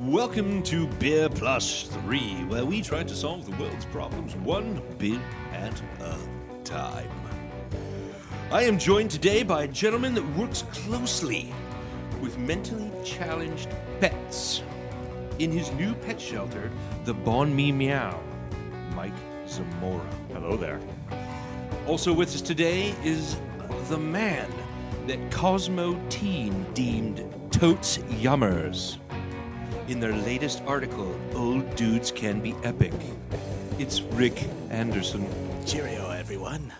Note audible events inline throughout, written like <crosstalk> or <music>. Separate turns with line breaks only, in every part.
Welcome to Beer Plus 3, where we try to solve the world's problems one beer at a time. I am joined today by a gentleman that works closely with mentally challenged pets in his new pet shelter, the Bon Me Meow, Mike Zamora. Hello there. Also with us today is the man that Cosmo Teen deemed totes yummers in their latest article, Old Dudes Can Be Epic. It's Rick Anderson.
Cheerio, everyone.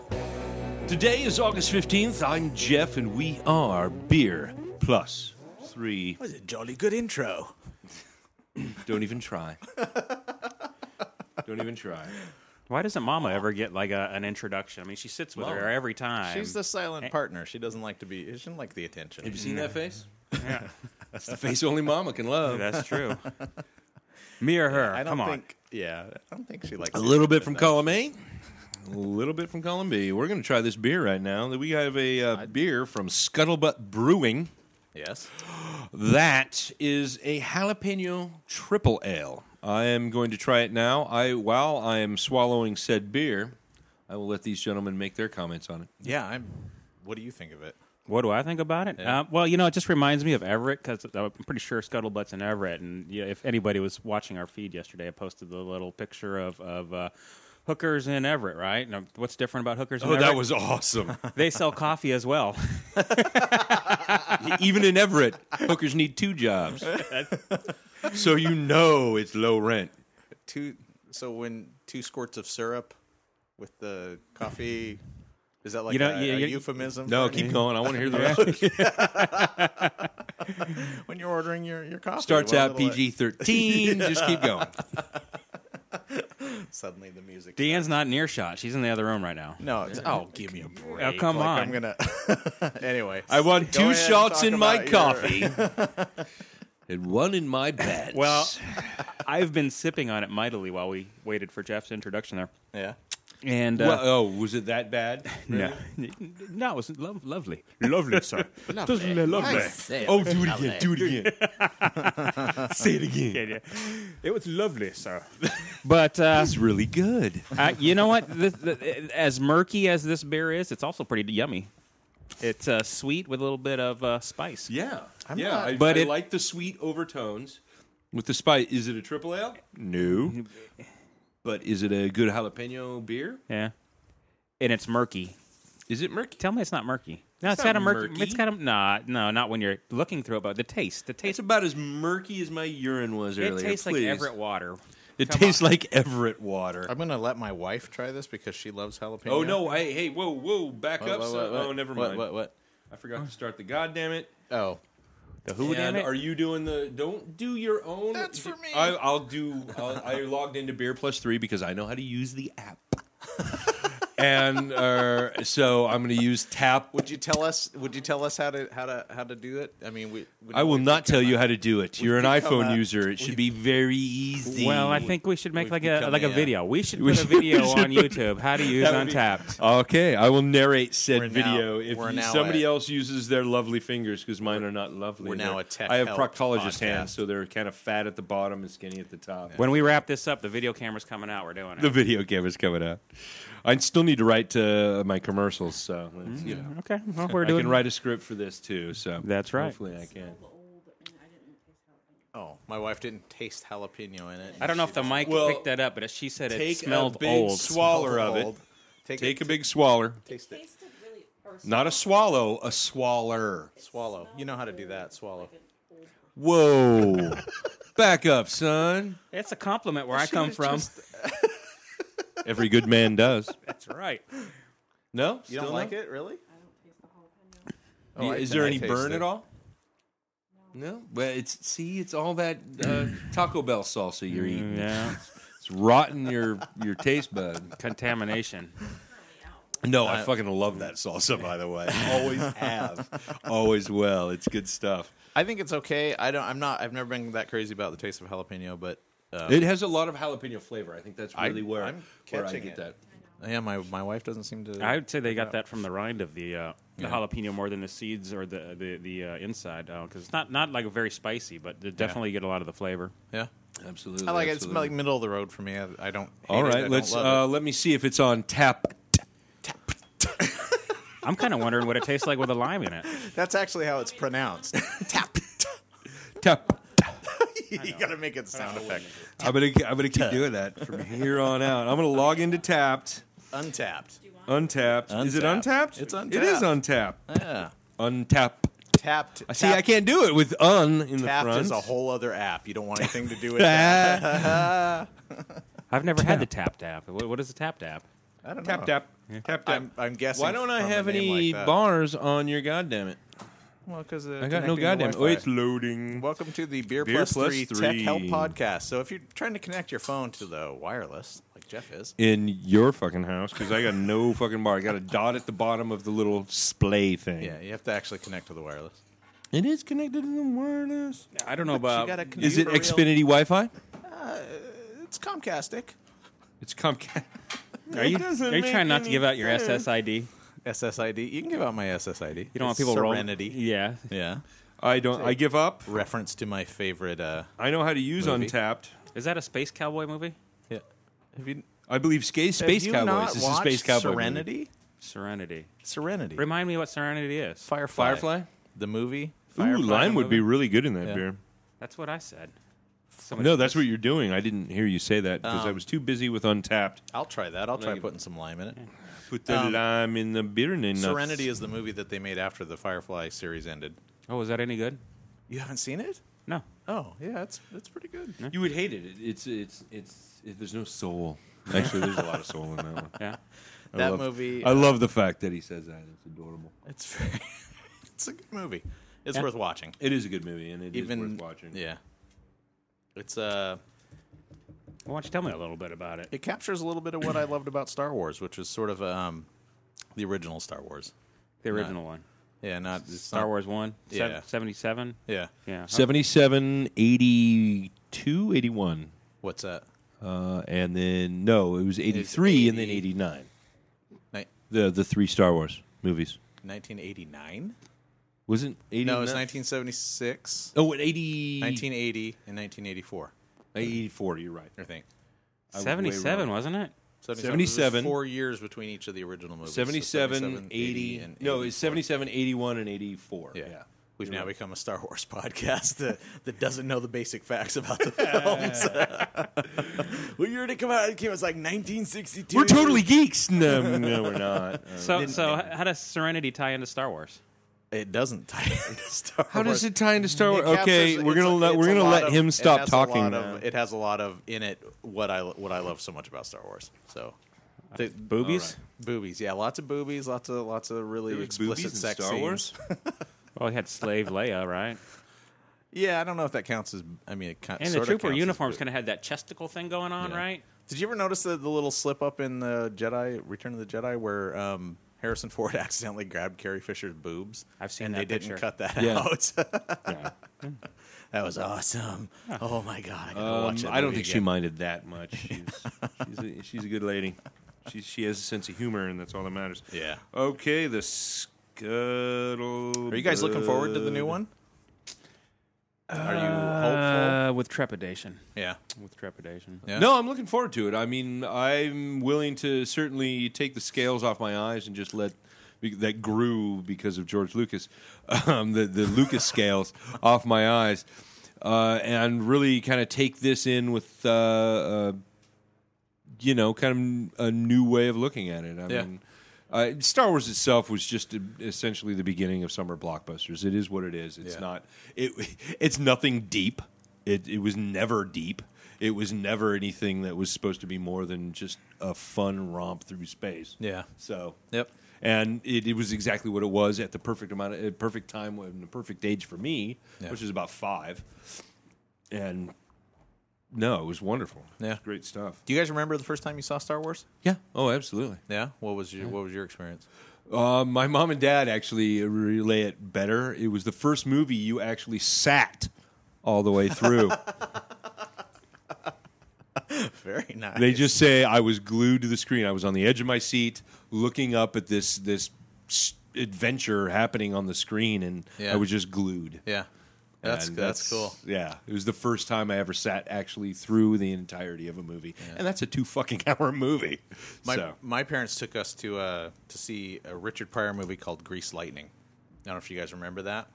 Today is August 15th. I'm Jeff, and we are Beer Plus Three.
That was a jolly good intro.
Don't even
<laughs>
try. Don't even try.
Why doesn't Mama ever get like a, an introduction? I mean, she sits with her
Mama.
every time.
She's the silent partner. She doesn't like to be. She doesn't like the attention.
Have you seen that face?
Yeah,
That's the face only mama can love.
<laughs>
<laughs> that's true. Me or her?
I don't
Come on.
think. Yeah, I don't think she likes.
A little bit from column A, a little bit from column B. We're going to try this beer right now. We have a uh, beer from Scuttlebutt Brewing.
Yes.
That is a jalapeno triple ale. I am going to try it now. I while I am swallowing said beer, I will let these gentlemen make their comments on it.
Yeah, I'm. What do you think of it?
What do I think about it? Uh, well, you know, it just reminds me of Everett because I'm pretty sure Scuttlebutt's in Everett. And you know, if anybody was watching our feed yesterday, I posted the little picture of of uh, hookers in Everett. Right? Now, what's different about hookers?
Oh,
in Everett?
Oh, was awesome.
<laughs> they sell coffee as well.
<laughs>
<laughs>
Even in Everett, hookers need two jobs. <laughs> so you know it's low rent.
Two. So when two squirts of syrup with the coffee, is that like
You know,
a,
you-
a
you-
euphemism?
No,
for
keep
anything?
going. I want to hear the <laughs> rest.
When you're ordering your your coffee,
Starts
one
out
little-
PG thirteen. <laughs> Just keep going.
Suddenly the music.
Dan's not in earshot. She's in the other room right now.
no, it's, oh, give me a break.
Oh, come
like,
on.
I'm gonna. <laughs> anyway,
I want
ahead
two
and
shots
talk
in my
about your-
coffee and one in my bed.
Well, <laughs> I've been sipping on it mightily while we waited for Jeff's introduction there.
yeah.
And uh,
Well, oh, was it that bad?
No, <laughs> no, it was lo- lovely, lovely,
<laughs>
sir. lovely, lovely.
Oh, do it again. Do it again. Say it again.
Yeah, yeah. It was
<laughs>
lovely, sir. But uh,
It's really good.
uh, you know what? This, the, as murky as this beer is, it's also pretty yummy. It's uh, sweet with a little bit of uh, spice.
Yeah.
I'm
yeah.
not-
I,
But
I
it-
like the sweet overtones with the spice. Is it a triple ale? No. But is it a good jalapeno beer?
Yeah, and it's murky.
Is it murky?
Tell me it's not murky. No, it's
not
kind of murky.
murky.
It's kind of nah, no, not when you're looking through it. But the taste, the
It's
taste,
about as murky as my urine was
it
earlier.
tastes
please.
like Everett water.
It
Come
tastes like Everett water.
I'm gonna let my wife try this because she loves jalapeno.
Oh no! Hey, hey! Whoa, whoa! Back
What,
up!
what,
son.
what, what?
Oh, never
What,
mind.
What? What?
I forgot to start the goddamn it.
Oh,
The who damn
and
it?
are you doing the? Don't do your own.
That's for me.
I, I'll do. I'll, I logged into Beer Plus Three because I know how to use the app. <laughs> and uh, so I'm going to use tap.
would you tell us? Would you tell us how to how to how to do it? I mean, we. we
I will not tell you how to do it. You're an
become
iPhone
a-
user. It should be very easy.
Well, I think we should make
we've
like a
become
like a
a, uh,
video.
<laughs>
We should
we
put a
should-
video
we should
on
put-
YouTube. How to use
That would be-
Untapped.
Okay, I will narrate said
We're now-
video if
we're
you-
now
somebody
a-
else uses their lovely fingers because mine are not lovely.
We're now
They're-
a tech
I have
help
proctologist
podcast.
hands, so they're kind of fat at the bottom and skinny at the top.
When we wrap this up, the video camera's coming out. We're doing it.
The video camera's coming out. I still need to write uh, my commercials, so let's, you know.
Mm-hmm.
okay, well, we're
I
doing.
can write a script for this too. So
That's right.
Hopefully, I can.
Oh, my wife didn't taste jalapeno in it.
I don't know if the mic
Well,
picked that up, but she said it
take a
smelled
big
old.
swallow. swaller of it.
Take,
Take
a
a big swaller,
taste it.
tasted really or
not a swallow, a swaller.
Swallow. You know how to do that. Swallow. <laughs>
Whoa, back up, son.
It's a compliment where I come from.
Every good man does.
That's right.
No,
You don't like it, really? Oh, I-
Is there
I
any
taste
burn
it.
at all? No, but it's see, it's all that uh, Taco Bell salsa you're eating.
<laughs>
Mm.
Yeah,
It's rotting your your taste bud.
contamination.
No, <laughs> I fucking love that salsa, by the way. Always have. Always well. It's good stuff.
I think it's okay. I don't. I'm not. I've never been that crazy about the taste of jalapeno, but uh,
Um, It has a lot of jalapeno flavor. I think that's
I-
really where,
I'm
where I
catching
get
it.
that.
yeah, my my wife doesn't seem to.
I would say they got that from the rind of the uh, the jalapeno more than the seeds or the the, the uh, inside because it's not not like very spicy, but they definitely get a lot of the flavor.
yeah,
Absolutely.
I like it. It's
absolutely.
like middle of the road for me. I, I don't. hate
All
it, I
right,
don't
let's
love
uh, let me see if it's on tap.
I'm kind of wondering what it tastes like with a lime in it.
it. That's actually how it's pronounced. <laughs> Tap.
Tap.
you got to make it sound effect.
I'm gonna I'm gonna keep doing that from here on out. I'm gonna log into Tapped.
Untapped.
Untapped. Is it untapped?
Untapped. It's
It is
untapped.
untapped.
Yeah.
Untapped.
Tapped.
See,
tap-
I can't do it with un in the
Tapped
front.
is a whole other app. You don't want anything to
<laughs>
do with that.
I've never had the tap tap. What, what is a tap tap?
I don't know.
tap tap tap tap.
I'm, I'm guessing.
Why don't I
from a
have
name
any
like that.
bars on your goddamn it?
Well, because
I got no goddamn. Oh, it's loading.
Welcome to the Beer,
Beer
Plus
Plus
Three Tech Help
Three.
Podcast. So if you're trying to connect your phone to the wireless, like Jeff is,
in your fucking house because I got no <laughs> fucking bar. I got a dot at the bottom of the little splay thing.
yeah, you have to actually connect to the wireless.
It is connected to the wireless.
I don't know about.
gotta con-
Is
You
it
for real?
Xfinity Wi Fi?
It's Comcastic.
It's Comcast.
are you, are you trying not to give out your SSID?
SSID. You can give out my SSID.
You don't want people rolling-
Serenity.
Yeah,
Yeah.
I don't. I give up.
Reference to my favorite. Uh,
I know how to use
Movie.
Untapped.
is that a space cowboy movie?
yeah. Have you?
I believe Space Space
have you
Cowboys.
Not
This is
watched
Space Cowboy. movie.
Serenity.
Serenity.
Serenity.
Remind me what Serenity is.
Firefly.
Firefly.
The movie.
Ooh, lime would be really good in that
Yeah.
beer.
That's what I said. So much-
No, that's what you're doing. I didn't hear you say that because I was too busy with Untapped.
I'll try that. I'll try
you-
putting some lime in it.
Put the lime in the beer and nuts.
Serenity is the movie that they made after the Firefly series ended.
Oh, was that any good?
You haven't seen it?
No.
Oh, yeah, it's it's pretty good.
You would hate it. It- It's it's it's it, there's no soul. Actually, there's a lot of soul in that one.
Yeah.
I
That
love- <laughs>
movie,
I
uh,
love the fact that he says that. It's adorable.
It's <laughs> very, it's a good movie. It's
Yeah.
worth watching.
It is a good movie, and it is
Even
worth watching.
Yeah. It's uh
Well, why don't you tell me a little bit about it?
it captures a little bit of what I loved about Star Wars, which was sort of um the original Star Wars.
The original one.
Yeah, not it's
Star
not-
Wars 1,
Yeah.
77.
Yeah.
Yeah.
77, 82, 81.
What's that?
Uh, and then, no, it was 83 and then 89.
Ni-
The the three Star Wars movies.
1989?
Wasn't 89?
No, it's 1976,
Oh, at 80,
1980, and 1984,
84, you're right.
I think.
I was way
77,
wrong.
Oh, wasn't it?
77.
There's Four years between each of the original movies. so
77, 80,
80, and
no,
80.
it's 77, 81, and 84.
Yeah.
yeah.
We've now become a Star Wars <laughs> podcast that, that doesn't know the basic facts about
<laughs>
the films. <laughs> what year did it come out? It came out it was like 1962.
We're totally geeks. No, no, we're not. Uh,
So, so h- how does Serenity tie into Star Wars?
It doesn't tie into Star
How
Wars.
does it tie into Star Wars?
It captures-
Okay, we're
it's
gonna
a-
let
it's
we're
a
gonna
lot
let
of-
him
it
stop
has a
talking.
lot
now.
Of, it has a lot of in it what I what I love so much about Star Wars. So the
Boobies?
boobies, yeah, lots of boobies, lots of lots of really explicit sex scenes.
Well, we had Slave Leia, right?
Yeah, I don't know if that counts as. I mean, it kind
And the
sort of
trooper
counts as
uniform's
boob-
kind of had that chesticle thing going on,
Yeah.
right?
Did you ever notice the, the little slip up in the Jedi Return of the Jedi where um, Harrison Ford <laughs> accidentally grabbed Carrie Fisher's boobs?
I've seen
and
that
they
picture.
didn't cut that
Yeah.
out.
Yeah.
<laughs> that was awesome. Oh my god! I, gotta
Um,
watch that
I don't
movie
think she
again.
minded that much. She's, she's, a, she's a good lady. She she has a sense of humor, and that's all that matters.
Yeah.
Okay, the scuttle.
Are you guys looking forward to the new one? Are you hopeful?
Uh, with trepidation.
Yeah.
With trepidation.
Yeah.
No, I'm looking forward to it. I mean, I'm willing to certainly take the scales off my eyes and just let that grew because of George Lucas, <laughs> um, the the Lucas scales <laughs> off my eyes, uh, and really kind of take this in with. Uh, uh, you know, kind of a new way of looking at it. I
Yeah.
mean, uh, Star Wars itself was just uh essentially the beginning of summer blockbusters. It is what it is. It's
Yeah.
not. It <laughs> it's nothing deep. It it was never deep. It was never anything that was supposed to be more than just a fun romp through space.
Yeah.
So.
Yep.
And it, it was exactly what it was at the perfect amount, of, at perfect time, and the perfect age for me,
Yeah.
which is about five. And no, it was wonderful. It was
Yeah.
great stuff.
Do you guys remember the first time you saw Star Wars?
Yeah. Oh, absolutely.
<laughs>
Yeah. What was your What was your experience?
Uh, my mom and dad actually relay it better. It was the first movie you actually sat all the way
<laughs>
through.
Very nice.
they just say I was glued to the screen. I was on the edge of my seat, looking up at this this s- adventure happening on the screen, and
Yeah.
I was just glued.
yeah, that's
And
that's, cool.
Yeah, it was the first time I ever sat actually through the entirety of a movie, and that's a two fucking <laughs> hour movie.
My
so
my parents took us to uh to see a Richard Pryor movie called Grease Lightning. I don't know if you guys remember that.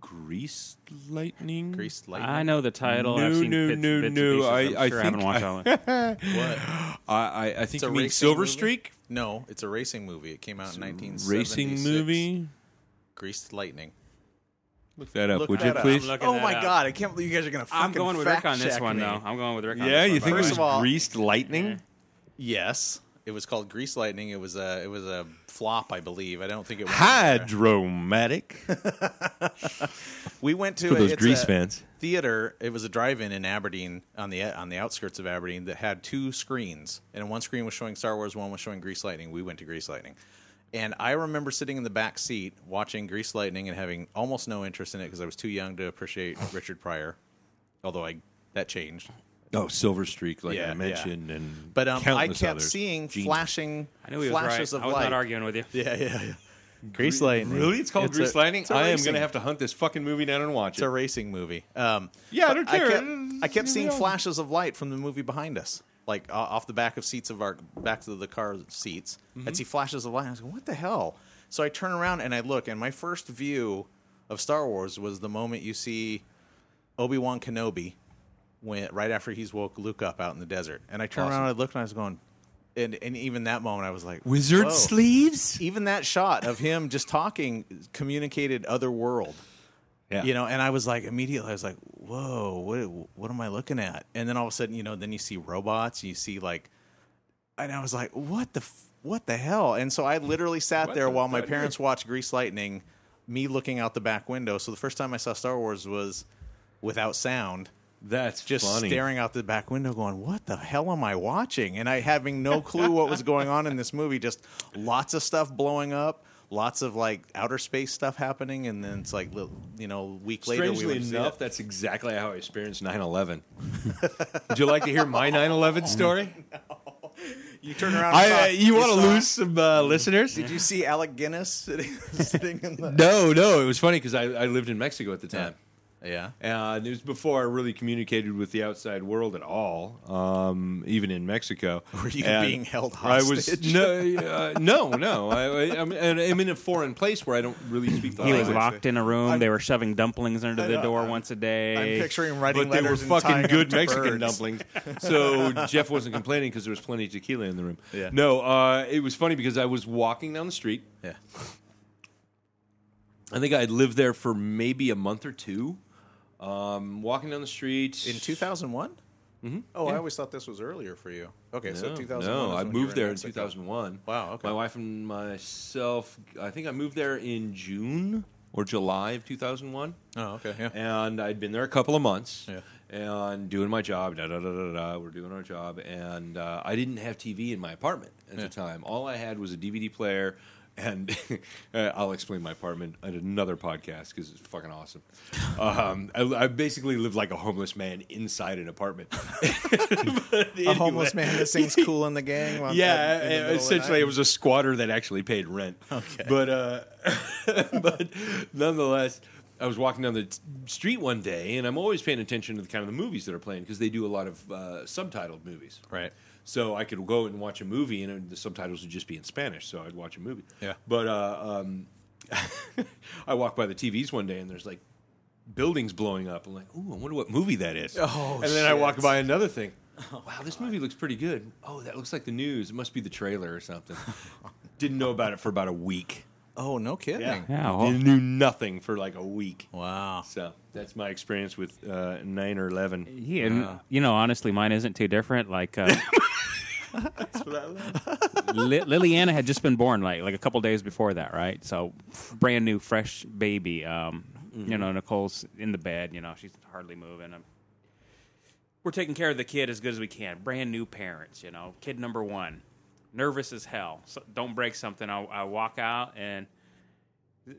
Grease Lightning.
Grease Lightning.
I know the title. I've
No,
seen
no,
bits,
no,
bits and
no.
pieces.
I-
I'm
I
sure I haven't
think
watched
I-
that one.
What?
<gasps>
I, I, I think
It's a
you mean
racing
Silver
movie?
Streak.
No, it's a racing movie. It came out in 1976.
Racing movie.
Greased Lightning.
Look that up,
Look
would
that
you
up.
please?
Look- Looking
Oh
that
my
up.
god, I can't believe you guys are gonna. Fucking
<laughs> I'm going with Rick on this
fact-check
one
me.
though. I'm going with Rick. on
yeah,
this
you
one,
think
by the
it
First
was
way.
all-
Greased Lightning?
Yes, it was called Grease Lightning. It was a it was a flop, I believe. I don't think it. went anywhere.
Hydromatic. <laughs>
We went to
For those
it's
Grease
a
fans.
theater. It was a drive-in in Aberdeen on the on the outskirts of Aberdeen that had two screens, and one screen was showing Star Wars, one was showing Grease Lightning. We went to Grease Lightning, and I remember sitting in the back seat watching Grease Lightning and having almost no interest in it because I was too young to appreciate Richard Pryor, although I that changed.
Oh, Silver Streak, like
Yeah,
I
yeah.
mentioned, and
But um, I
countless
kept
others.
seeing
Genius.
flashing
I knew he was
flashes
right.
of
I was
light.
not arguing with you.
Yeah, yeah, yeah. Grease Lightning.
Really, it's called Grease
a-
Lightning.
it's a
I am
racing-
going to have to hunt this fucking movie down and watch
It's a
it.
racing movie. Um,
Yeah, I
but
don't
I
care.
kept, I kept seeing
Yeah.
flashes of light from the movie behind us, like o- off the back of seats of our back of the car seats.
Mm-hmm.
I'd see flashes of light. and I was like, "What the hell?" So I turn around and I look, and my first view of Star Wars was the moment you see Obi Wan Kenobi when right after he's woke Luke up out in the desert. And I turned around and I looked, and I was going, and and even that moment, I was like,
Wizard
"Whoa."
sleeves.
Even that shot of him just talking communicated other world
Yeah.
you know and i was like immediately i was like whoa what what am i looking at and then all of a sudden you know then you see robots you see like and i was like what the f- what the hell and so i literally sat
What
there
the
while my
fuck?
parents watched grease lightning me looking out the back window so the first time i saw star wars was without sound
that's
just
funny.
staring out the back window going what the hell am i watching and i having no clue what was going on in this movie just lots of stuff blowing up lots of like outer space stuff happening and then it's like li- you know a week later we
Strangely
went to see
enough,
it.
that's exactly how I experienced 9/11. <laughs> Would you like to hear my 9/11 story?
you turn around and
I, uh,
saw-
you want to
saw- Mm.
lose some uh, listeners?
did you see alec guinness sitting, <laughs> sitting
<laughs>
in the
No, no. It was funny because I, I lived in Mexico at the time.
yeah
Uh, it was before I really communicated with the outside world at all, um, even in Mexico.
<laughs> Were you
And
being held
I was
hostage?
no,
<laughs>
uh, no, no. I, I, I'm, and I'm in a foreign place where I don't really speak the
He was
language.
locked in a room. they were shoving dumplings under the
know,
door
I'm-
once a day.
i'm picturing him writing
but they were
letters and tying
fucking
them
good
to
Mexican
birds. <laughs>
dumplings. So Jeff wasn't complaining because there was plenty of tequila in the room.
Yeah.
No, uh, it was funny because I was walking down the street.
yeah
I think I had lived there for maybe a month or two. Um, walking down the street
in 2001 oh i always thought this was earlier for you okay so
Mm-hmm. No,
2001
No,
is
I
when you were
moved there in
Mexico.
2001.
Wow, okay.
My wife and myself, I think I moved there in June or July of 2001.
oh okay yeah
And I'd been there a couple of months
Yeah.
and doing my job, da da da da da. We're doing our job. And uh, I didn't have TV in my apartment at the time. All I had was a DVD player. And <laughs> uh, I'll explain my apartment at another podcast because it's fucking
<laughs>
awesome. Um, I, I basically lived like a homeless man inside an apartment.
a homeless man that sings cool in the
<laughs>
gang. while-
yeah,
in the middle of the
essentially,
night.
it was a squatter that actually paid rent. Okay, but uh, <laughs> but nonetheless, I was walking down the t- street one day, and I'm always paying attention to the kind of the movies that are playing because they do a lot of uh, subtitled movies.
Right.
So I could go and watch a movie, and it- the subtitles would just be in Spanish. So I'd watch a movie.
Yeah.
But uh, um, I walked by the TVs one day, and there's like buildings blowing up. I'm like, ooh, I wonder what movie that is.
Oh,
and then I
shit. Oh,
walk by another
<laughs>
thing. wow, this movie looks pretty good. Oh, that looks like the news. It must be the trailer or
<laughs>
something. Didn't know about it for about a week.
Oh, no kidding.
yeah, well,
Didn't- knew nothing for like a week.
Wow.
So that's my experience with uh, nine or eleven.
he- and, you know, honestly, mine isn't too different. Like <laughs> uh, Li- Liliana had just been born, like like a couple days before that, right? So brand new, fresh baby. Um, You know, Nicole's in the bed. You know, she's hardly moving. i we're taking care of the kid as good as we can. Brand new parents, you know, kid number one. nervous as hell. So don't break something. I, I walk out and.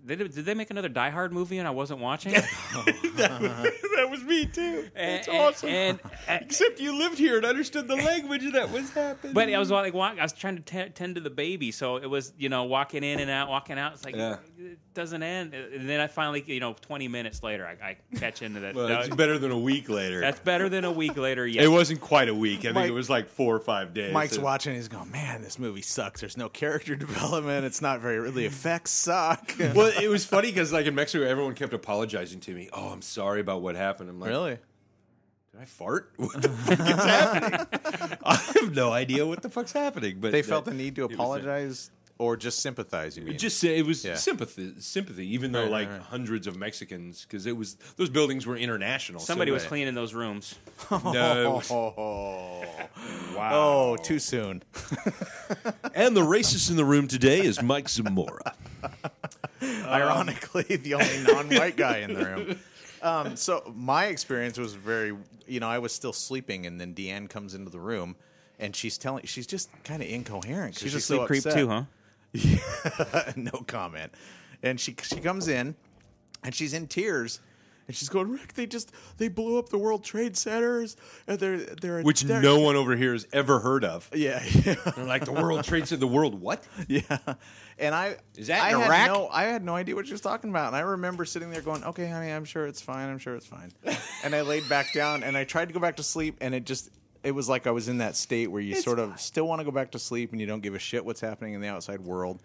They, did did they make another Die Hard movie and I wasn't watching? that,
<laughs> that was me too.
and,
Eh,
That's awesome.
And, and-
Except you lived here and understood the language that was happening.
but
uh,
I was like, walk, I was trying to t- tend to the baby, so it was you know walking in and out, walking out. It's like
Yeah.
it doesn't end. And then I finally, you know, twenty minutes later, I, I catch into that.
<laughs> Well,
That-
it's better than a week later.
that's better than a week later.
<laughs>
Yes,
it wasn't quite a week. I think
Mike-
it was like four or five days.
<laughs> Mike's
So-
watching. He's going, man, this movie sucks. There's no character <laughs> development. It's not very. The effects suck. <laughs>
Well, it was funny because like in Mexico, everyone kept apologizing to me. Oh, I'm sorry about what happened. I'm like,
really?
Did I fart? <laughs> What the fuck is happening? <laughs> I have no idea what the fuck's happening. But
They felt
that-
the need to
it was-
apologize or just sympathize. You mean?
Just say <laughs> it was
Yeah.
sympathy, sympathy. Even though
Right,
like
right, right.
hundreds of Mexicans, because it was those buildings were international. so-
somebody was
right.
cleaning those rooms.
No, it was-
<laughs> <laughs> oh,
Wow.
oh, too soon.
<laughs> and the racist in the room today is Mike Zamora. Uh,
Ironically, <laughs> the only non-white guy in
<laughs>
the room. Um, so my experience was very, you know, I was still sleeping, and then Deanne comes into the room, and she's telling, she's just kind of incoherent. 'cause
She's, a
so
sleep creep
upset.
too, huh?
<laughs> no comment. And she she comes in, and she's in tears, and she's going, "Rick, they just they blew up the World Trade Centers, and they're they're
Which
they're- <laughs>
no one over here has ever heard of.
yeah, yeah,
They're like the World Trade Center. The world what?
<laughs> yeah." And I
Is that
I
in
had
Iraq?
No, I had no idea what she was talking about, and I remember sitting there going, "Okay, honey, I'm sure it's fine. I'm sure
<laughs>
it's fine." and I laid back down, and I tried to go back to sleep, and it just. It was like I was in that state where you sort of still want to go back to sleep and you don't give a shit what's happening in the outside world.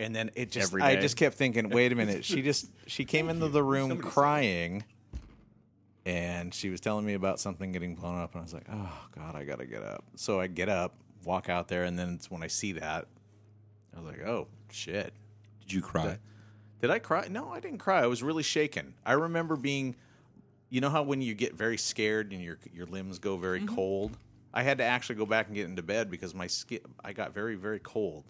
And then it just
Every
I
day.
just kept thinking, wait
<laughs>
a minute. She just she came into the room crying, and she was telling me about something getting blown up, and I was like, oh god, I gotta get up. So I get up, walk out there, and then it's when I see that, I was like, oh shit,
Did you cry?
did I cry? No, I didn't cry. I was really shaken. I remember being, you know how when you get very scared and your your limbs go very cold. I had to actually go back and get into bed because my skin I got very very cold,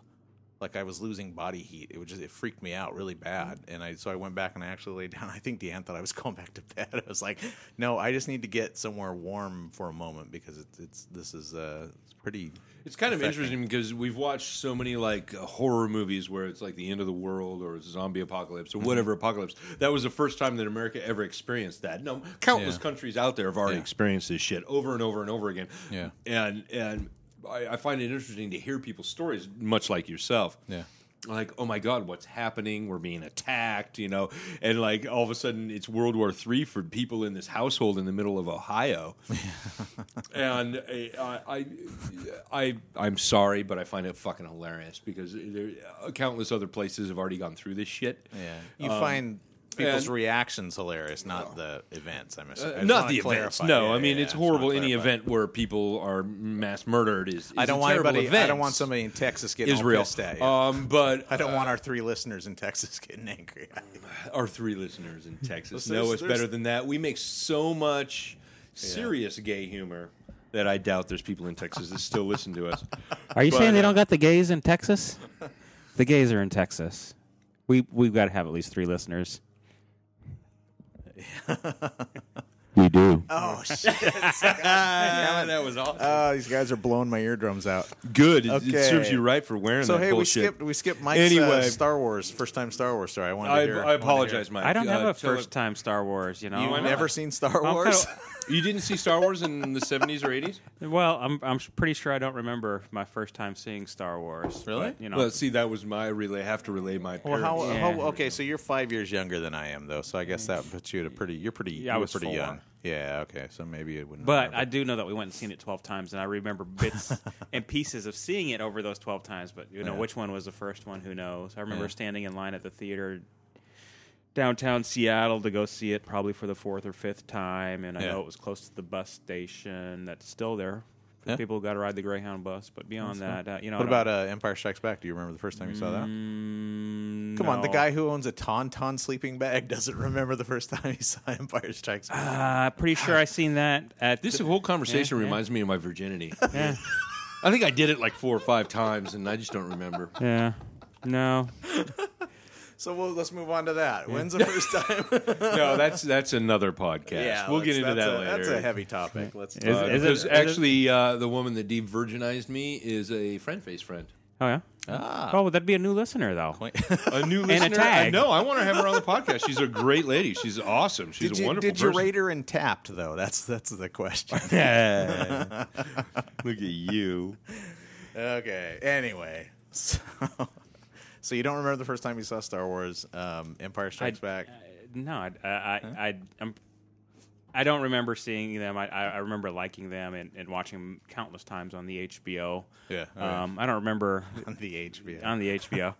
like I was losing body heat. It was just it freaked me out really bad, and I so I went back and I actually laid down. <laughs> I think Deanne thought I was going back to bed. I was like, no, I just need to get somewhere warm for a moment because it's it's this is uh it's pretty.
It's kind of interesting because we've watched so many like uh, horror movies where it's like the end of the world or zombie apocalypse
Mm-hmm.
or whatever apocalypse. That was the first time that America ever experienced that. No, countless
Yeah.
countries out there have already
Yeah.
experienced this shit over and over and over again.
Yeah.
and and I, I find it interesting to hear people's stories, much like yourself.
Yeah.
Like, oh my God, what's happening? We're being attacked, you know, and like all of a sudden it's World War Three for people in this household in the middle of
<laughs>
Ohio and I, I, I, I'm sorry, but I find it fucking hilarious because there, uh, countless other places have already gone through this shit. Uh,
Yeah, you find people's
Um, and-
reactions hilarious, not the events. I'm
Uh, not the events. No, I mean it's horrible. Any event where people are mass murdered is, is
I don't
a
want
terrible
anybody.
Event.
I don't want somebody in Texas getting
Israel.
Israel. pissed at you.
Um, but
I don't want our three listeners in Texas getting angry. At you.
our three listeners in Texas
There's-
know us
there's-
better than that. We make so much serious gay humor that I doubt there's people in Texas that still listen to us.
Are you
But,
saying they
uh,
don't got the gays in
<laughs>
Texas? the gays are in Texas. We we've got to have at least three listeners. <laughs> we do.
<laughs> Oh
<laughs>
shit!
Ah, that was awesome.
Oh, these guys are blowing my eardrums out.
Good. It, it
Okay.
serves you right for wearing
So
that
hey,
bullshit.
we skipped we skipped Mike's uh,
Anyway.
Star Wars first time Star Wars story. I wanted
I,
to hear.
I apologize, Mike.
I don't have
Uh,
a
tell
first time Star Wars. You know,
You
I've
went
I'm-
never seen Star
I'm
Wars.
<laughs>
kinda-
it- You didn't see Star Wars in the seventies or
<laughs>
eighties?
Well, I'm I'm pretty sure I don't remember my first time seeing Star Wars.
Really?
but, you know,
Well, see, that was my relay. I have to relay my.
Well, how, uh,
parents.
how- okay, so you're five years younger than I am, though. So I guess that puts you at a pretty. You're pretty.
I
you were
was
pretty
four.
young. Yeah. Okay. So maybe it wouldn't.
but
remember.
I do know that we went and seen it twelve times, and I remember
<laughs>
bits and pieces of seeing it over those twelve times. But you know, which one was the first one? Who knows? I remember
Yeah.
standing in line at the theater downtown Seattle to go see it, probably for the fourth or fifth time. And I
Yeah.
know it was close to the bus station that's still there. for
Yeah.
People who got to ride the Greyhound bus, but beyond that, uh, you know,
What
I don't-
about uh, Empire Strikes Back? Do you remember the first time you saw that?
Mm,
Come on, the
no.
guy who owns a Tauntaun sleeping bag <laughs> doesn't remember the first time he saw Empire Strikes Back.
Uh, pretty sure I
<laughs>
seen that at
This
the-
whole conversation
Yeah, yeah.
reminds me of my virginity.
yeah.
I think I did it like four or five times, and I just don't
<laughs>
remember.
Yeah. No.
So we'll, let's move on to that. When's the
<laughs>
first time?
No, that's that's another podcast. we'll get into
that's-
that
that's
later.
a- That's a heavy topic. Let's.
Is-
Uh,
is it-
because
is it-
actually, uh, the woman that de-virginized me is a friend face friend.
Oh yeah.
Ah.
Oh, would that be a new listener though?
A
<laughs>
new
a
listener.
tag.
No, I want to have her on the podcast. She's a great lady. She's awesome. She's
Did
a
you
wonderful
did you
person.
rate her in Tapped though? That's that's
<laughs>
the question.
Look at you.
okay. Anyway, so so you don't remember the first time you saw Star Wars, um, Empire Strikes Back?
Uh, no, I, I, I, I, I'm, I don't remember seeing them. I, I I remember liking them and, and watching them countless times on the HBO.
Yeah, oh, yeah.
Um, I don't remember
on the HBO.
on the
<laughs>
HBO.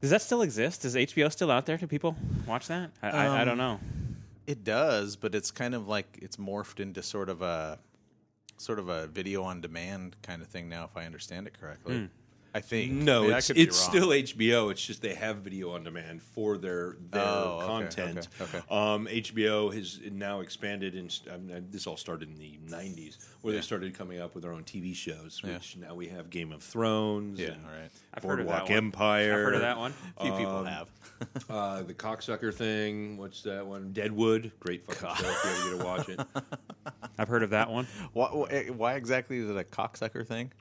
Does that still exist? Is HBO still out there? Do people watch that? I, I, I don't
Um,
know.
It does, but it's kind of like it's morphed into sort of a sort of a video on demand kind of thing now, if I understand it correctly. I think
No,
I mean, I
it's,
could be
it's
wrong.
still HBO. It's just they have video on demand for their their
Oh, okay,
content.
okay, okay.
Um, HBO has now expanded, and I mean, this all started in the '90s, where they started coming up with their own TV shows. Which now we have Game of Thrones,
Yeah,
and
all right. Um,
I've heard of that
Boardwalk
one.
Empire.
I've heard of that one.
few people have.
Uh, the cocksucker thing. What's that one? Deadwood. Great fucking show. If you ever get to watch <laughs> it.
I've heard of that one.
Why, why- why exactly is it a cocksucker thing?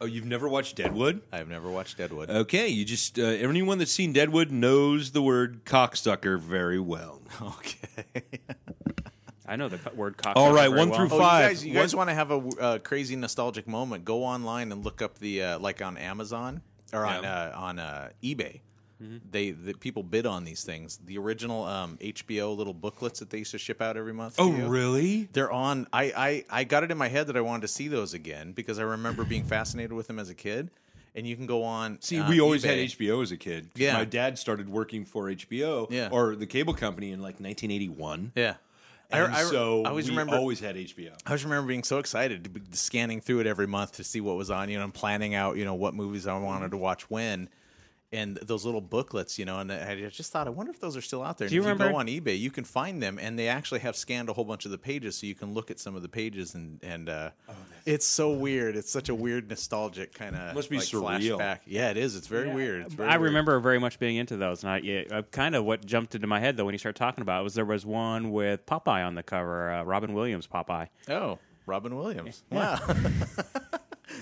Oh, you've never watched Deadwood?
I've never watched
<laughs>
Deadwood.
Okay, you just uh, anyone that's seen Deadwood knows the word cocksucker very well.
okay.
I know the co- word cock.
All right,
very
one
well.
through
<laughs> Oh,
five.
you guys, you guys want to have a uh, crazy nostalgic moment? Go online and look up the uh, like on Amazon or on
Yeah. Mm-hmm.
uh, on uh, eBay. They the people bid on these things. The original um, HBO little booklets that they used to ship out every month. to
Oh,
you.
really?
They're on. I, I I got it in my head that I wanted to see those again because I remember being fascinated with them as a kid. And you can go on.
See,
uh,
we always
eBay.
had HBO as a kid.
Yeah.
My dad started working for HBO
Yeah.
or the cable company in like 1981.
Yeah,
And
I, I,
so
I always
we
remember.
always had HBO.
I always remember being so excited to be scanning through it every month to see what was on, you know, and planning out, you know, what movies I wanted to watch when, and those little booklets, you know, and I just thought, I wonder if those are still out there.
Do you
and if you go
remember-
on eBay, you can find them, and they actually have scanned a whole bunch of the pages, so you can look at some of the pages, and and uh, it's so weird. It's such a weird nostalgic kind of
Must be
like,
surreal.
Flashback. Yeah, it is. It's very weird. It's very
I
weird.
remember very much being into those, and I yeah, uh, kind of what jumped into my head though when you started talking about it was there was one with Popeye on the cover, uh, Robin Williams Popeye.
Oh, Robin Williams. Wow. <laughs>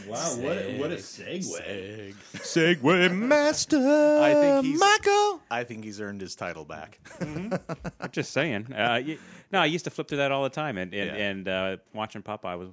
Wow, what a, what a segue. Segway master.
I think he's-
Michael.
I think he's earned his title back.
I'm just saying. Uh,
<laughs>
y no, I used to flip through that all the time, and and,
Yeah.
and uh, watching Popeye was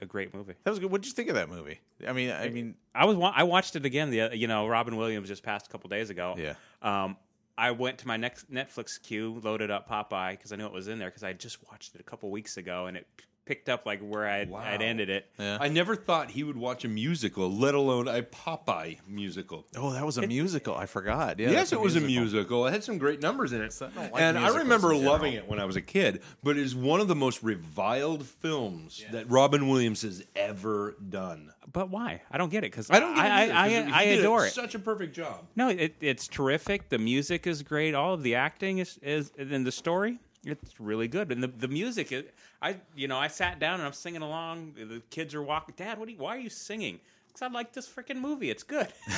a great movie.
That was good. What did you think of that movie? I mean, I mean,
I was wa- I watched it again. The you know Robin Williams just passed a couple days ago.
Yeah.
Um, I went to my next Netflix queue, loaded up Popeye because I knew it was in there because I had just watched it a couple weeks ago, and it p- picked up like where I'd,
Wow.
I'd ended it.
I never thought he would watch a musical, let alone a Popeye musical.
Oh, that was a musical. I forgot. Yeah,
Yes,
that's
it was a musical. It had some great numbers in it,
I don't like
and I
musicals
remember
in general.
loving it when I was a kid. But it's one of the most reviled films that Robin Williams has ever done.
But why? I don't get it because
I don't. Get
I
it either,
I,
'cause he
I, I
did
adore it.
Such a perfect job.
No, it, it's terrific. The music is great. All of the acting is is and the story. It's really good. And the, the music is I you know, I sat down and I'm singing along. The kids are walking, "Dad, what are you, why are you singing?" Cuz I like this freaking movie. It's good. <laughs>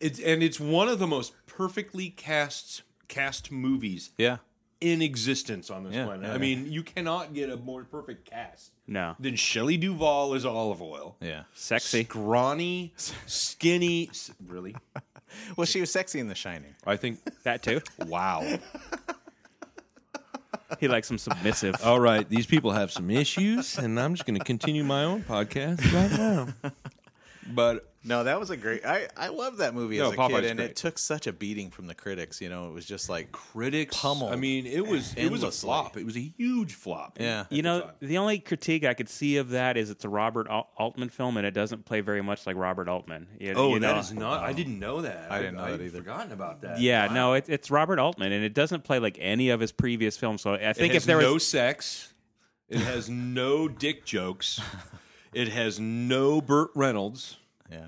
It's and it's one of the most perfectly cast cast movies
Yeah.
in existence on this
Yeah,
planet.
yeah,
I
yeah.
mean, you cannot get a more perfect cast
No.
than Shelley Duvall as Olive Oil.
Yeah.
<laughs>
Sexy.
Scrawny, skinny. s- Really?
Well, she was sexy in The Shining.
I think.
That too.
Wow.
He likes some submissive.
All right, these people have some issues, and I'm just going to continue my own podcast right now. But
No, that was a great. I I love that movie
No,
as a
Popeye's
kid, and
great.
it took such a beating from the critics. You know, it was just like,
critics,
Pummeled
I mean, it was it was a
endlessly.
flop. It was a huge flop.
yeah,
You know,
time.
the only critique I could see of that is it's a Robert Al- Altman film and it doesn't play very much like Robert Altman. You-
Oh,
you
that
know?
is not. I didn't know that.
I didn't know
I'd
that either.
Forgotten about that.
Yeah, no, it, it's Robert Altman, and it doesn't play like any of his previous films. So I
It
think
has
if there was
no sex. It has no dick jokes. <laughs> It has no Burt Reynolds,
yeah.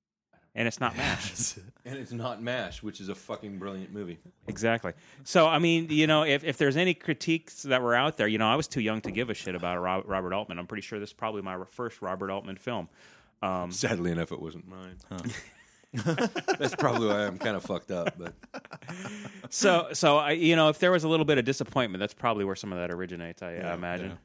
<laughs>
and it's not MASH.
and it's not Mash, which is a fucking brilliant movie.
Exactly. So, I mean, you know, if, if there's any critiques that were out there, you know, I was too young to give a shit about a Rob, Robert Altman. I'm pretty sure this is probably my first Robert Altman film. Um,
Sadly enough, it wasn't mine. <laughs> That's probably why I'm kind of fucked up. But
so, so I, you know, if there was a little bit of disappointment, that's probably where some of that originates. I, I imagine.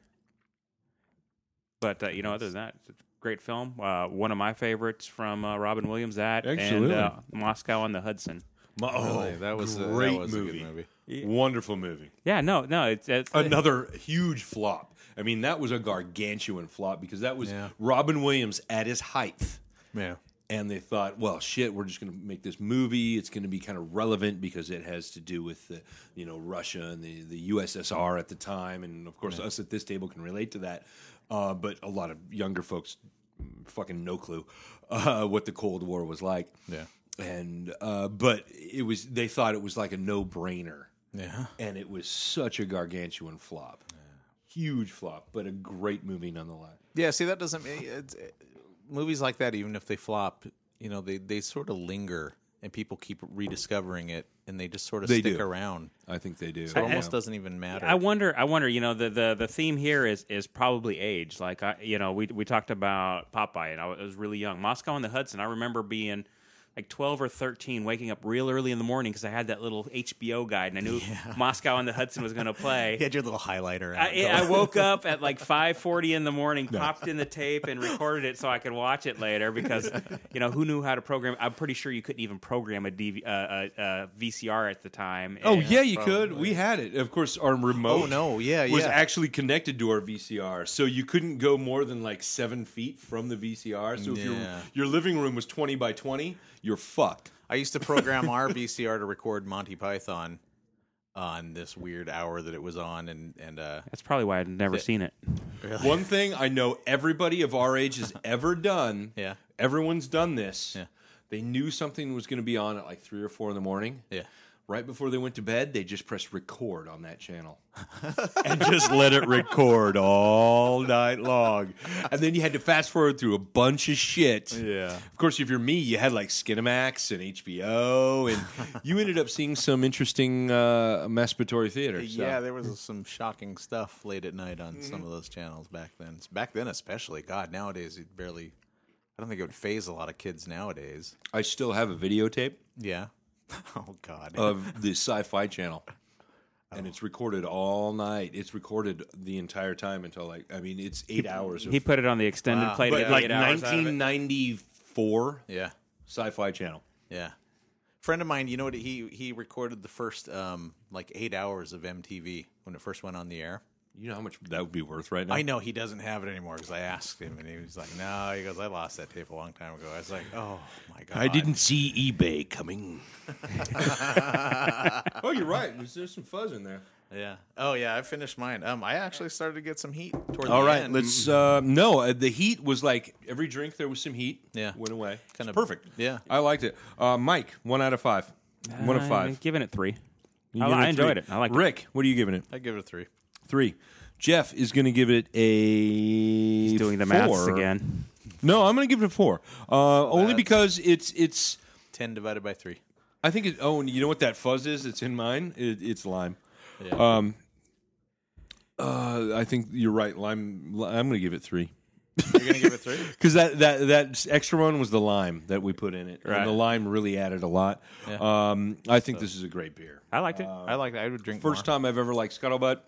But uh, you know, other than that, it's a great film. Uh, one of my favorites from uh, Robin Williams. That and
Absolutely.
uh, Moscow on the Hudson.
My, oh,
Really, that was a- that
great
was a good
movie.
movie.
Wonderful movie.
Yeah, no, no, it's, it's
Another huge flop. I mean, that was a gargantuan flop because that was
Yeah.
Robin Williams at his height.
Yeah.
and they thought, well, shit, we're just going to make this movie. It's going to be kind of relevant because it has to do with the, you know, Russia and the, the USSR at the time, and of course, us at this table can relate to that. Uh, but a lot of younger folks, mm, fucking no clue uh, what the Cold War was like.
Yeah.
and uh, but it was they thought it was like a no brainer,
Yeah.
and it was such a gargantuan flop, huge flop, but a great movie nonetheless.
Yeah, see, that doesn't. It, it's- it- movies like that, even if they flop, you know, they, they sort of linger and people keep rediscovering it and they just sort of
They
stick
do.
around.
I think they do.
It almost doesn't even matter.
I wonder. I wonder. You know, the the, the theme here is is probably age. Like I, you know, we we talked about Popeye, and I was really young. Moscow on the Hudson. I remember being like twelve or thirteen, waking up real early in the morning because I had that little HBO guide, and I
<laughs>
knew Moscow on the Hudson was going to play.
you had your little highlighter. out.
I,
<laughs>
yeah, I woke up at like five forty in the morning, popped in the tape, and recorded it so I could watch it
<laughs>
later. Because you know who knew how to program? I'm pretty sure you couldn't even program a, DV, uh, uh, uh, VCR at the time.
Oh
And-
yeah, you could. We had it. Of course, our remote.
Oh, no. Yeah,
was
yeah.
actually connected to our VCR, so you couldn't go more than like seven feet from the VCR. So if your
Yeah.
your living room was twenty by twenty, you're fucked.
I used to program <laughs> our VCR to record Monty Python on this weird hour that it was on, and and uh,
That's probably why I'd never seen it.
One thing I know everybody of our age has ever done.
Yeah.
everyone's done this. Yeah. They knew something was going to be on at like three or four in the morning.
yeah,
Right before they went to bed, they just pressed record on that
<laughs>
channel and just let it record all night long. And then you had to fast forward through a bunch of shit.
Yeah.
Of course, if you're me, you had like Skinamax and HBO,
<laughs>
and you ended up seeing some interesting uh, masturbatory theater. So.
yeah. There was some shocking stuff late at night on some of those channels back then. Back then, especially. God, nowadays it barely. I don't think it would phase a lot of kids nowadays.
I still have a videotape
Yeah. <laughs> Oh God.
of the Sci Fi Channel. <laughs> And it's recorded all night. It's recorded the entire time until like I mean, it's eight hours. Of,
He put it on the extended play to
but
get
like
eight hours out of it.
1994,
yeah.
Sci-Fi Channel.
Yeah. Friend of mine, you know what? He he recorded the first um like eight hours of MTV when it first went on the air.
You know how much that would be worth right now.
I know he doesn't have it anymore because I asked him, and he was like, "No." He goes, "I lost that tape a long time ago." I was like, "Oh my god!"
see eBay coming. <laughs> oh, you're right. There's, there's some fuzz in there.
Yeah. Oh yeah, I finished mine. Um, I actually started to get some heat toward
All
the
right,
end.
let's. Uh, no, uh, the heat was like every drink there was some heat.
Yeah.
went away. Kind
Kinda-
of perfect.
yeah.
I liked it. Uh, Mike, one out of five. One of
I'm
five.
giving it three.
You
I,
give
I
a
enjoyed
three.
it. I like it.
Rick, what are you giving it?
I give it a three.
Three. Jeff is going to give it a.
He's doing the maths
four.
again.
No, I'm going to give it a four. Uh, only because it's it's.
Ten divided by three.
I think it. Oh, and you know what that fuzz is? It's in mine. It, it's lime.
Yeah.
Um. Uh, I think you're right. Lime. li- I'm going to give it three
You're gonna give it three?
because that that that extra one was the lime that we put in it,
Right.
and the lime really added a lot. Um, I think this is a great beer.
I liked it.
<laughs> I like that. I would drink
First
more.
time I've ever liked Scuttlebutt.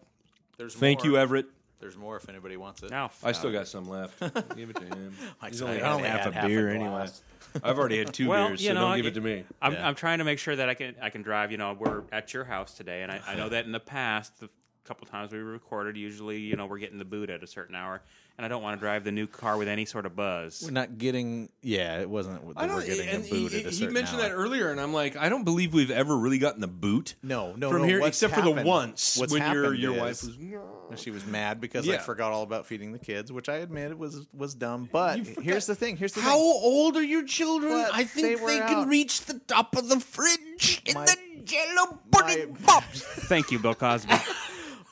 There's
Thank
more.
you, Everett.
There's more if anybody wants it.
Now,
I still got some <laughs> left. give it to him. Uh, He's
said
only
I
had
only
half
had
a
half a
beer anyway.
glass.
<laughs> I've already had two
Well,
beers,
you
so
know,
don't give
it-
it to me.
I'm,
Yeah.
I'm trying to make sure that I can I can drive. You know, we're at your house today, and I, I know that in the past, the couple times we recorded, usually you know we're getting the boot at a certain hour, and I don't want to drive the new car with any sort of buzz.
We're not getting. Yeah, it wasn't. We're getting a
and
boot
he,
at a
he
certain
mentioned
hour.
that earlier, and I'm like, I don't believe we've ever really gotten the boot.
No, no,
from
no,
here,
what's
except for the
happened-
once
what's
when your
happened
your
is-
wife was.
She was mad because I
Yeah.
forgot all about feeding the kids, which I admit was was dumb. But here's the thing. Here's the
How
thing.
old are your children?
But
I think
they
they,
were
can
out.
reach the top of the fridge in
My-
the Jello pudding
my-
pops.
Thank you, Bill <laughs> Cosby.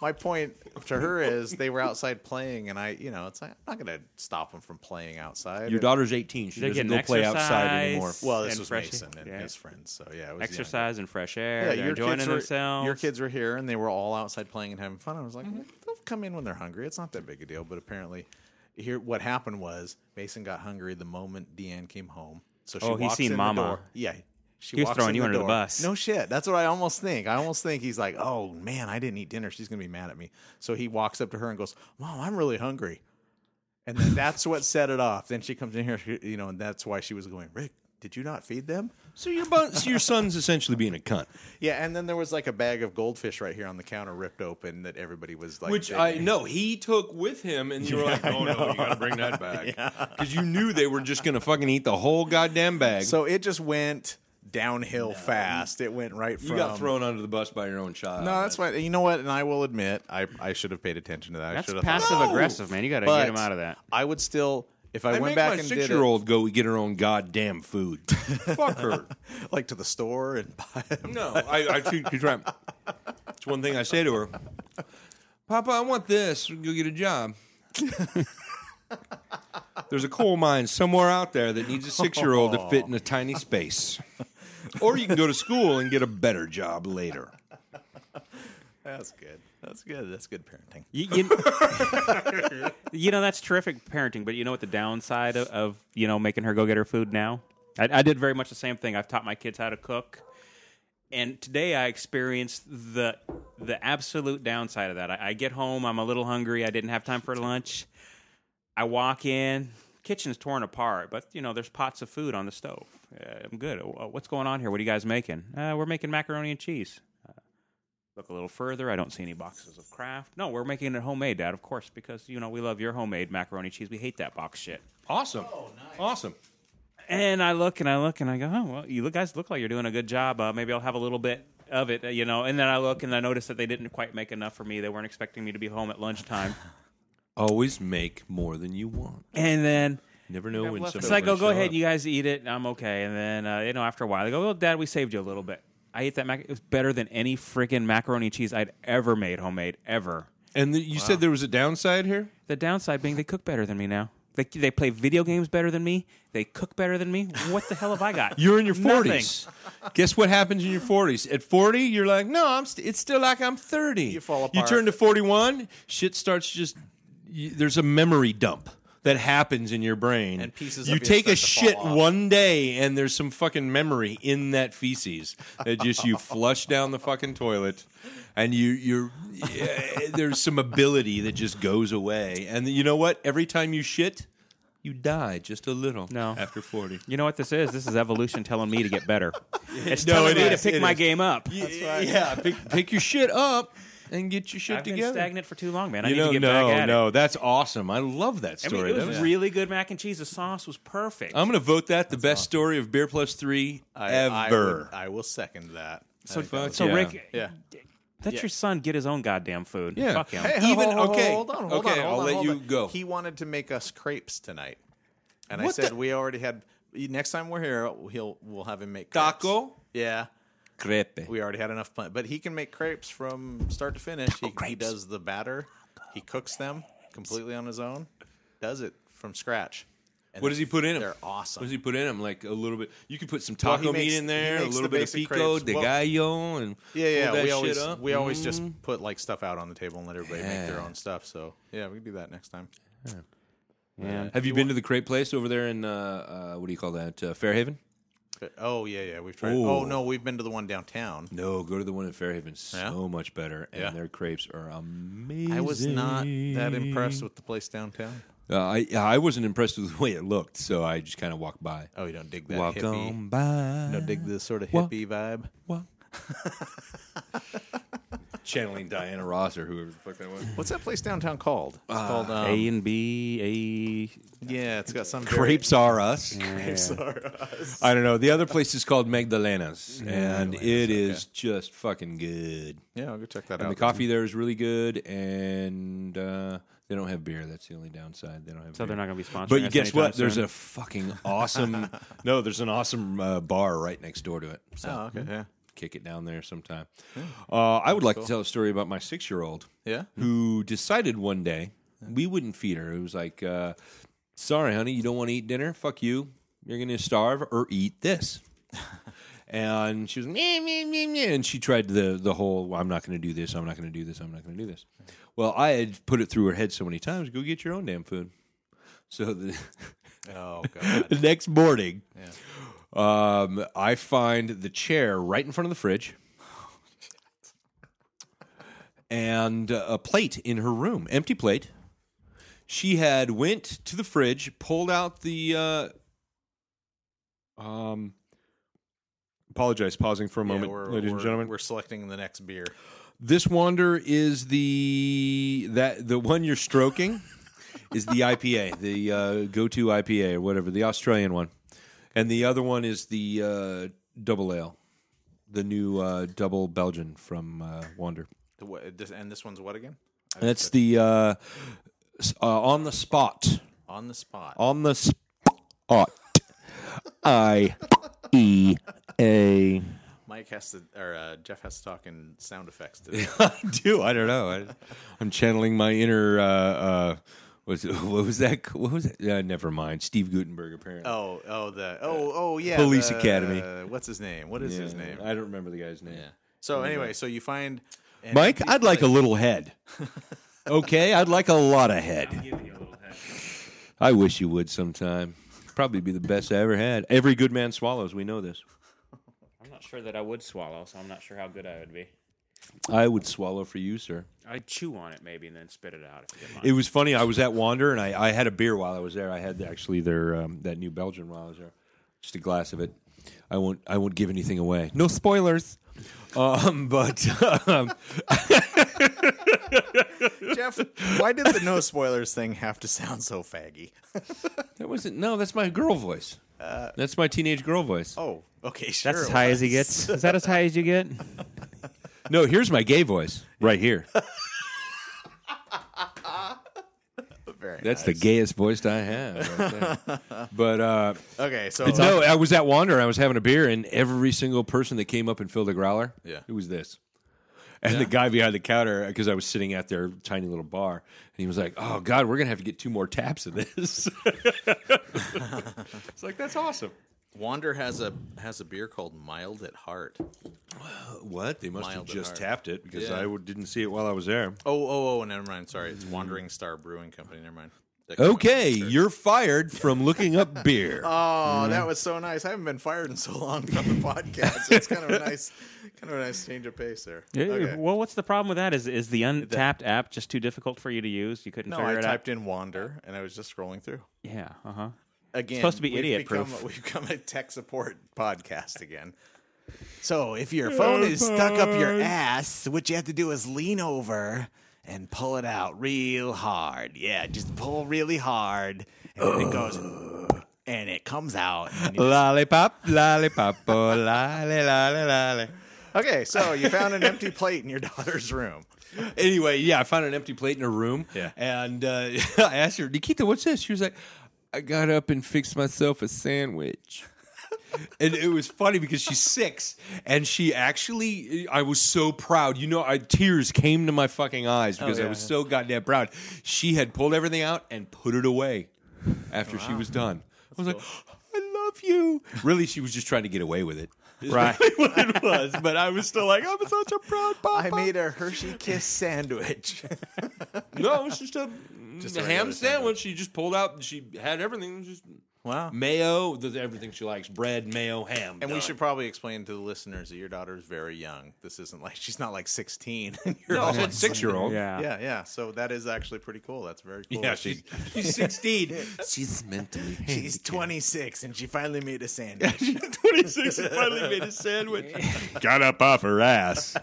My point to her is they were outside playing, and I, you know, it's like, I'm not going to stop them from playing outside.
Your daughter's 18. She
They're
doesn't
getting
go play outside
exercise.
anymore.
Well, this
and
was
fresh-
Mason and
yeah.
his friends, so yeah, it was
Exercise and fresh
Yeah,
air.
yeah
They're
your
enjoying
kids
themselves.
Were, your kids were here, and they were all outside playing and having fun. I was like, they'll come in when they're hungry. It's not that big a deal. But apparently, here what happened was Mason got hungry the moment Deanne came home. So she
Oh, he
walks
seen
in
Mama.
The door. Yeah. She
He was
walks
throwing
in
you under the
door.
bus.
No shit. That's what I almost think. I almost think he's like, oh man, I didn't eat dinner. She's gonna be mad at me. So he walks up to her and goes, Mom, I'm really hungry. And then that's what set it off. Then she comes in here, she- you know, and that's why she was going, Rick, did you not feed them?
So your bu- so your son's essentially being a cunt,
Yeah, and then there was like a bag of goldfish right here on the counter ripped open that everybody was like
which I
digging.
know he took with him, and you were like, "Oh no, you gotta bring
<laughs>
that back," because you knew they were just gonna fucking eat the whole goddamn bag.
So it just went downhill fast. It went right
you
from
got thrown under the bus by your own child.
No, that's fine. You know what? And I will admit, I, I should have paid attention to that. I
That's
should have thought-
passive
No!
aggressive, man. You got to
But
get him out of that.
I would still, if I,
I
went
make
back
my
and did it,
six-year-old go get her own goddamn
<laughs>
food. Fuck her.
like to the store and <laughs> buy them.
No, I, I treat she's right. It's one thing I say to her. Papa, I want this. Go get a job. There's a coal mine somewhere out there that needs a six-year-old to fit in a tiny space. Or you can go to school and get a better job later.
That's good. That's good. That's good parenting.
You, <laughs> you, you know that's terrific parenting, but you know what the downside of, of you know making her go get her food now? I, I did very much the same thing. I've taught my kids how to cook, and today I experienced the the absolute downside of that. I, I get home, I'm a little hungry. I didn't have time for lunch. I walk in, kitchen's torn apart, but you know there's pots of food on the stove. Uh, I'm good. Uh, What's going on here? What are you guys making? Uh, we're making macaroni and cheese. Look a little further. I don't see any boxes of craft. No, we're making it homemade, Dad, of course, because, you know, we love your homemade macaroni cheese. We hate that box shit.
Awesome.
Oh,
Awesome.
And I look and I look and I go, oh, well, you look- guys look like you're doing a good job. Uh, maybe I'll have a little bit of it, uh, you know. And then I look and I notice that they didn't quite make enough for me. They weren't expecting me to be home at lunchtime.
Always make more than you want.
<laughs> and then.
Never know when somebody.
It's like, oh, go ahead, you guys eat it. and I'm okay. And then, uh, you know, after a while, they go, well, Dad, we saved you a little bit. I ate that mac. It was better than any freaking macaroni and cheese I'd ever made homemade, ever.
And the, you said there was a downside here.
The downside being they cook better than me now. They, they play video games better than me. They cook better than me. What the hell have I
<laughs>
got?
You're
<laughs>
in your
Nothing.
forties. Guess what happens in your forties? At forty, you're like, no, I'm. St- it's still like I'm thirty. You
fall
You
apart.
turn to forty-one, shit starts just. You, there's a memory dump that happens in your brain,
And pieces
You
of it
take a
start to
shit
fall off.
one day, and there's some fucking memory in that feces that just you flush down the fucking toilet, and you you're. yeah, there's some ability that just goes away, and you know what? Every time you shit. You die just a little
No.
after forty.
You know what this is? This is evolution telling me to get better.
<laughs>
It's
No,
telling
it
me
is.
to pick
It
my
is.
game up.
Yeah, pick,
<laughs>
pick your shit up and get your shit
I've been
together.
stagnant for too long, man. I
you
need
know,
to get
no,
back at
no,
it.
that's awesome. I love that
I mean,
story.
it was
That was-
really good mac and cheese. The sauce was perfect.
I'm going to vote that the best story of Beer Plus Three
I, I, would,
ever.
I will second that.
so,
fuck
so
yeah.
Rick,
Yeah.
let your son get his own goddamn food.
Yeah.
Fuck him.
Hey, <laughs>
Even
Even- okay,
Hold on. Hold
okay,
On, hold
I'll
on,
let
hold
you
on.
go.
He wanted to make us crepes tonight, and I
What
said
the-
we already had. Next time we're here, he'll we'll have him make crepes.
Taco
Yeah,
crepe.
we already had enough plant, but he can make crepes from start to finish. He, he does the batter, he cooks them completely on his own, does it from scratch. And
What does he put in 'em?
They're awesome.
What does he put in them? Like a little bit. You could put some
Well,
taco
he makes-
meat in there,
he
a
makes
little
the
bit of
basic
pico
crepes.
de
Well-
gallo, and
Yeah, yeah.
Hold that
we
shit
always
up. Mm-hmm.
we always just put like stuff out on the table and let everybody make their
Yeah.
own stuff. So yeah, we can do that next time.
Yeah.
Have you, been to the crepe place over there in uh, uh, what do you call that? Uh, Fairhaven?
But, oh yeah, yeah. We've tried.
Ooh.
Oh no, we've been to the one downtown.
No, go to the one in Fairhaven. So
Yeah?
much better, and
Yeah.
their crepes are amazing.
I was not that impressed with the place downtown.
Uh, I I wasn't impressed with the way it looked, so I just kind of walked by.
Oh, you don't dig that
Walk
hippie.
on by.
You don't dig the sort of
Walk.
hippie vibe.
Walk. <laughs> Channeling Diana Ross or whoever the fuck that was.
What's that place downtown called? It's
Uh,
called um,
A and B,
yeah. It's got some very-
Crepes are us. Crepes are us. I don't know. The other place is called Magdalena's,
Mm-hmm.
and it is just fucking good.
Yeah, I'll go check that
And the
out.
coffee there is really good, and uh, they don't have beer. That's the only downside. They don't have.
so they're
beer.
not going to be sponsored.
But guess what? There's a fucking awesome. no, there's an awesome uh, bar right next door to it. So
Oh, okay. Yeah.
kick it down there sometime. Uh, I would like to tell a story about my six year old
Yeah.
who decided one day we wouldn't feed her. It was like, uh, sorry, honey, you don't want to eat dinner? Fuck you. You're going to starve or eat this. and she was, meh, meh, meh, meh. And she tried the, the whole, well, I'm not going to do this. I'm not going to do this. I'm not going to do this. Well, I had put it through her head so many times go get your own damn food. So the, <laughs>
Oh god.
the next morning, um, I find the chair right in front of the fridge and uh, a plate in her room, empty plate. she had went to the fridge, pulled out the. Uh, um, apologize. Pausing for a moment,
we're,
ladies and
we're-
gentlemen.
We're selecting the next beer.
This wonder is the that the one you're stroking is the IPA, the uh, go-to IPA or whatever, the Australian one, and the other one is the uh, double ale, the new uh, double Belgian from uh, Wonder.
The what- this- And this one's what again?
And it's the uh, s- uh, on the spot,
On the spot.
on the spot, I E A.
Mike has to, or uh, Jeff has to talk in
<laughs>
sound effects today.
do. I don't know. I, I'm channeling my inner. Uh, uh, was <laughs> what was that? What was that? Uh, never mind. Steve Gutenberg apparently.
oh, oh, the, oh, oh, yeah.
Uh, Police
the-
Academy.
uh, what's his name? What is
Yeah,
his name?
I don't remember the guy's name.
yeah. So anyway, so you find and
Mike,
people
I'd like a little head. okay, I'd like a lot of head. I wish you would sometime. Probably be the best I ever had. Every good man swallows. We know this.
I'm not sure that I would swallow, so I'm not sure how good I would be.
I would swallow for you, sir.
I'd chew on it maybe and then spit it out. If you didn't mind.
It was funny. I was at Wander, and I, I had a beer while I was there. I had actually their um, that new Belgian while I was there, just a glass of it. I won't. I won't give anything away. No spoilers. Um, <laughs> but um,
Jeff,
<laughs>
why did the no spoilers thing have to sound so faggy?
that wasn't. No, that's my girl voice. that's my teenage girl voice.
Oh, okay, sure.
That's as
it
high
was.
as he gets. Is that as high as you get?
No, here's my gay voice right here.
Very
That's the
nice.
gayest voice I have. right there. But uh,
Okay, so
no, I was at Wander. and I was having a beer, and every single person that came up and filled a growler,
Yeah.
it was this. And the guy behind the counter, because I was sitting at their tiny little bar, and he was like, "Oh God, we're gonna have to get two more taps of this." <laughs> it's like that's awesome.
Wander has a has a beer called Mild at Heart. Oh,
Uh, What they must
Mild
have
at
just
heart.
tapped it because
Yeah.
I would- didn't see it while I was there.
Oh, oh, oh, never mind. Sorry, it's Wandering Star Brewing Company. Never mind. That came out
Okay,
later.
you're Mm-hmm. fired from looking up beer.
<laughs> Oh, that was so nice. I haven't been fired in so long from the podcast. It's kind of a nice, kind of a nice change of pace there. Okay.
Well, what's the problem with that? Is is the untapped app just too difficult for you to use? You couldn't
No,
figure
I
it
typed in Wander, and I was just scrolling through.
out. Yeah. Uh huh.
Again,
supposed to be
we've
idiot-proof.
become- We've become a tech support podcast again. So if your phone is stuck up your ass, what you have to do is lean over and pull it out real hard. Yeah, just pull really hard, and then it <sighs> goes, and it comes out. and you
Lollipop, lollipop, oh, lolly, lolly, lolly.
Okay, so you found an empty plate in your daughter's room.
anyway, yeah, I found an empty plate in her room.
Yeah.
And uh, <laughs> I asked her, Nikita, what's this? She was like, I got up and fixed myself a
<laughs>
sandwich. and it was funny because she's six and she actually, I was so proud. You know, I, tears came to my fucking eyes because I
Oh, yeah.
was so goddamn proud. She had pulled everything out and put it away after she was done. I was like, I love you. Really, she was just trying to get away with it. <laughs> is
Right.
really what it was, but I was still like, I'm such a proud papa.
I made a Hershey Kiss <laughs> sandwich.
No, it was <laughs> just a,
Just a
a
regular
ham sandwich. She just pulled out. She had everything. It was Just
Wow.
mayo, the, everything she likes: bread, mayo, ham.
And we
done.
should probably explain to the listeners that your daughter's very young. This isn't like she's not like <laughs> 16. You're
No,
all-
it's a six-year-old.
Yeah.
yeah, yeah. So that is actually pretty cool. That's very cool.
yeah.
that she-
She's she's <laughs> sixteen. she's mentally. <laughs>
she's 26 and she finally made a sandwich.
twenty-six and finally made a sandwich. <laughs> Got up off her ass.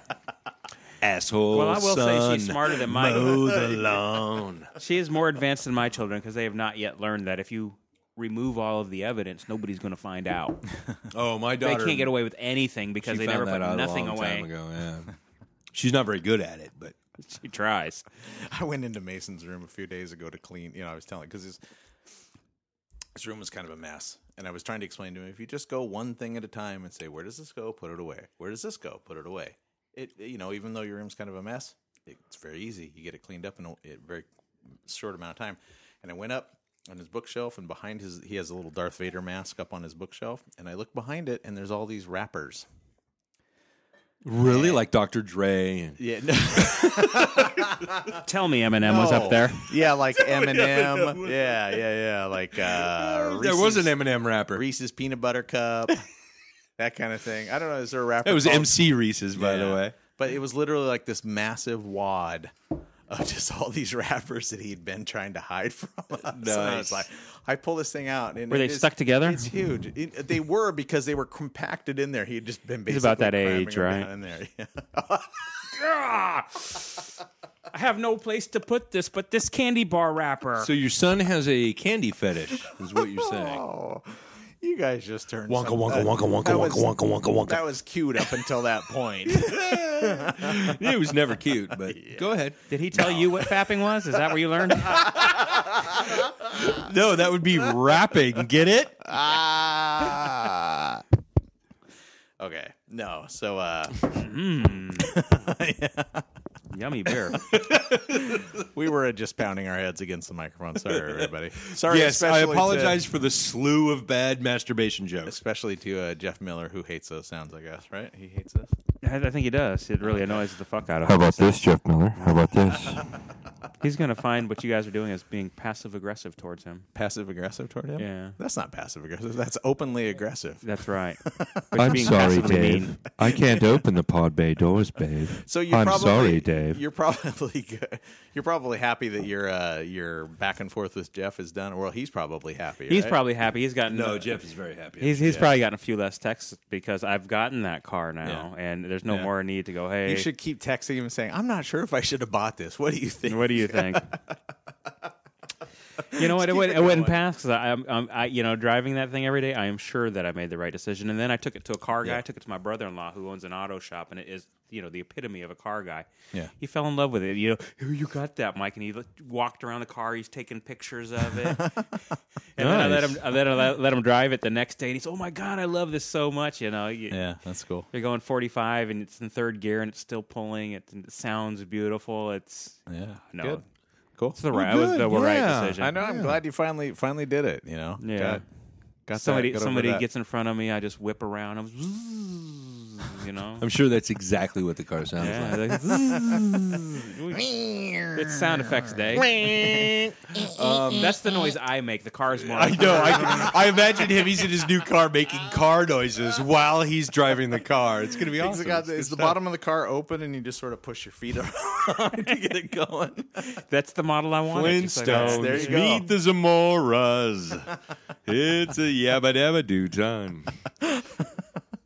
Asshole.
Well, I will say she's
son.
smarter than mine.
Mow the lawn.
She is more advanced than my children because they have not yet learned that if you remove all of the evidence, nobody's going to find out.
<laughs> Oh, my
They
daughter.
can't get away with anything because
She
they
found
never
that
put
out
nothing
a long
away.
Time ago, yeah. She's not very good at it, but
She tries.
<laughs> I went into Mason's room a few days ago to clean. You know, I was telling because his his room was kind of a mess, and I was trying to explain to him if you just go one thing at a time and say, "Where does this go? Put it away. Where does this go? Put it away." It you know, even though your room's kind of a mess, it's very easy. You get it cleaned up in a a very short amount of time. And I went up on his bookshelf, and behind his he has a little Darth Vader mask up on his bookshelf, and I look behind it, and there's all these wrappers.
really like Dr. Dre and
Yeah. <laughs> No.
Tell me Eminem was
<laughs>
up there.
Yeah, <laughs> like Eminem. Yeah, yeah, yeah. Like <laughs> uh,
There
Reese's-
was an Eminem rapper.
Reese's peanut butter
<laughs>
cup, that kind of thing. I don't know. Is there a rapper?
That was
called-
MC Reese's, by
Yeah.
the way.
But it was literally like this massive wad of just all these <laughs> rappers that he'd been trying to hide from us. And I
Nice.
was like, I pull this thing out, and
Were they
it is-
stuck together?
It's huge. It- they were because they were compacted in there. He had just been basically
about that
cramming
age,
them
right?
down In there, <laughs> yeah.
I have no place to put this but this candy bar wrapper.
So your son has a candy fetish, is what you're saying.
Oh, You guys just turned
Wonka,
some-
wonka,
that-
wonka, wonka,
that
wonka,
was-
wonka, wonka,
That
wonka.
was cute up until that
<laughs>
point.
<laughs> It was never cute, <laughs> but go ahead.
Did he tell you what fapping was? Is that where you learned? <laughs>
No, that would be rapping. Get it? <laughs>
ah. Okay. No. So uh,
Yummy beer.
we were just pounding our heads against the microphone. Sorry, everybody. Sorry.
yes, I
especially to-
apologize for the slew of bad masturbation jokes.
especially to uh, Jeff Miller, who hates those sounds. I guess right? He hates us.
I, I think he does. It really annoys the fuck out of
How
him.
about this, Jeff Miller? How about
<laughs>
this?
He's gonna find what you guys are doing as being passive aggressive towards him.
Passive aggressive toward him.
Yeah.
That's not passive aggressive. That's openly aggressive.
That's <laughs> right. But you're
I'm
being
sorry,
passively
Dave.
mean.
<laughs>
I can't open the pod bay doors, babe.
So you're
I'm
probably,
sorry, Dave.
You're probably <laughs> good. you're probably happy that your uh, your back and forth with Jeff is done. Well, he's probably happy.
He's
right?
probably happy. He's gotten
No, Jeff is very happy.
He's he's probably gotten a few less texts because I've gotten that car now, and there's no
Yeah.
more need to go. Hey,
You should keep texting him and saying, "I'm not sure if I should have bought this. What do you think?"
what do you
<laughs>
think? you know what? It,
keep
would,
it
it wouldn't
going.
pass because I'm, I'm I, you know driving that thing every day. I am sure that I made the right decision, and then I took it to a car guy. I took it to my brother-in-law who owns an auto shop, and it is you know the epitome of a car guy.
Yeah.
he fell in love with it. You know, "Here, you got that, Mike, and he looked, walked around the car. He's taking pictures
<laughs>
of it. And then I let
Nice.
him, I let, I let, let him drive it the next day. And he's, oh my god, I love this so much. You know, you,
Yeah, that's cool.
you're going 45 and it's in third gear and it's still pulling. It, it sounds beautiful. It's
Yeah,
no,
Good. cool. Oh,
it's the right, it was the right decision.
I know. I'm glad you finally finally did it. You know.
Yeah.
Got, got
Somebody,
that, got over
somebody
that.
gets in front of me. I just whip around. I'm, <laughs>
<laughs>
you know,
I'm sure that's exactly what the car sounds <laughs>
yeah, like, <laughs> it's sound effects day.
<laughs>
um, that's the noise I make. The car's more.
I know. I, I imagine him. He's in his new car making car noises while he's driving the car. It's gonna be
It's
awesome.
got the- is the bottom of the car open and you just sort of push your feet <laughs> around to get it going?
That's the model I want.
Flintstones.
there you go.
Meet the Zamoras. it's a yabba dabba do time.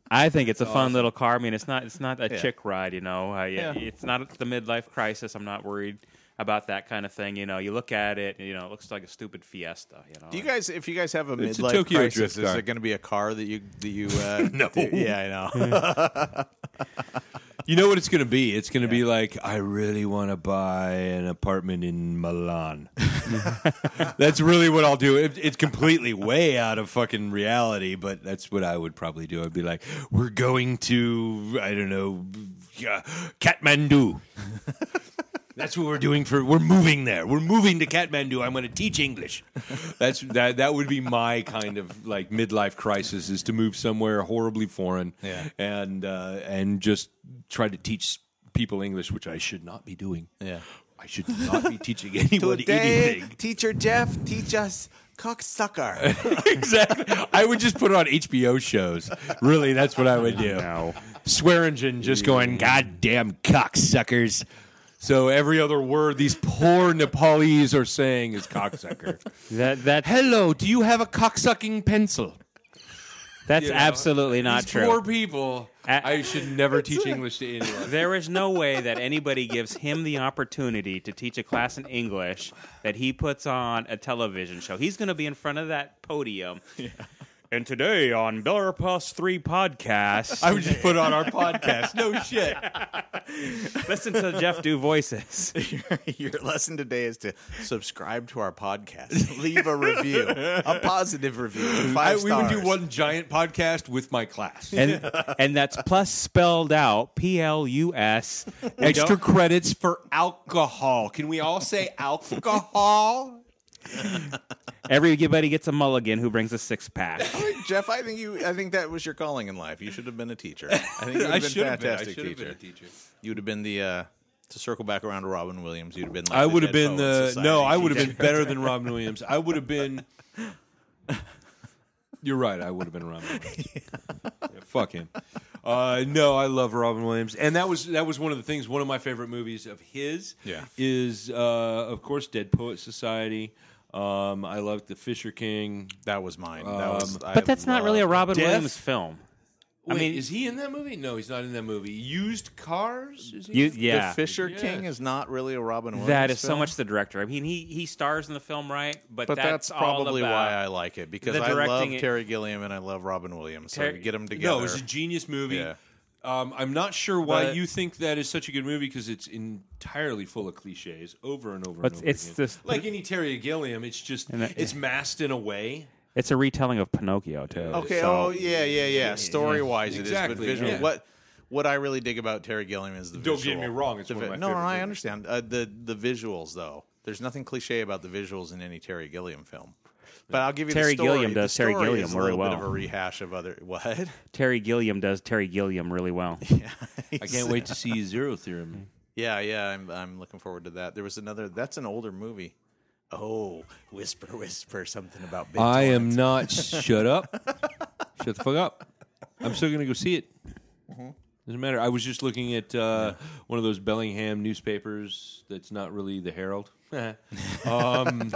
I think it's a fun little car. I mean, it's not it's not a chick ride, you know. I,
Yeah.
It's not the midlife crisis. I'm not worried about that kind of thing. You know, you look at it, you know, it looks like a stupid Fiesta. You know,
Do you guys, if you guys have a
It's a
midlife
Tokyo
crisis,
Drift
is
car.
it going to be a car that you
<laughs>
that you? Uh,
No.
do-
<laughs>
yeah, I know.
You know what it's going to be? It's going to be like, I really want to buy an apartment in Milan. <laughs> that's really what I'll do. It, it's completely way out of fucking reality, but that's what I would probably do. I'd be like, we're going to, I don't know, uh, Kathmandu. <laughs> That's what we're doing for. We're moving there. We're moving to Kathmandu. I'm going to teach English. That's that. That would be my kind of like midlife crisis is to move somewhere horribly foreign,
Yeah.
and uh, and just try to teach people English, which I should not be doing.
yeah.
I should not be teaching <laughs> anybody <laughs>
Today,
anything.
teacher Jeff, teach us
<laughs>
cocksucker. <laughs>
exactly. I would just put on HBO shows. Really, that's what I would do.
No.
Swearingen just going, goddamn cocksuckers. So every other word these poor Nepalese are saying is cocksucker.
that
<laughs>
that
Hello, do you have a cocksucking pencil?
that's
You know,
absolutely not
these
true.
poor people.
A-
I should never teach English to anyone.
There is no way that anybody gives him the opportunity to teach a class in English that he puts on a television show. He's going to be in front of that podium. And today on Beller Plus 3 podcast,
I would just put on our podcast. No shit.
listen to Jeff do voices.
Your lesson today is to subscribe to our podcast, leave a review,
<laughs>
a positive review,
I,
five
we would do
stars.
one giant podcast with my class.
<laughs> And and that's plus spelled out P L U S.
Extra credits for alcohol. Can we all <laughs> say alcohol?
Everybody gets a mulligan who brings a six pack.
Jeff, <laughs> I think you. I think that was your calling in life. You should have been a teacher. I think you
<laughs>
would
I
have been
should
a
have been. I
fantastic
should have been a
teacher.
teacher.
You would have been the. Uh, to circle back around to Robin Williams, you'd have been. Like
I
the
would have
Dead
been uh,
Poets
the <laughs>
Society
no. I would have
teacher.
been better than Robin Williams. I would have been <laughs> You're right. I would have been around. That much. <laughs> Yeah, fuck him. Uh, no, I love Robin Williams, and that was that was one of the things. One of my favorite movies of his
Yeah.
is uh, of course Dead Poet Society. Um, I loved The Fisher King.
That was mine. That was, I
But that's not really a
loved-
Robin
Death?
Williams film.
Wait,
I mean,
is he in that movie? No, he's not in that movie. Used Cars. Is he
you,
in-
yeah,
The Fisher
Yeah.
King is not really a Robin Williams.
that is so
film,
much the director. I mean, he he stars in the film, right? But,
But that's, probably
all about,
why I like it because
the
I love
directing it-
Terry Gilliam and I love Robin Williams. So
Terry-
get them together.
No, it's a genius movie.
Yeah.
Um, I'm not sure why
But-
you think that is such a good movie because it's entirely full of cliches over and over.
But
and over
it's
again.
this-
like any Terry Gilliam, it's just
And that-
it's masked in a way.
It's a retelling of Pinocchio too.
Okay.
so-
Oh yeah, yeah, yeah. Story wise, it is,
Exactly,
but visually,
yeah.
what what I really dig about Terry Gilliam is the.
Don't get
visual.
me wrong, it's
The
one of my
no,
favorite
I
movies.
understand uh, the the visuals though. There's nothing cliche about the visuals in any Terry Gilliam film. But I'll give you
Terry
the story.
Gilliam
The
does Terry
story
Gilliam
is a
very
little bit
well.
of a rehash of other <laughs> what?
Terry Gilliam does Terry Gilliam really
<laughs>
well.
I can't wait to see Zero Theorem.
Yeah, yeah. I'm I'm looking forward to that. There was another. That's an older movie. Oh, whisper, whisper, something about.
<laughs>
Big
I
Toys.
am not. shut up. Shut the fuck up. I'm still gonna go see it. Doesn't matter. I was just looking at uh, one of those Bellingham newspapers that's not really the Herald.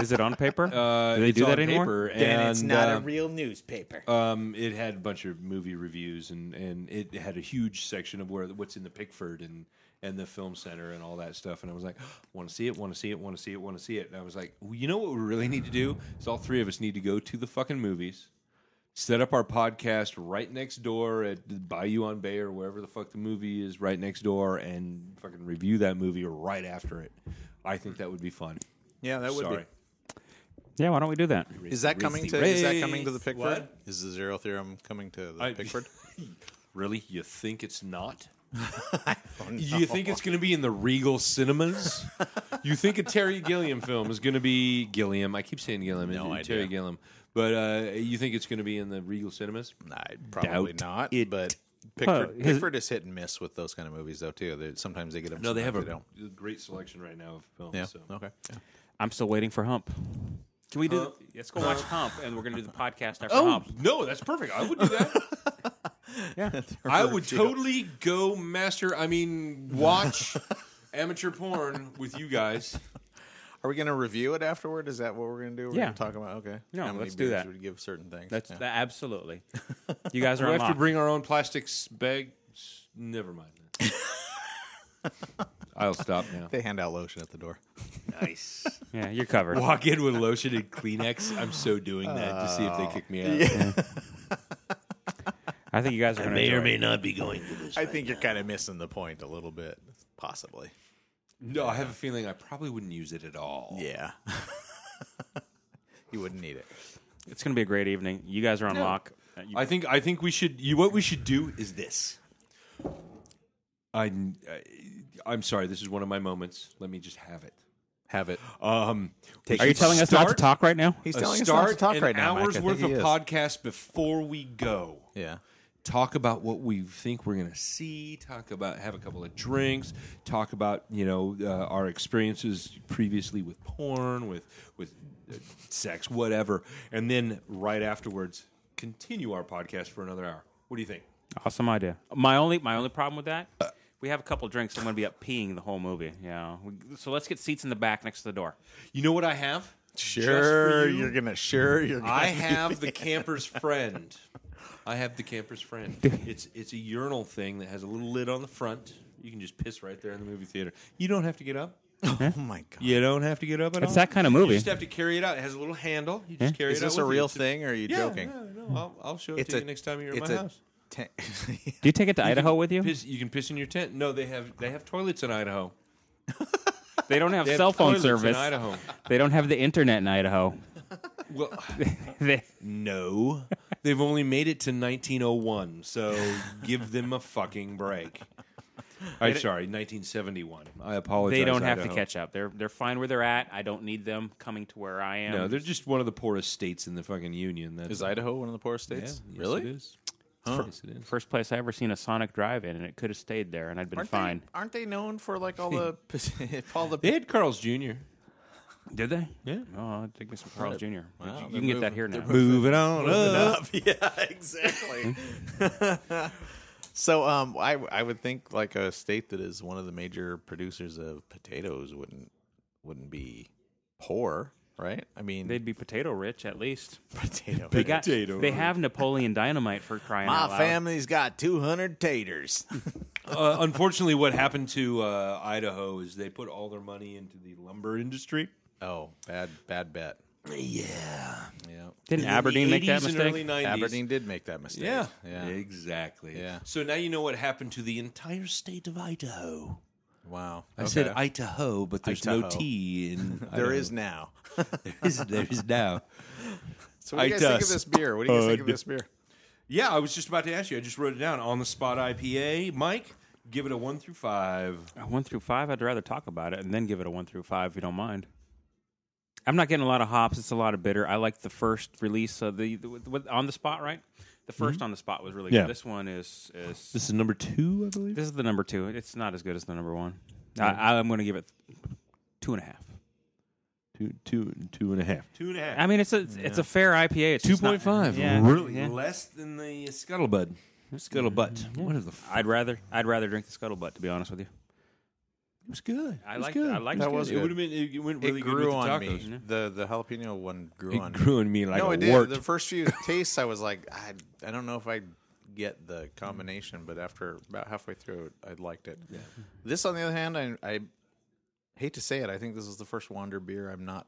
Is it on paper?
Uh,
do they
it's
do that
on
anymore?
paper,
And, it's not
uh,
a real newspaper.
Um, it had a bunch of movie reviews, and, and it had a huge section of where what's in the Pickford and and the film center and all that stuff. And I was like, <gasps> want to see it, want to see it, want to see it, want to see it. And I was like, well, you know what we really need to do is all three of us need to go to the fucking movies, set up our podcast right next door at the Bayou on Bay or wherever the fuck the movie is right next door, and fucking review that movie right after it. I think that would be fun.
yeah, that would be.
Sorry.
yeah, why don't we do that?
Is that coming to
race.
is that coming to the Pickford?
What?
Is the zero theorem coming to the
I- <laughs>
Pickford?
Really? You think it's not?
Oh,
You think
<laughs>
it's going to be in the Regal <laughs> Cinemas? you think a Terry Gilliam film is going to be Gilliam? I keep saying Gilliam,
No
no
idea.
Terry Gilliam. But uh, you think it's going to be in the Regal Cinemas?
I probably
Doubt
not.
it.
But Pickford,
Well, his-
Pickford is hit and miss with those kind of movies though too. They, sometimes they get them.
No, they have
sometimes
a great selection right now of films.
Yeah.
So.
Okay. Yeah.
I'm still waiting for Hump. Can we do?
Hump.
let's go watch Hump, and we're gonna do the podcast after
Oh
<laughs>
Hump.
no, that's perfect. I would do that.
Yeah.
I would totally go master. I mean, watch <laughs> amateur porn with you guys.
Are we going to review it afterward? Is that what we're going to do? We're
Yeah.
going to talk about okay.
No,
How many
let's do
beers
that.
Would give certain things.
That's
Yeah.
<laughs>
that, absolutely. You guys
Do
are
we
on
have to bring our own plastic s- bags? Never mind. I'll stop now.
They hand out lotion at the door.
Nice.
Yeah, you're covered.
Walk in with lotion and Kleenex. I'm so doing that to see if
Oh.
they kick me out.
I think you guys are gonna enjoy it.
not be going to this.
I think you're kind of missing the point a little bit, possibly.
No, I have a feeling I probably wouldn't use it at all.
Yeah. <laughs> you wouldn't need it.
It's gonna be a great evening. You guys are on lock. Uh, you-
I think I think we should. You, what we should do is this. I, I I'm sorry. This is one of my moments. Let me just have it.
Have it.
Um, we
are you
should
telling us not to
start-
talk right now?
He's
uh,
telling us
start
not to talk
an
right now. Mike.
hour's
I think
worth
he
of
is.
podcast before we go.
Yeah.
talk about what we think we're going to see talk about have a couple of drinks talk about you know uh, our experiences previously with porn with with uh, sex whatever and then right afterwards continue our podcast for another hour what do you think
Awesome idea. Uh. My only my only problem with that, we have a couple drinks. I'm gonna be up peeing the whole movie. Yeah. We- So let's get seats in the back next to the door.
you know what i have
Sure,
you.
you're gonna. Sure, you're. <laughs> Gonna,
i have the camper's friend i have the camper's friend it's it's a urinal thing that has a little lid on the front you can just piss right there in the movie theater you don't have to get up
oh my god!
you don't have to get up at
It's
all
that kind of
You
movie.
just uh, have to carry it out. It has a little handle. You just
Yeah.
carry
Is
it out.
this a
with
real
you. It's
thing, or are you
Yeah,
joking?
No, no, I'll, I'll show it to you next time you're at my
it's a
house.
ten- <laughs>
Do you take it to Idaho with you?
Piss, you can piss in your tent. No, they have they have toilets in Idaho.
They don't have
They have
cell phone
toilets
service.
in Idaho.
They don't have the internet in Idaho.
Well, <laughs>
They-
no, they've only made it to 1901. So give them a fucking break. I'm sorry, 1971. I apologize.
they don't have to
Idaho.
catch up. They're they're fine where they're at. I don't need them coming to where I am.
No, they're just one of the poorest states in the fucking union. That's
is Idaho one of the poorest
Yeah,
states?
yes,
really?
It is. Yes, it is.
First place I ever seen a Sonic drive in, and it could have stayed there, and I'd been
Aren't
fine.
<laughs>
they? Aren't they known for like <laughs> all the all the?
They had Carl's Jr.
Did they?
Yeah.
Oh, take me some Carl's Jr.
Wow,
you
they're
can get
moving-
that here now.
Moving on
Uh,
up.
<laughs> yeah, exactly. <laughs> so um, I I would think like a state that is one of the major producers of potatoes wouldn't wouldn't be poor, right? I mean,
They'd be potato rich at least.
<laughs> potato.
They got.
Potato
They
rich.
have Napoleon Dynamite for
<laughs>
crying
My
out loud.
family's got two hundred taters.
uh, unfortunately, what happened to uh, Idaho is they put all their money into the lumber industry.
oh, bad bad bet.
Yeah.
Yeah,
Didn't Aberdeen make that mistake?
Aberdeen did make that mistake.
Yeah.
yeah.
Exactly.
Yeah.
So now you know what happened to the entire state of Idaho.
Wow.
I said Idaho, but there's no
Idaho.
T in <laughs>
there is now.
Idaho. there is now.
<laughs> So what do you guys think of this beer? What do you guys think of this beer?
Yeah, I was just about to ask you. I just wrote it down on the spot IPA. Mike, give it a one through five.
A One through five. I'd rather talk about it and then give it a one through five if you don't mind. I'm not getting a lot of hops. It's a lot of bitter. I like the first release of the, the with, on the spot, right? The 1st
Mm-hmm.
on the spot was really
Yeah.
good. This one is is
This is number two, I believe.
this is the number two. It's not as good as the number one. I, I'm going to give it two and a half.
Two, two, two and a half.
Two and a half.
I mean, it's a it's a fair IPA. It's
Two
just not-
point five.
Yeah.
Really?
Yeah.
Less than the Mm-hmm. scuttlebud. Scuttlebutt. What is the? F-
I'd rather I'd rather drink the scuttlebutt to be honest with you.
It was good.
I
It was
like-
good.
I like-
It
That was
it
good.
would have been. It went really
it
good
grew
with the
on
tacos.
me. The the jalapeno one grew on
It grew on me like
no,
a
it did.
wart.
The first <laughs> few tastes, I was like, I, I don't know if I get the combination, but after about halfway through, I liked it. This, on the other hand, I, I hate to say it, I think this is the first Wander beer I'm not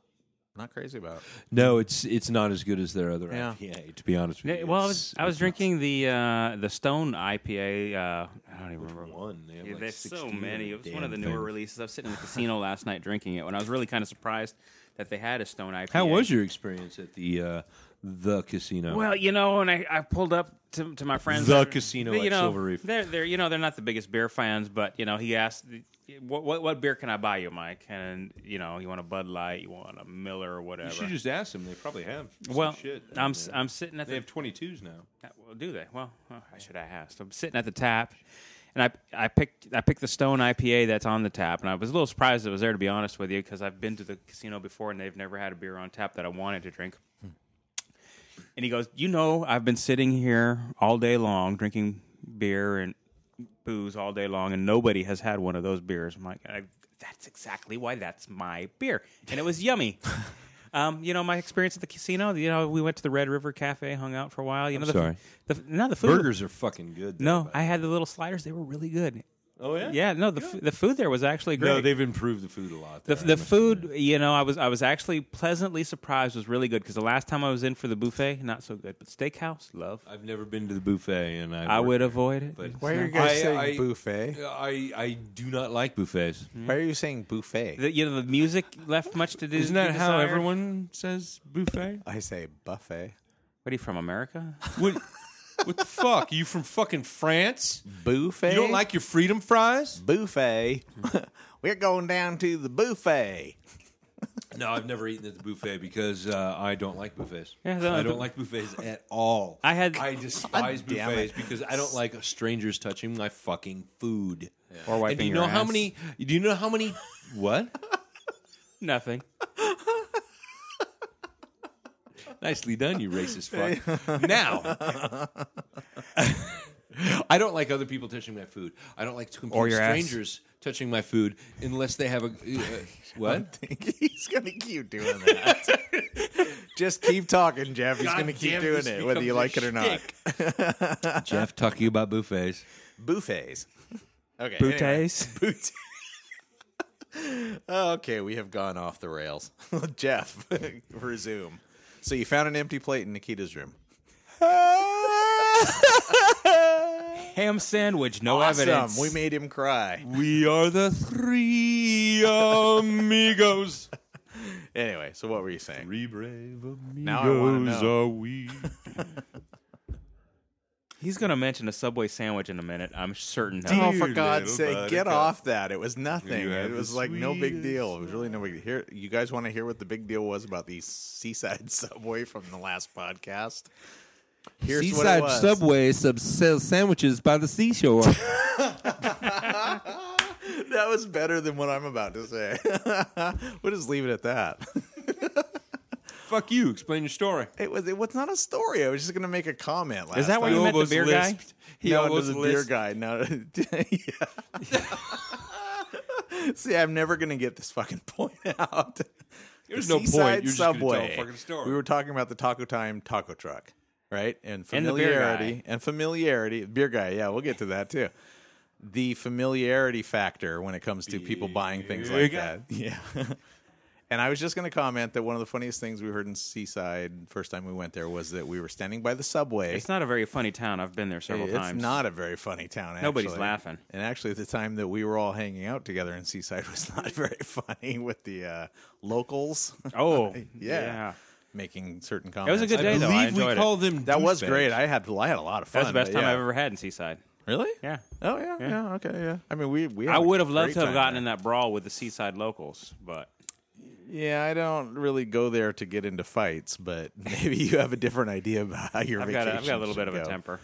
not crazy about.
No, it's it's not as good as their other
Yeah.
IPA. To be honest with
Yeah,
you.
well, I was
It's-
I was drinking the uh, the Stone IPA. Uh, I don't even remember.
One. They have
Yeah,
like
there's so
16
many.
of
It was one of the
them.
newer releases. I was sitting in the casino last night drinking it when I was really kind of surprised that they had a Stone IPA.
How was your experience at the uh, the casino?
Well, you know, and I, I pulled up to, to my friends.
The
They're-
casino
you
at
know,
Silver Reef.
They're, they're, you know, they're not the biggest beer fans, but, you know, he asked, what, what, what beer can I buy you, Mike? And, you know, you want a Bud Light, you want a Miller or whatever.
You should just ask them. They probably have. some
well,
shit.
I'm, s am sitting at
They
the
have 22s now.
Uh, Well, do they? Well, huh, I should have asked. I'm sitting at the tap, and I I picked I picked the Stone IPA that's on the tap, and I was a little surprised it was there to be honest with you, because I've been to the casino before and they've never had a beer on tap that I wanted to drink. And he goes, "You know, I've been sitting here all day long drinking beer and booze all day long, and nobody has had one of those beers." I'm like, I, "That's exactly why that's my beer," and it was
<laughs>
yummy. Um, you know, my experience at the casino. You know, we went to the Red River Cafe, hung out for a while. You know, the,
sorry.
the no, the food.
Burgers are fucking good. though,
No,
but-
I had the little sliders. They were really good.
Oh yeah.
Yeah, no, the f- the food there was actually great.
no, they've improved the food a lot.
the,
there, I
the
must
food, you know, I was I was actually pleasantly surprised. Was really good because the last time I was in for the buffet, not so good, but steakhouse, love.
I've never been to the buffet, and I,
I
work-
would avoid it.
But-
Why are you
guys
guys
I- saying
saying
I-
buffet?
I I do not like buffets.
Mm-hmm.
Why are you saying buffet?
The, you know, the music left much to do.
Isn't
be
that how
desired.
everyone says buffet?
I say buffet.
What are you from America?
What? what the fuck? You from fucking France?
Buffet?
You don't like your freedom fries?
buffet? <laughs> We're going down to the buffet. <laughs>
No, I've never eaten at the buffet because uh, I don't like buffets.
Yeah, no,
I don't
but-
like buffets at all.
I had-
I despise
damn
buffets because I don't like strangers touching my fucking food.
Or wiping
And do you
your
know how
ass?
many? Do you know how many? What?
Nothing.
Nicely done, you racist
<laughs>
fuck. now, <laughs> I don't like other people touching my food. I don't like complete
Or your ass.
strangers touching my food unless they have a uh, what?
think he's gonna keep doing that. <laughs> Just keep talking, Jeff. He's
God
gonna keep
damn,
doing
this
it, whether
becomes
you
a
like it or not.
shtick.
Jeff, talk to you about buffets.
Buffets. Okay. anyway.
Booties.
<laughs> Boot- <laughs> okay, we have gone off the rails. <laughs> Jeff, resume. So you found an empty plate in Nikita's room.
Ham sandwich, no evidence.
Awesome. We made him cry.
We are the three amigos.
Anyway, so what were you saying?
Three brave amigos
Now I wanna know.
are we.
He's going to mention a Subway sandwich in a minute. I'm certain. of it.
Oh, for
Dear
God's
little
sake, get
buttercup.
off that. It was nothing.
You
It
have the
was like no big
sweetest
deal. It was really no big deal. Here, you guys want to hear what the big deal was about the Seaside <laughs> Subway from the last podcast? Here's what it
Seaside
was. <laughs>
Subway sub- sells sandwiches by the seashore.
That was better than what I'm about to say. <laughs> we'll just leave it at that.
Fuck you. Explain your story.
It was it was not a story. I was just gonna make a comment. Last
Is that why
time.
you met the
almost
beer guy?
lisped.
He no,
No, it
was a
was
beer
list.
guy. No. <laughs> Yeah. <laughs> See, I'm never gonna get this fucking <laughs> point out.
There's
The
no point.
Seaside
You're just gonna tell a
Subway.
fucking story.
We were talking about the Taco Time taco truck, right? And
And the beer guy.
familiarity and familiarity. Beer guy. Yeah, we'll get to that too. The familiarity factor when it comes to people buying things
Beer
like
guy.
that. <laughs> Yeah. And I was just going to comment that one of the funniest things we heard in Seaside first time we went there was that we were standing by the subway.
It's not a very funny town. I've been there several
It's
times.
not a very funny town. Actually.
Nobody's laughing.
And actually, the time that we were all hanging out together in Seaside <laughs> was not very funny with the uh, locals. <laughs>
Oh,
yeah. making certain comments.
was a good
I
day,
believe
though. I enjoyed
we
it.
call them.
That was
douchebags.
great. I had I had a lot of
That
fun.
was the best
but
time
yeah.
I've ever had in Seaside.
Really?
Yeah.
Oh yeah, yeah. Okay. Yeah. I mean, we we.
I would have loved to have gotten in
in
that brawl with the Seaside locals, but
Yeah, I don't really go there to get into fights, but <laughs> maybe you have a different idea about how your
I've got,
vacation.
a, I've got a little
should
bit of a
go.
temper.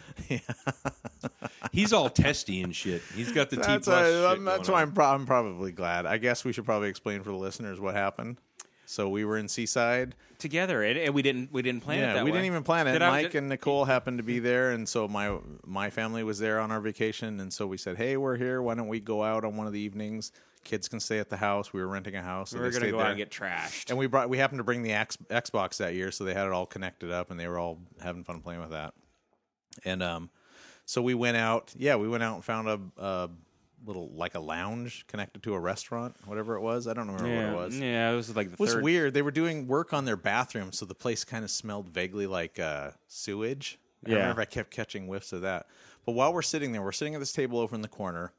He's all testy and shit. He's got the T plus.
That's, why,
shit
I'm, that's
going
why
on.
I'm, pro- I'm probably glad. I guess we should probably explain for the listeners what happened. So we were in Seaside.
Together, and, and we didn't we didn't plan it
yeah,
that
we
way.
didn't even plan it.
Did I-
Mike
did-
and Nicole happened to be there, and so my my family was there on our vacation, and so we said, "Hey, we're here. Why don't we go out on one of the evenings? Kids can stay at the house. We were renting a house.
we were
going
gonna
to
go out and get trashed.
And we brought we happened to bring the X, Xbox that year, so they had it all connected up, and they were all having fun playing with that. And um, so we went out. Yeah, we went out and found a, a little like a lounge connected to a restaurant, whatever it was. I don't remember what
yeah,
it was. It
yeah, it was like the
was
third.
weird. They were doing work on their bathroom, so the place kind of smelled vaguely like uh, sewage. I
Yeah.
remember I kept catching whiffs of that. But while we're sitting there, we're sitting at this table over in the corner,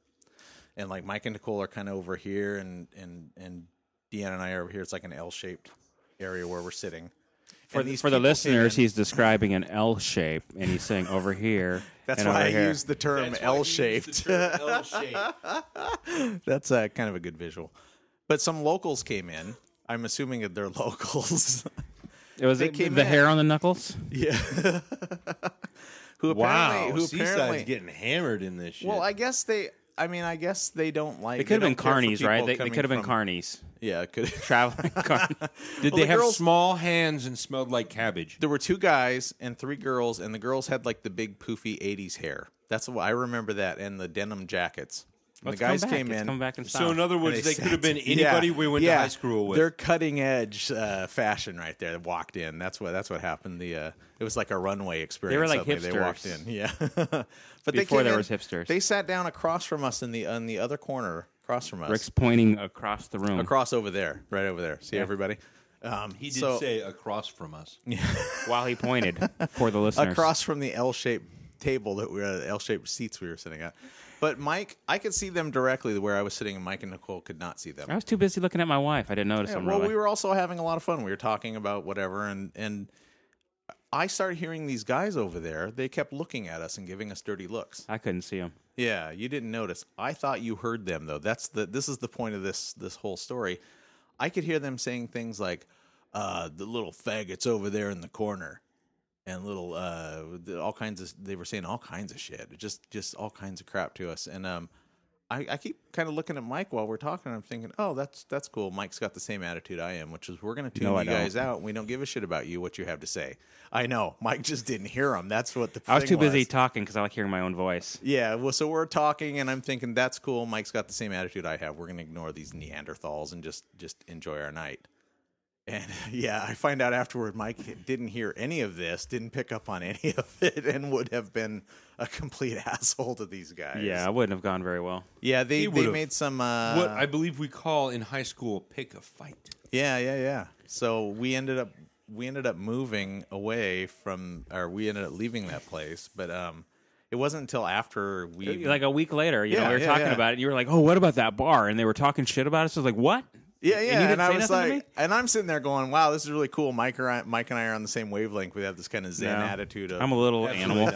and like Mike and Nicole are kind of over here, and and and Deanna and I are over here. It's like an L-shaped area where we're sitting.
For, the, for the listeners,
<laughs>
he's describing an L shape, and he's saying over here.
that's
and
why
over
I
here.
use the term
That's why he used the
L-shaped.
term
<laughs>
L-shaped.
That's uh, kind of a good visual. But some locals came in. I'm assuming that they're <laughs> locals.
It was
They
it, the
came in.
hair on the knuckles.
yeah. who apparently,
Wow,
who
Seaside's
apparently,
getting hammered in this shit.
Well, I guess they. I mean, I guess they don't like.
It could have been carnies, right? They,
They,
they could have been
carnies.
carnies,
<laughs> Yeah, it could.
traveling carnies.
Did
Well,
they
the
have
girls-
small hands and smelled like cabbage?
<laughs> there were two guys and three girls, and the girls had like the big poofy '80s hair. That's what I remember that, and the denim jackets. And
Let's
the guys
come back.
came
Let's
in.
come back and style.
So in other
and
words, they,
sat-
could have been
Yeah,
anybody we went
yeah.
to high school with.
They're cutting edge uh, fashion right there. They walked in. That's what. That's what happened. The uh, it was like a runway experience.
were like
Suddenly They walked
hipsters.
in. <laughs> Yeah, but they
Before
came
there
in.
was hipsters.
They sat down across from us in the on the other corner, across from us,
Rick's pointing across the room.
across over there, right over there. See everybody. Um,
he did
so-
say across from us.
while he pointed for the
<laughs>
listeners.
across from the L-shaped table that we were L-shaped seats we were sitting at. But Mike, I could see them directly where I was sitting, and Mike and Nicole could not see them.
I was too busy looking at my wife. I didn't notice
Oh, Yeah,
him.
well,
really.
we were also having a lot of fun. We were talking about whatever, and and I started hearing these guys over there. They kept looking at us and giving us dirty looks.
I couldn't see him.
Yeah, you didn't notice. I thought you heard them though. That's the this is the point of this this whole story. I could hear them saying things like, uh, "The little faggots over there in the corner," and little uh, the- all kinds of. They were saying all kinds of shit, just just all kinds of crap to us. And um, I, I keep kind of looking at Mike while we're talking. and I'm thinking, "Oh, that's that's cool." Mike's got the same attitude I am, which is we're gonna tune
No, I
you guys
don't.
out. And we don't give a shit about you what you have to say. I know Mike just didn't hear him. That's what the
I was
thing
too busy talking because I like hearing my own voice.
yeah, well, so we're talking, and I'm thinking that's cool. Mike's got the same attitude I have. We're gonna ignore these Neanderthals and just just enjoy our night. And <laughs> yeah, I find out afterward Mike didn't hear any of this, didn't pick up on any <laughs> of it, and would have been a complete <laughs> asshole to these guys.
Yeah, I wouldn't have gone very well.
yeah, they
He
they
would've-
made some. Uh,
what I believe we call in high school pick a fight.
Yeah, yeah, yeah. So we ended up we ended up moving away from, or we ended up leaving that place, but um, it wasn't until after we
Like a week later, you know,
Yeah,
we were
yeah,
talking
yeah.
about it. And you were like, "Oh, what about that bar?" And they were talking shit about us. I was like, "What?"
Yeah,
you
yeah. And,
didn't
I
say
was
nothing to
like, and I'm sitting there going, wow, this is really cool. Mike, or I, Mike and I are on the same wavelength. We have this kind of zen
No.
attitude of.
I'm a little animal.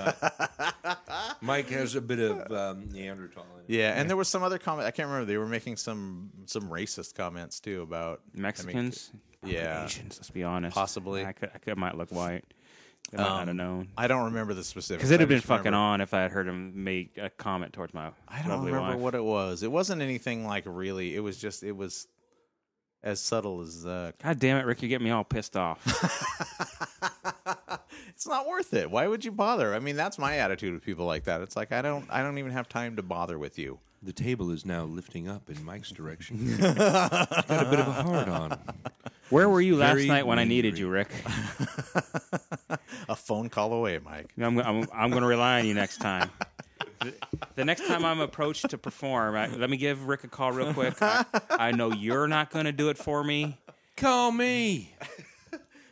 Mike has a bit of um, Neanderthal. In it.
yeah, and there was some other comment. I can't remember. They were making some some racist comments too about I mean,
Mexicans,
Yeah.
Asians. Let's be honest.
Possibly. Um,
I could, I could, I might look white. I might not have known.
I don't remember the specifics.
Because it'd
I
have been
just
fucking
remember-
on if I had heard him make a comment towards my
I don't
lovely
remember
wife.
what it was. It wasn't anything like really. It was just it was as subtle as uh,
God damn it, Rick! You get me all
<laughs>
pissed off.
it's not worth it. Why would you bother? I mean, that's my attitude with people like that. It's like I don't I don't even have time to bother with you.
The table is now lifting up in
<laughs>
Mike's direction. He's got a bit of a hard on.
Where were you last
Very
night when I needed
weary.
you, Rick?
A phone call away, Mike.
I'm, I'm, I'm going to rely on you next time. The- The next time I'm approached to perform, I, let me give Rick a call real quick. I, I know you're not going to do it for me.
Call
<laughs>
me.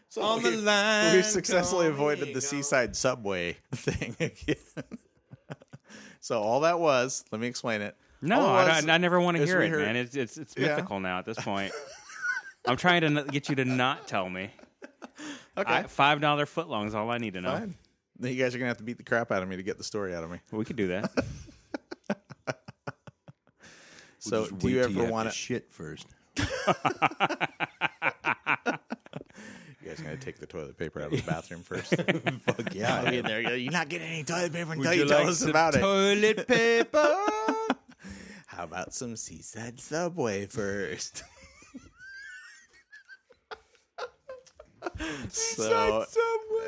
So
On the
we-
line,
we've successfully
call
avoided
me,
the
go.
seaside subway <laughs> thing again. <laughs> so all that was, let me explain it.
No,
All it
I,
was
I never want to
is
hear
we
it,
heard-
man. It's it's, it's
Yeah.
mythical now at this point. I'm trying to n- get you to not tell me.
Okay,
I, Five dollar footlong is all I need to know.
fine. Then You guys are gonna have to beat the crap out of me to get the story out of me.
We could do that.
So,
Just
do
wait
you
till
ever
have
want
to
to?
shit first?
You guys gonna take the toilet paper out of
<laughs>
the bathroom first? Fuck yeah! I'll be in there. You're not getting any toilet paper until you, tell us about it. <laughs>
toilet paper?
How about some seaside subway first? <laughs> so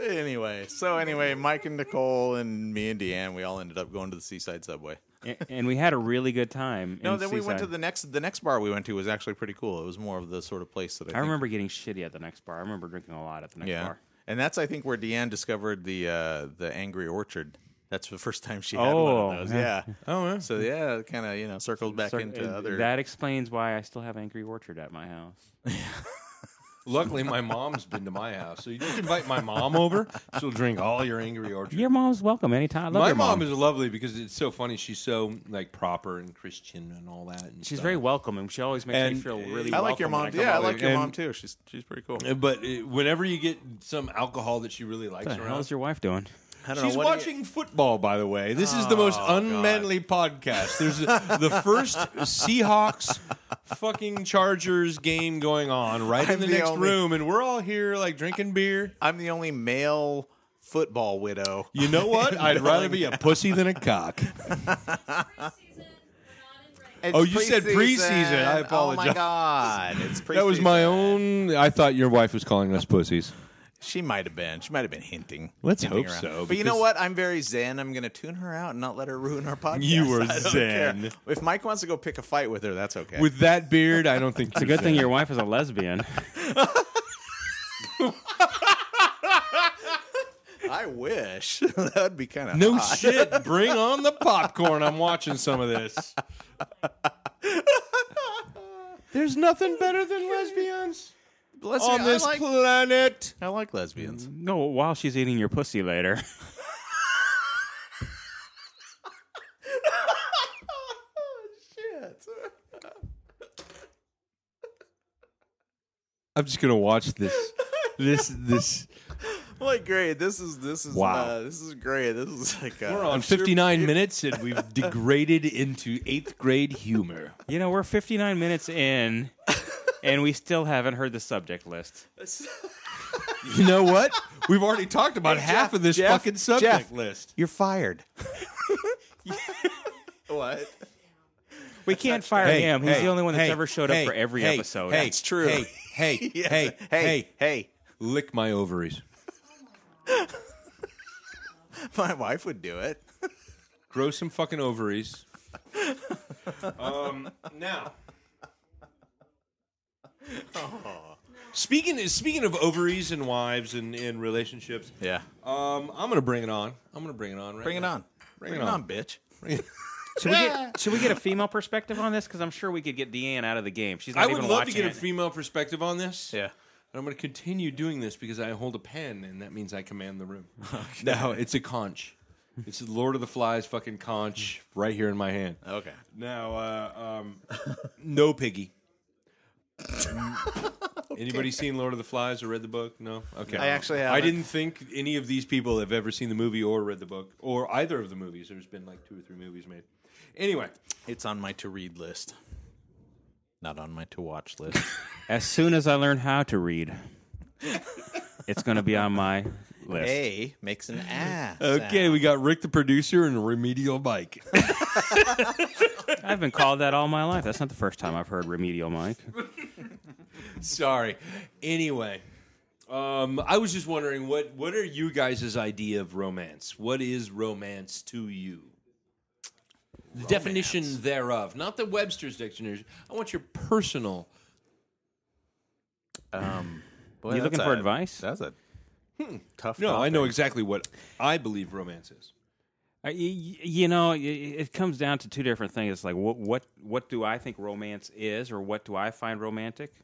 anyway, so anyway, Mike and Nicole and me and Deanne, we all ended up going to the seaside subway.
and, and we had a really good time.
No,
in
then we went to
Seaside.
the next. The next bar we went to was actually pretty cool. It was more of the sort of place that I,
I
think-
remember getting shitty at the next bar. I remember drinking a lot at the next
Yeah,
bar.
and that's I think where Deanne discovered the uh, the Angry Orchard. That's the first time she had one
Oh,
of those. Yeah.
yeah.
Oh, yeah.
So yeah, kind of you know circles back
So,
into
uh,
other.
That explains why I still have Angry Orchard at my house.
Luckily, my mom's been to my house, so you just invite my mom over. She'll drink all your angry orchard.
Your mom's welcome anytime. I love
my
your
mom. is lovely because it's so funny. She's so like proper and Christian and all that. And
She's
stuff.
very welcome, and she always makes me
And-
feel really.
I like your mom.
welcome when
Yeah, I
come
like your
And-
mom too. She's she's pretty cool.
But it, whenever you get some alcohol that she really likes
over. What the hell's
around,
your wife doing?
I don't
she's
know, what do you- Oh,
watching football. By the way, this is the most unmanly podcast. There's a, the first Seahawks fucking Chargers game going on right
I'm
in the,
the
next
only-
room, and we're all here like drinking beer.
I'm the only male football widow.
You know
<laughs>
what? I'd rather be a pussy than a cock.
It's
Oh, you said preseason. I
Oh my
apologize.
god, it's
<laughs>
preseason.
That was my own. I thought your wife was calling us pussies.
She might have been. She might have been hinting.
Let's
hinting
hope
around.
so,
But you know
because-
what? I'm very zen. I'm going to tune her out and not let her ruin our podcast.
You were
<laughs> I don't
zen.
care. If Mike wants to go pick a fight with her, that's okay.
With that beard, I don't think
It's a good thing your wife is a lesbian.
I wish <laughs> that would be kind of <laughs>
No shit. Bring on the popcorn. I'm watching some of this. There's nothing better than lesbians on this Mm.
I like,
planet.
I like lesbians.
<laughs> no, while she's eating your pussy later.
<laughs> Shit.
I'm just gonna watch this. This <laughs> this.
Like great. This is this is
Wow.
uh, this is great. This is like uh,
We're on
I'm sure-
59 minutes, and we've <laughs> degraded into eighth grade humor.
<laughs> You know, we're 59 minutes in, and we still haven't heard the subject list.
<laughs>
You know what? We've already talked about half
Jeff,
of this
Jeff,
fucking subject
Jeff.
list.
You're fired. <laughs> what?
We can't fire him. He's the only one that's
hey,
ever showed
hey,
up for every
hey,
episode.
Hey,
That's true.
Hey, <laughs> <laughs> hey, hey,
Hey,
hey,
hey.
lick my ovaries.
My wife would do it.
Grow some fucking ovaries. <laughs> um, now, speaking speaking of ovaries and wives and, and relationships,
Yeah.
um, I'm gonna bring it on. I'm gonna bring it on. Right
Bring it
now.
on. Bring,
it
it
on.
on, bitch.
Should we <laughs> get should we get a female perspective on this? Because I'm sure we could get Deanne out of the game. She's not
I would
even
love to
watching
get a
it.
female perspective on this. And I'm going to continue doing this because I hold a pen, and that means I command the room. No, it's a conch. It's the Lord of the Flies fucking conch right here in my hand.
Okay.
Now, uh, um, no piggy. Mm.
<laughs>
Anybody seen Lord of the Flies or read the book? No. Okay.
I actually
I
haven't.
didn't think any of these people have ever seen the movie or read the book or either of the movies. There's been like two or three movies made. Anyway,
It's on my to read list. Not on my to watch <laughs> list.
<laughs> As soon as I learn how to read, it's going to be on my list.
A makes an ass.
Okay, we got Rick the producer and a remedial bike.
I've been called that all my life. That's not the first time I've heard remedial Mike.
Sorry. Anyway, um, I was just wondering what what are you guys' idea of romance? What is romance to you? The definition thereof, not the Webster's dictionary. I want your personal.
Boy,
You looking
that's
for
a-
advice?
That's a hmm, tough.
No, I
topic.
know exactly what I believe romance is.
Uh, y- y- You know, y- y- it comes down to two different things. It's like what what what do I think romance is, or what do I find romantic,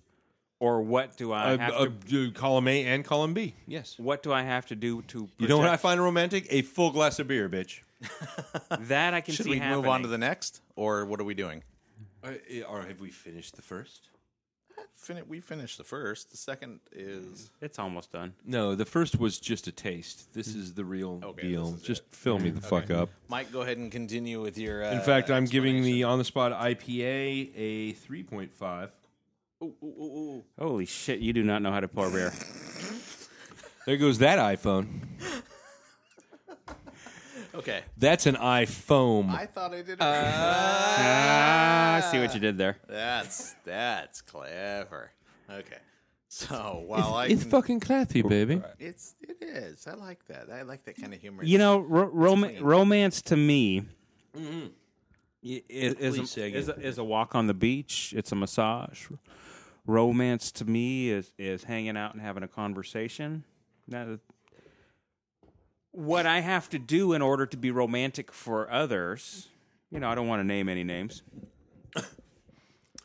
or what do I have
Uh,
to,
uh, uh, column A and column B. Yes.
what do I have to do to
You know what I
protect-
find romantic? A full glass of beer, bitch.
that I can
Should
see
we move on to
happening.
the next, or what are we doing?
Uh, eh, or have we finished the first?
Fin- we finished the first. The second is
It's almost done.
No, the first was just a taste. Hmm. This is the real
Okay,
deal.
this is
Just fill me the fuck up.
Mike. Go ahead and continue with your. Uh,
In fact, I'm giving the on the spot IPA a 3.5.
Holy shit! You do not know how to pour beer.
There goes that iPhone.
okay.
That's an iPhone.
I thought I did. it. <laughs>
Ah, I see what you did there.
that's that's clever. Okay. So while I
it's
can-
fucking classy, baby.
it's it is. I like that. I like that kind of humor.
You know, ro- rom- romance to me i- is,
Please
is,
say
a,
again.
is, a, is a walk on the beach. It's a massage. Romance to me is is hanging out and having a conversation. Now, what I have to do in order to be romantic for others, you know, I don't want to name any names.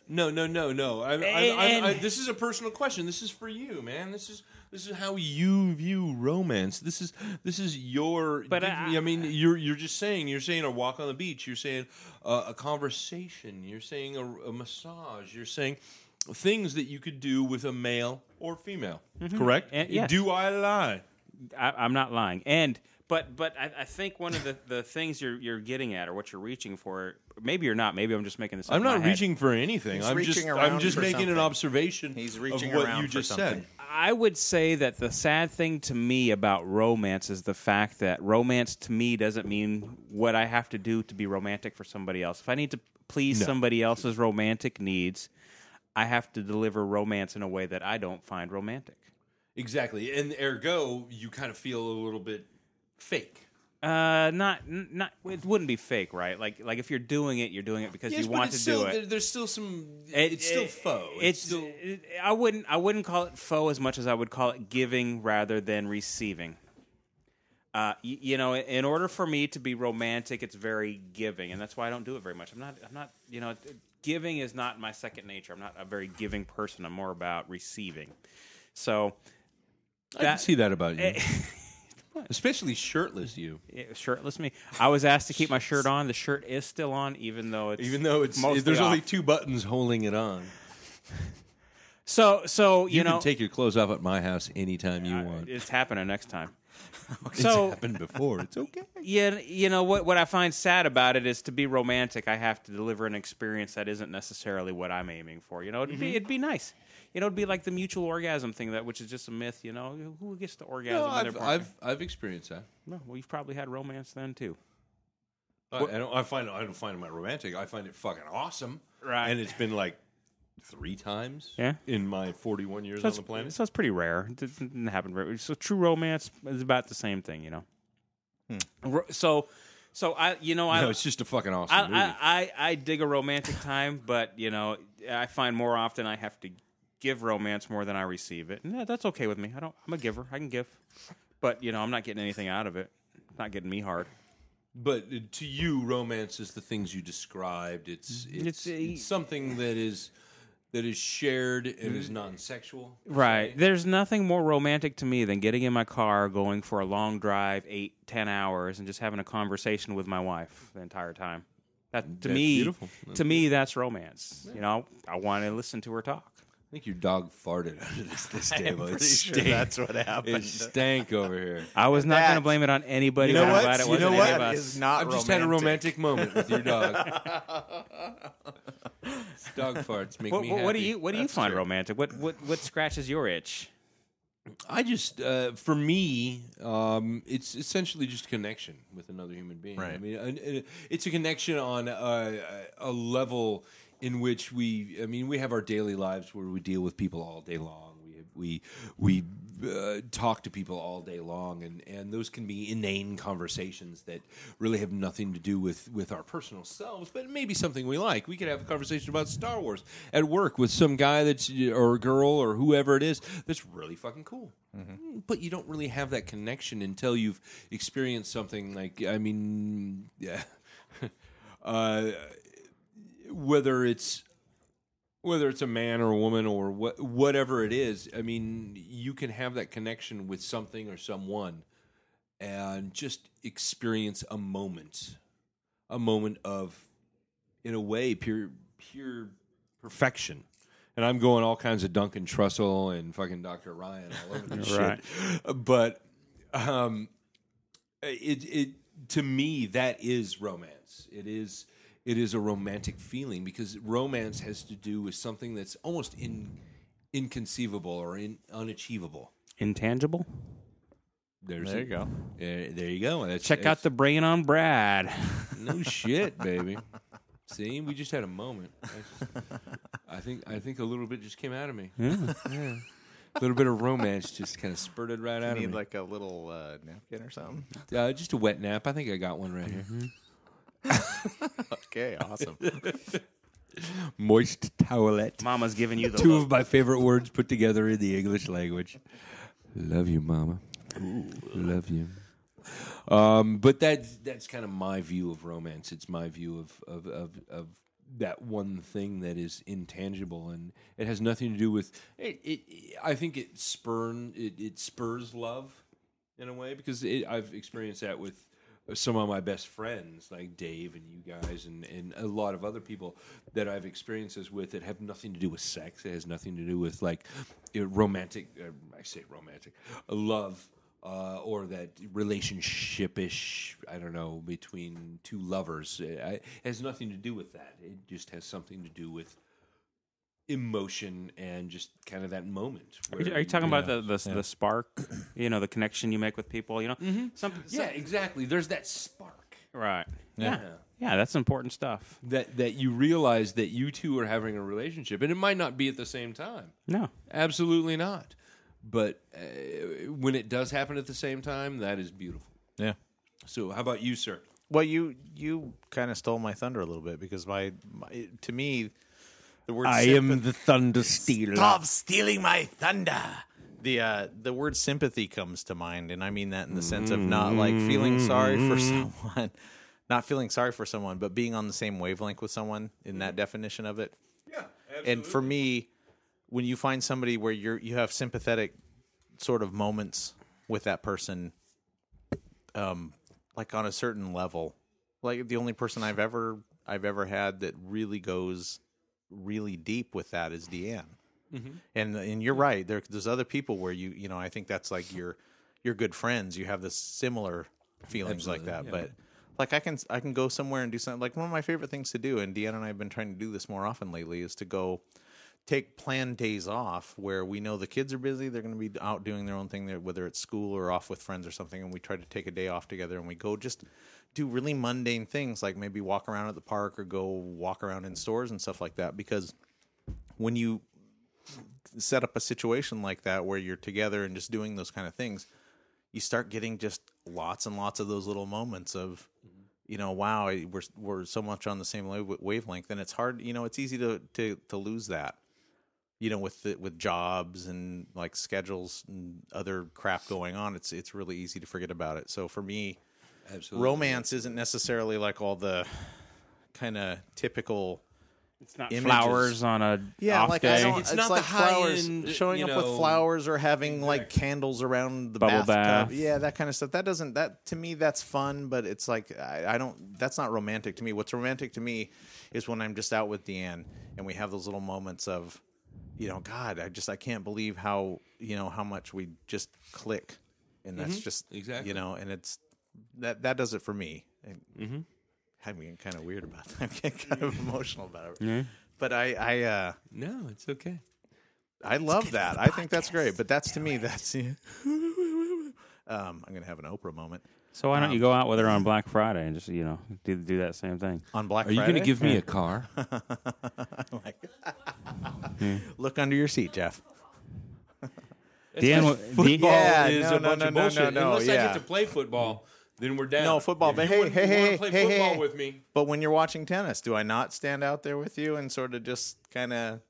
No, no, no, no. I, I,
And-
I, I, this is a personal question. This is for you, man. This is this is how you view romance. This is this is your.
But I-
I, mean, you're you're just saying you're saying a walk on the beach. You're saying uh, a conversation. You're saying a, a massage. You're saying things that you could do with a male or female. Correct.
And- yes.
Do I lie?
I, I'm not lying. And but but I, I think one of the, the things you're you're getting at or what you're reaching for, maybe you're not. Maybe I'm just making this. up
I'm
in my
not
head.
reaching for anything.
He's
I'm
reaching
just I'm
around
just
for
making an
something.
observation.
He's
of
reaching
what
around
you
for
just
something.
said.
I would say that the sad thing to me about romance is the fact that romance to me doesn't mean what I have to do to be romantic for somebody else. If I need to please somebody else's romantic needs, I have to deliver romance in a way that I don't find romantic.
Exactly. And ergo, you kind of feel a little bit fake.
Uh, not n- not it wouldn't be fake, right? Like like if you're doing it, you're doing it because you want to do it.
There's still some.
It-
it's still
it-
faux.
It's it- I wouldn't I wouldn't call it faux as much as I would call it giving rather than receiving. Uh, you, you know, in order for me to be romantic, it's very giving, and that's why I don't do it very much. I'm not I'm not you know giving is not my second nature. I'm not a very giving person. I'm more about receiving. So
I
that-
can see that about you, <laughs> especially shirtless you.
eh, shirtless me. I was asked to keep my shirt on. The shirt is still on, even though it's
Even though it's
mostly
there's only
off.
two buttons holding it on.
So so you,
You,
know
can take your clothes off at my house anytime you want.
it's happening next time.
It's
so-
happened before. It's okay.
Yeah, you know what? What I find sad about it is to be romantic, I have to deliver an experience that isn't necessarily what I'm aiming for. You know, it'd
Mm-hmm.
be it'd be nice. You know, it'd be like the mutual orgasm thing, that which is just a myth. You know, who gets the orgasm?
No,
when their
I've,
partner-
I've I've experienced that.
No, well, you've probably had romance then too.
I, I don't. I find I don't find it my romantic. I find it fucking awesome.
Right.
And it's been like three times.
Yeah.
In my 41 years
So
on
it's-
the planet.
so it's pretty rare. It doesn't happen very. So true romance is about the same thing. You know. Ro- So, so I, you know, I
Hmm. no, it's just a fucking awesome movie.
I, I, I, I dig a romantic time, but you know, I find more often I have to give romance more than I receive it, and that- that's okay with me. I don't. I'm a giver. I can give, but you know, I'm not getting anything out of it. It's not getting me hard.
But uh, to you, romance is the things you described. It's it's,
It's a-
it's something that is that is shared and
Mm.
is non-sexual.
Right. There's nothing more romantic to me than getting in my car, going for a long drive, eight, ten hours, and just having a conversation with my wife the entire time. That to me,
beautiful.
to me, that's romance. You know, I want to listen to her talk.
I think your dog farted <laughs> under this,
<laughs>
this table. It
pretty sure
stank.
that's
<laughs>
what
it
happened.
stank over here.
I was not going to
That-
blame it on anybody.
You know
but I'm
what?
glad it
You
wasn't
know
any
what?
of
That
us.
is not.
I've just had a romantic moment with <laughs> your dog. dog farts make
What,
me
what,
happy.
what do you What do you
That's
find
true.
romantic? What What What scratches your itch?
I just, uh, for me, um, it's essentially just connection with another human being. I
Right.
mean, an- an- it's a connection on a, a level in which we, I mean, we have our daily lives where we deal with people all day long. We we we uh, talk to people all day long, and and those can be inane conversations that really have nothing to do with with our personal selves, but maybe something we like. We could have a conversation about Star Wars at work with some guy that's or girl or whoever it is that's really fucking cool. But you don't really have that connection until you've experienced something like I mean, yeah. <laughs> Uh, whether it's whether it's a man or a woman or what, whatever it is, I mean, you can have that connection with something or someone and just experience a moment, a moment of, in a way, pure, pure perfection. And I'm going all kinds of Duncan Trussell and fucking Dr. Ryan all over this
Right.
shit. But um, it, it, to me, that is romance. It is, it is a romantic feeling because romance has to do with something that's almost in, inconceivable or in, unachievable.
Intangible.
There's
There
it.
you go.
There, there you go. That's, eh,
Check out the brain on Brad.
no shit, baby. See, we just had a moment. I, just- I think I think a little bit just came out of me. <laughs> Yeah. A little bit of romance just kind of spurted right out of
Need
me.
like a little uh, napkin or something.
<laughs> uh, just a wet nap. I think I got one right here.
Okay,
<laughs>
awesome.
Moist towelette.
Mama's giving you
<laughs>
the
Two of my favorite words put together in the English language. Love you, mama. Love you. Um, but that's that's kind of my view of romance. It's my view of of, of of that one thing that is intangible and it has nothing to do with. It, it, I think it spurn it, it spurs love in a way because it, I've experienced that with some of my best friends, like Dave and you guys, and, and a lot of other people that I've experienced this with that have nothing to do with sex. It has nothing to do with like eh, romantic, uh, I say romantic, love. Uh, or that relationship-ish, I don't know, between two lovers. Eh, I, it has nothing to do with that. It just has something to do with emotion and just kind of that moment.
Are you, are you talking about the the, the spark? You know, the connection you make with people. You know, some, some-
Yeah, exactly. There's that spark.
right. Yeah. yeah, that's important stuff.
that that you realize that you two are having a relationship, and it might not be at the same time.
No,
Absolutely not. But uh, when it does happen at the same time, that is beautiful.
yeah.
So, how about you, sir?
Well, you you kind of stole my thunder a little bit because my, my to me the word sympathy-
the thunder stealer.
Stop stealing my thunder. The uh, the word sympathy comes to mind, and I mean that in the sense of not like feeling sorry for someone, <laughs> not feeling sorry for someone, but being on the same wavelength with someone in that definition of it.
Yeah,
And for me, when you find somebody where you're you have sympathetic sort of moments with that person, um, like on a certain level, like the only person I've ever I've ever had that really goes really deep with that is Deanne. And and you're right. There, there's other people where you you know I think that's like your your good friends. You have this similar feelings like that, but. Like I can I can go somewhere and do something. Like one of my favorite things to do, and Deanna and I have been trying to do this more often lately, is to go take planned days off where we know the kids are busy they're going to be out doing their own thing they're- whether it's school or off with friends or something and we try to take a day off together and we go just do really mundane things like maybe walk around at the park or go walk around in stores and stuff like that because when you set up a situation like that where you're together and just doing those kind of things you start getting just lots and lots of those little moments of you know wow I- we're we're so much on the same wa- wavelength and it's hard you know it's easy to to to lose that you know with the, with jobs and like schedules and other crap going on it's it's really easy to forget about it so for me
Absolutely.
romance isn't necessarily like all the kind of typical
it's not
Images.
flowers on a
yeah,
off
like
day.
I don't,
It's
it's,
not
not like
the
flowers
high-end,
showing
you
up
know,
with flowers or having like candles around the
Bubble
bathtub.
bath.
Yeah, that kind of stuff. That doesn't that to me that's fun, but it's like I, I don't. That's not romantic to me. What's romantic to me is when I'm just out with Deanne and we have those little moments of, you know, God, I just I can't believe how you know how much we just click, and that's just
Mm-hmm. Exactly.
you know, and it's that that does it for me. Mm-hmm. I'm getting kind of weird about <laughs> that. I'm getting kind of emotional about it. But I, I, uh,
No, it's okay.
I love that. I think that's great. But that's to me, that's. <laughs> um, I'm gonna have an Oprah moment
So why don't you go out with her on Black Friday and just you know do do that same thing?
on Black
Are you
Friday.
going to give me a car?
look under your seat, Jeff?
Dan, wa- Dan-
Football
Yeah,
is
no,
a
no, no,
bunch
no,
of
no,
bullshit.
no,
Unless I
yeah.
get to play football, then we're down.
No football,
If
but
you
hey,
wanna-
hey,
you wanna
hey,
play
hey,
football
hey.
with me.
But when you're watching tennis, do I not stand out there with you and sort of just kind of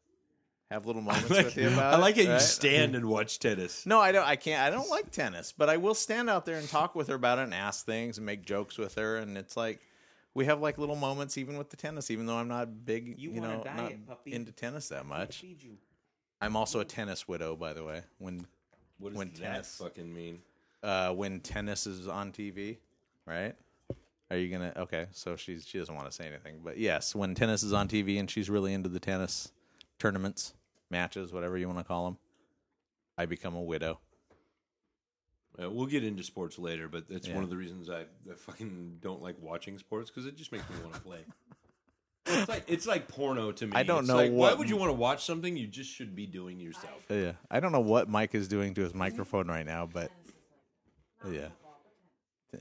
have little moments
<laughs>
with you about
I like
it?
it. You
right?
stand and watch tennis.
No, I don't. I can't. I don't like tennis, but I will stand out there and talk with her about it and ask things and make jokes with her. And it's like we have like little moments even with the tennis, even though I'm not big, you,
want a
know,
diet,
not
puppy.
into tennis that much.
Feed you.
I'm also a tennis widow, by the way. When
What does
When
that
tennis-
fucking mean?
uh, when tennis is on TV, right? Are you gonna? Okay, so she's she doesn't want to say anything, but yes, when tennis is on TV and she's really into the tennis tournaments, matches, whatever you want to call them, I become a widow.
Uh, we'll get into sports later, but that's
Yeah.
one of the reasons I, I fucking don't like watching sports because it just makes me want
<laughs>
to play. It's like, it's like porno to me.
I don't
It's
know
like, why
what-
would you want to watch something you just should be doing yourself?
Yeah, I don't know what Mike is doing to his microphone right now, but yeah,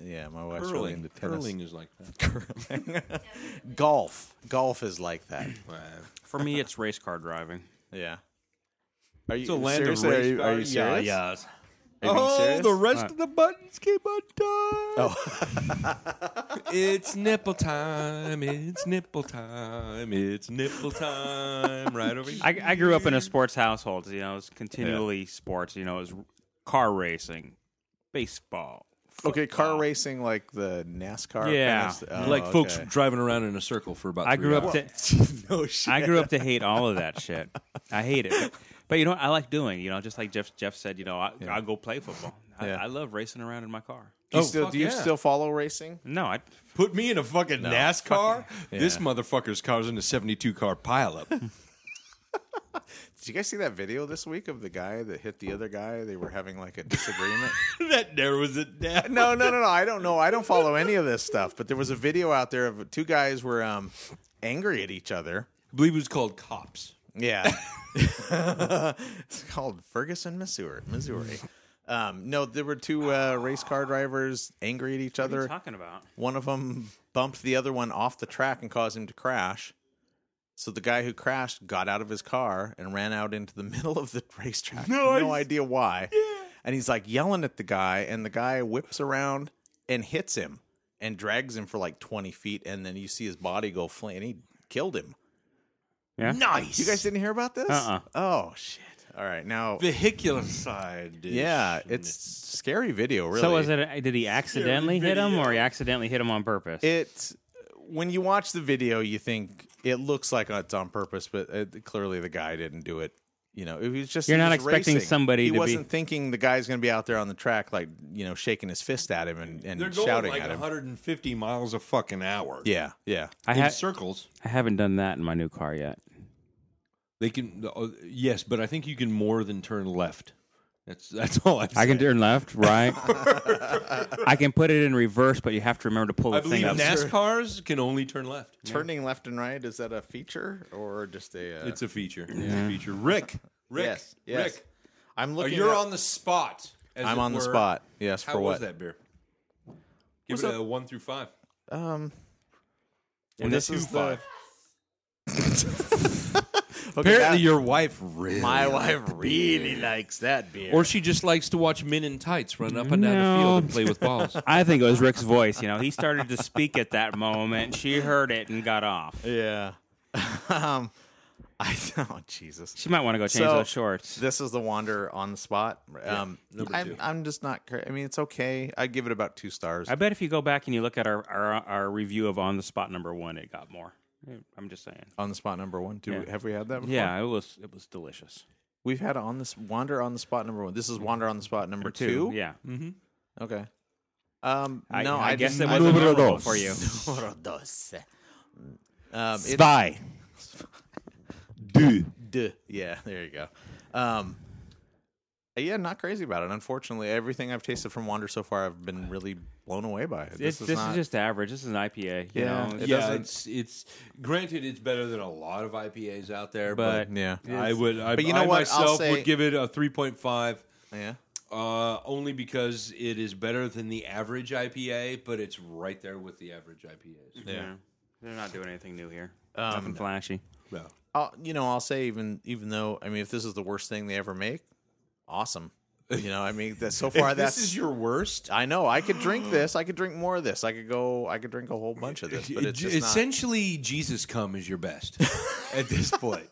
yeah, my wife's really
Curling,
into tennis.
curling is like
<laughs>
that.
Golf, golf is like that.
Wow.
for me, it's race car driving.
Yeah. Are you
It's a land
seriously?
of
are,
race
you, are you serious?
cars. Yeah, yeah.
Are you being serious?
rest of the buttons came undone. Oh. <laughs> it's nipple time. It's nipple time. It's nipple time. Right over here.
I, I grew up in a sports household. You know, it was continually sports. You know, it was r- car racing, baseball.
Okay, car racing like the NASCAR.
Yeah.
kind of st- oh,
Oh. like folks <laughs>
okay.
driving around in a circle for about.
I
three
grew up
hours.
to <laughs>
no shit.
I grew up to hate all of that shit. I hate it. But, but you know what I like doing? You know, just like Jeff Jeff said, you know, I, I'll go play football. I,
Yeah.
I love racing around in my car.
Do you,
Oh,
still,
fuck
do you
yeah.
still follow racing?
No, I
Put me in a fucking NASCAR. This
<laughs> Yeah.
motherfucker's causing a seventy-two
<laughs>
car pileup. <laughs>
Did you guys see that video this week of the guy that hit the other guy? They were having like a
<laughs>
disagreement.
that narrows it down.
no, no, no, no. I don't know. I don't follow any of this stuff. But there was a video out there of two guys were um, angry at each other.
I believe it was called cops.
<laughs>
Yeah. <laughs> it's called Ferguson, Missouri. Missouri. Um, no, there were two uh, race car drivers angry at each
Oh. what are you
other.
talking about?
One of them bumped the other one off the track and caused him to crash. So the guy who crashed got out of his car and ran out into the <laughs> middle of the racetrack. No, idea why. And he's like yelling at the guy, and the guy whips around and hits him and drags him for like 20 feet. And then you see his body go flying. He killed him.
Yeah.
Nice.
You guys didn't hear about this?
Uh-uh.
Oh, shit. All right. Now,
vehicular side.
yeah, it's scary video, really.
So was it? Did he accidentally hit him,
video.
or he accidentally hit him on purpose?
it's when you watch the video, you think it looks like it's on purpose, but it, clearly the guy didn't do it. You know, it was just
You're
he
not
was
expecting
racing.
somebody
He
to be-
wasn't thinking the guy's going to be out there on the track, like you know, shaking his fist at him and,
They're
and
going
shouting
like
at him.
150 miles a fucking hour.
Yeah, yeah.
I,
in
ha-
circles.
I haven't done that in my new car yet.
They can uh, yes, but I think you can more than turn left. That's <laughs> that's all I'm
I can
saying.
turn left,
<laughs>
right. I can put it in reverse, but you have to remember to pull the
I believe
thing up.
NASCARs can only turn left.
Turning left and right is that a feature or just a? Uh,
It's a feature. It's a feature. Rick, Rick,
Yes, yes.
Rick,
I'm
oh,
looking.
you're
at-
on the spot. as
I'm
it
on the
were.
spot. Yes.
How
for what?
was that beer? Give
What's
it
up?
a one through five.
Um.
And
this
two
is the-
five.
<laughs> okay,
Apparently,
that-
your wife
<laughs>
really,
my wife really likes that beer.
<laughs> or she just likes to watch men in tights run up and down the
No.
field and play with balls.
I think it was Rick's voice. You know, he started to speak at that moment. She heard it and got off.
<laughs> Yeah. <laughs> um, I <laughs> oh Jesus.
She might want to go change
So-
those shorts.
This is the wander on the spot. Um,
number
I'm,
two.
I'm just not. cra- I mean, it's okay. I'd give it about two stars.
I bet if you go back and you look at our, our our review of on the spot number one, it got more. I'm just saying.
on the spot number one. Do we,
Yeah.
have we had that? Before?
Yeah, it was it was delicious.
we've had on this wander on the spot number one. This is wander on the spot number two. Mm-hmm.
Yeah.
Okay. Um,
I,
no,
I,
I,
guess it
didn't-
was
I didn't-
memorable
<laughs>
for you.
Numero dos. Um, it- <laughs>
Spy.
Duh. Yeah, there you go. Um, yeah, not crazy about it. Unfortunately, everything I've tasted from Wander so far, I've been really blown away by. It.
It's,
this is not.
just average. This is an IPA. You
Yeah.
know?
It
yeah,
doesn't-
it's it's granted it's better than a lot of IPAs out there, but,
But-
yeah,
I would. I,
But you know
I
what? I'll
myself
say-
would give it a three point five.
yeah.
Uh, only because it is better than the average IPA, but it's right there with the average IPAs.
yeah. They're not doing anything new here.
Um,
Nothing flashy.
No.
I'll, you know, I'll say even even though I mean, if this is the worst thing they ever make, awesome. You know, I mean, that so
<laughs>
far that's
this is your worst.
I know I could <gasps> drink this. I could drink more of this. I could go. I could drink a whole bunch of this. But it's just not.
essentially, Jesus come is
<laughs>
your best at this point.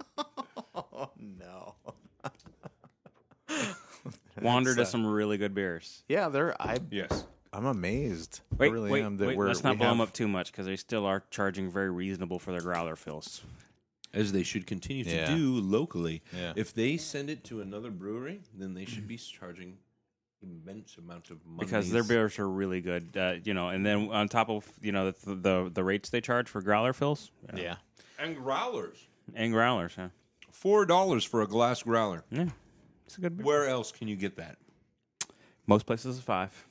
No.
Wander to some really good beers.
Yeah, they're. I.
Yes.
I'm amazed.
Wait,
I really
wait,
am. That
wait,
we're.
let's not
we
blow
have-
them up too much because they still are charging very reasonable for their growler fills.
As they should continue to
Yeah.
do locally.
Yeah.
If they send it to another brewery, then they should be charging immense amounts of money.
because their beers are really good, uh, you know. And then on top of you know the the, the rates they charge for growler fills
Yeah.
and growlers.
and growlers, huh?
Four dollars for a glass growler.
Yeah, it's a good beer.
Where else can you get that?
Most places is five.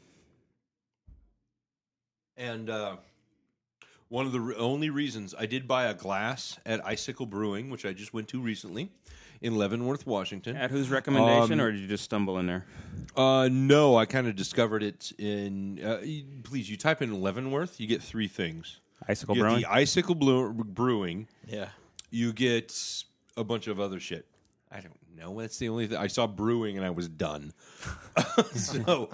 And uh, one of the re- only reasons I did buy a glass at Icicle Brewing, which I just went to recently in Leavenworth, Washington.
At whose recommendation,
Um,
or did you just stumble in there?
Uh, no, I kind of discovered it in. Uh, y- please, you type in Leavenworth, you get three things.
Icicle
you get
Brewing.
the Icicle Blue- Brewing.
Yeah.
You get a bunch of other shit. I don't know. That's the only thing. I saw brewing and I was done. <laughs> so.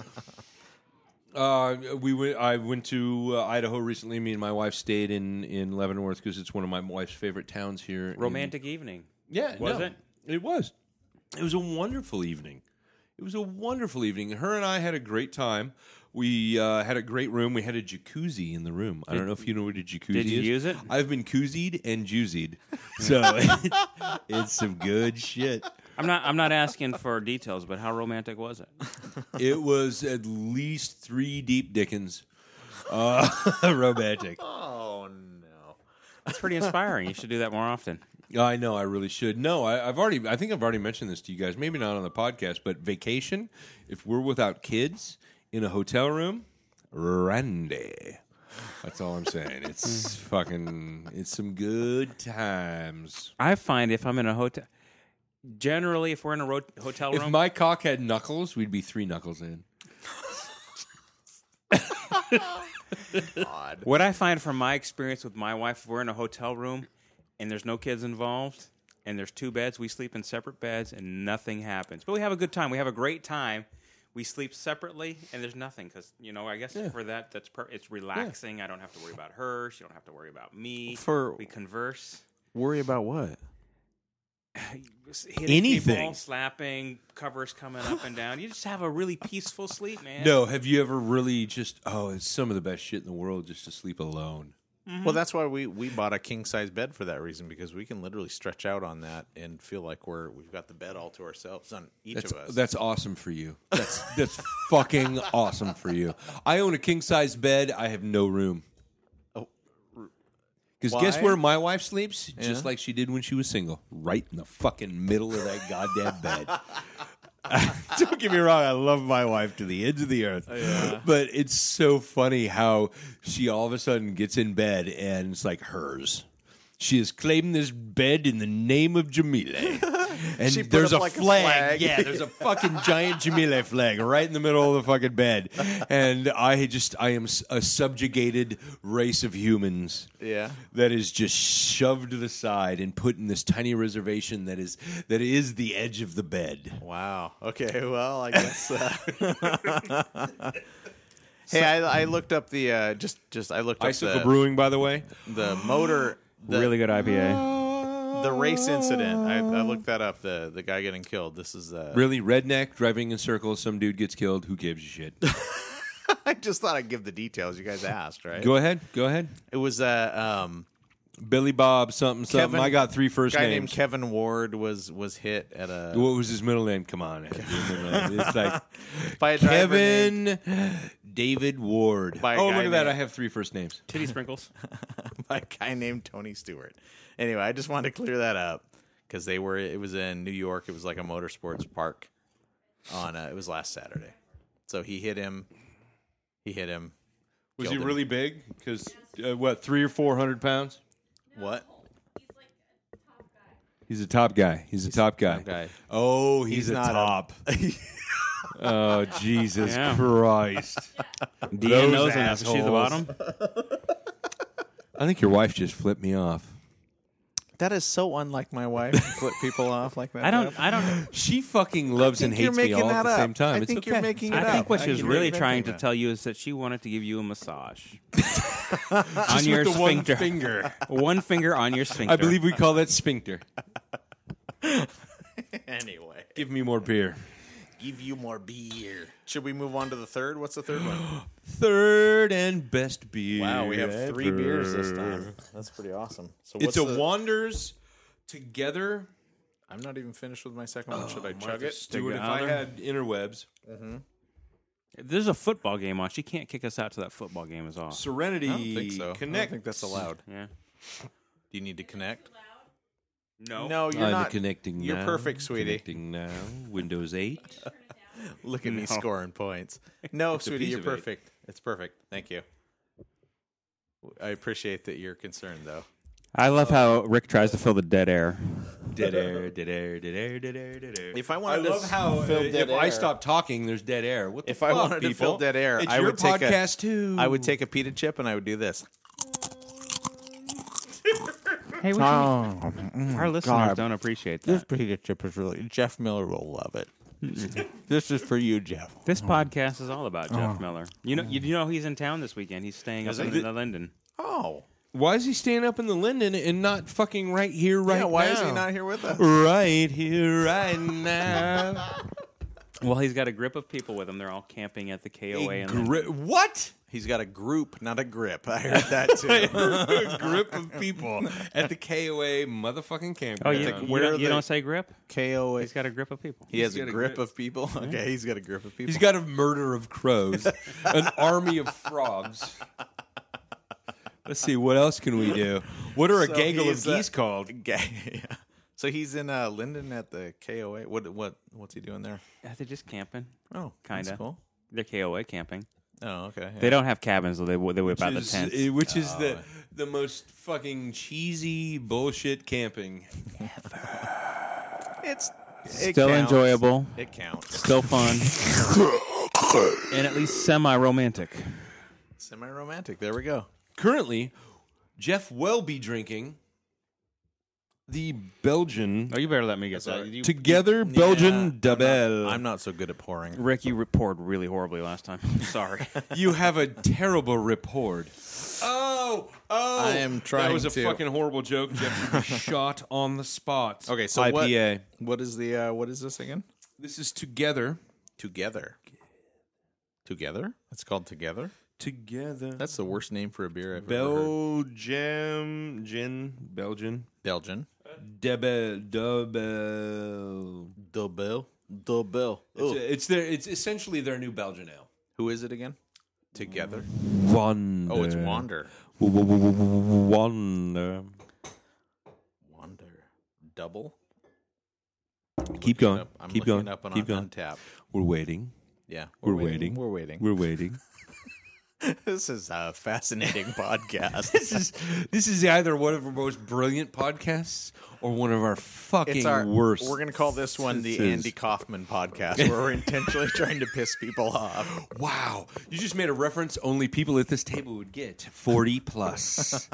Uh, we went. I went to uh, Idaho recently. Me and my wife stayed in in Leavenworth because it's one of my wife's favorite towns here. in-
Romantic evening.
yeah,
Was
no,
it?
It was. It was a wonderful evening. It was a wonderful evening. Her and I had a great time. We uh, had a great room. We had a jacuzzi in the room. I don't know if you know what a jacuzzi
Did you
is.
use it?
I've been koozied and juicied, <laughs> so it's some good shit.
I'm not. I'm not asking for details, but how romantic was it?
It was at least three deep Dickens. Uh, <laughs> romantic.
Oh no.
It's pretty inspiring. You should do that more often.
<laughs> I know. I really should. No, I, I've already. I think I've already mentioned this to you guys. Maybe not on the podcast, but vacation. If we're without kids in a hotel room, Randy. That's all I'm <laughs> saying. It's fucking. It's some good times.
I find if I'm in a hotel, generally, if we're in a ro- hotel
If
room,
my cock had knuckles, we'd be three knuckles in.
God.
What I find from my experience with my wife, if we're in a hotel room and there's no kids involved and there's two beds, we sleep in separate beds and nothing happens. But we have a good time. We have a great time. We sleep separately and there's nothing because, you know, I guess for that, that's per- it's relaxing. I don't have to worry about her. She don't have to worry about me.
For-
we converse.
Worry about what?
Hitting
Anything.
People, slapping, covers coming up and down. You just have a really peaceful sleep, man.
No, have you ever really just? Oh, it's some of the best shit in the world just to sleep alone.
Well, that's why we we bought a king size bed for that reason because we can literally stretch out on that and feel like we're we've got the bed all to ourselves on each
That's,
of us.
that's awesome for you. That's that's fucking awesome for you. I own a king size bed. I have no room.
Oh.
Because guess
Why?
where my wife sleeps? Just like she did when she was single, right in the fucking middle of that goddamn bed.
<laughs>
<laughs> Don't get me wrong, I love my wife to the ends of the
Oh,
earth. But it's so funny how she all of a sudden gets in bed and it's like hers. She has claimed this bed in the name of <laughs> Jamile. And
She put
there's
up,
a,
like, a
flag.
flag.
Yeah, there's a <laughs> fucking giant Jamile flag right in the middle of the fucking bed. And I just, I am s- a subjugated race of humans
Yeah.
that is just shoved to the side and put in this tiny reservation that is that is the edge of the bed.
Wow. Okay. <laughs> Well, I guess. Uh... <laughs> hey, I, I looked up the uh, just just I looked up
Icicle
the,
Brewing, by the way.
the motor the, Ah.
really good IPA.
the race incident. I, I looked that up. The the guy getting killed. This is uh,
Really, redneck driving in circles. Some dude gets killed. Who gives a <laughs> shit?
<laughs> I just thought I'd give the details. You guys asked, right?
go ahead. Go ahead.
It was uh, um,
Billy Bob something something.
Kevin-
I got three first
guy named
names.
Kevin Ward was was hit at a
what was his middle name? Come on. it's like
by a <laughs> driver named-
Kevin David Ward.
By a
oh,
guy
look at that.
named-
I have three first names.
Titty sprinkles.
<laughs> by a guy named Tony Stewart. Anyway, I just wanted to clear that up because they were. It was in New York. It was like a motorsports park. on uh, it was last Saturday. So he hit him. He hit him.
Was
Killed
he
him.
really big? Because uh, what, three or four hundred pounds?
What?
He's a top guy. He's a top guy.
Guy.
Oh, he's,
He's
a
not a- <laughs>
top. oh, Jesus
Yeah.
<laughs>
Christ.
Deanne knows enough. Is she the
assholes.
bottom?
I think your wife just flipped me off.
That is so unlike my wife. to Flip people off like that.
I don't. I don't.
She fucking loves and
think you're
hates me
making
all
that
at the
up.
same time.
I
it's
think
okay.
you're making it
I think
up.
what
I
she was
can
really
reinvent
trying to
that.
tell you is that she wanted to give you a massage on your
the one
sphincter.
finger.
<laughs> One finger on your sphincter.
<laughs> I believe we call that sphincter.
<laughs> Anyway,
Give me more beer.
give you more beer. Should we move on to the third? What's the third one?
Third and best
<gasps>
beer.
wow, we have three beers this
ever.
time. That's pretty awesome. So
It's
what's
a
the,
Wanderers together.
I'm not even finished with my second one. Should I chug it?
Stuart, if I
Together.
had interwebs,
There's a football game on. She can't kick us out to that football game. Is all.
Serenity
I don't think so. I
Connect.
don't think that's allowed.
Yeah.
Do you need to connect?
No.
No, you're
I'm
not.
Uh, connecting
you're
now.
perfect, sweetie.
Connecting now. Windows 8.
Look at me scoring points. No, sweetie,
piece
you're
of eight.
perfect. It's perfect. Thank you. I appreciate that you're concerned, though.
I love how Rick tries to fill the dead air.
dead air, dead air, dead air, dead air, dead air.
If I
I
wanted to
love
s-
how uh,
fill dead
if I
air-
stop talking, there's dead air. What the
If
fuck,
I wanted to fill
people?
dead air,
it's
I
your
would take a-
podcast too.
I would take a pita chip and I would do this.
Hey, we our listeners don't appreciate that.
pita chip is really Jeff Miller will love
<laughs>
it. this is for you, Jeff.
This podcast is all about Jeff Miller. You know, you know he's in town this weekend. He's staying up in
he?
the Linden.
Oh,
Why is he staying up in the Linden and not fucking right here, right
yeah. Why
now?
is he not here with us?
Right here, right now.
Well, he's got a grip of people with him. They're all camping at the KOA.
A
and
gri- what?
He's got a group, not a grip. I heard that <laughs> too.
a <laughs> group of people at the KOA motherfucking campground.
oh, you, you
where
don't,
are
you
the-
don't say grip?
KOA.
He's got a grip of people.
he has a
got a
grip
grip.
of people. Okay, he's got a grip of people.
He's got a murder of crows, an army of frogs. Let's see, what else can we do? What are a
So
gaggle of
he's, uh,
geese
<laughs>
called?
Okay. yeah. So he's in uh, Linden at the KOA. What what what's he doing there?
Yeah, they're just camping.
Oh,
Kinda.
That's cool.
They're KOA camping.
Oh, okay.
They don't have cabins, though. They, they whip out the
Is-
tents.
uh, which is the the most fucking cheesy bullshit camping.
It's it
Still
counts.
enjoyable.
It counts.
Still fun. <laughs> and at least semi-romantic.
Semi romantic. There we go.
Currently, Jeff will be drinking the Belgian
Oh, you better let me get
that.
that.
together
Yeah,
Belgian
I'm
Dabel.
not, I'm not so good at pouring.
Rick, you poured really horribly last time. <laughs> Sorry.
you have a terrible report. Oh, oh!
I am trying
That was a
to.
fucking horrible joke. Jeff You <laughs> shot on the spot.
Okay, so
IPA.
what? What is the uh, what is this again?
This is together.
Together. Together. It's called together.
Together.
That's the worst name for a beer I've ever heard.
Belgium, gin, Belgian.
Belgian.
Double, double.
Dobel. Dobel.
It's, it's their. It's essentially their new Belgian ale.
Who is it again? Together.
Wonder.
Oh, it's Wander.
Wonder.
Wander. Double.
Keep going.
Up. I'm
Keep
looking
going.
it up on,
Keep
on,
going.
tap.
We're waiting.
Yeah,
We're waiting.
We're waiting.
We're waiting.
<laughs> this is a fascinating podcast.
<laughs> this is this is either one of our most brilliant podcasts or one of our fucking
It's our
worst.
We're gonna call this one the
This is-
Andy Kaufman podcast, where we're intentionally trying to piss people off.
Wow, you just made a reference only people at this table would get 40 <laughs> plus.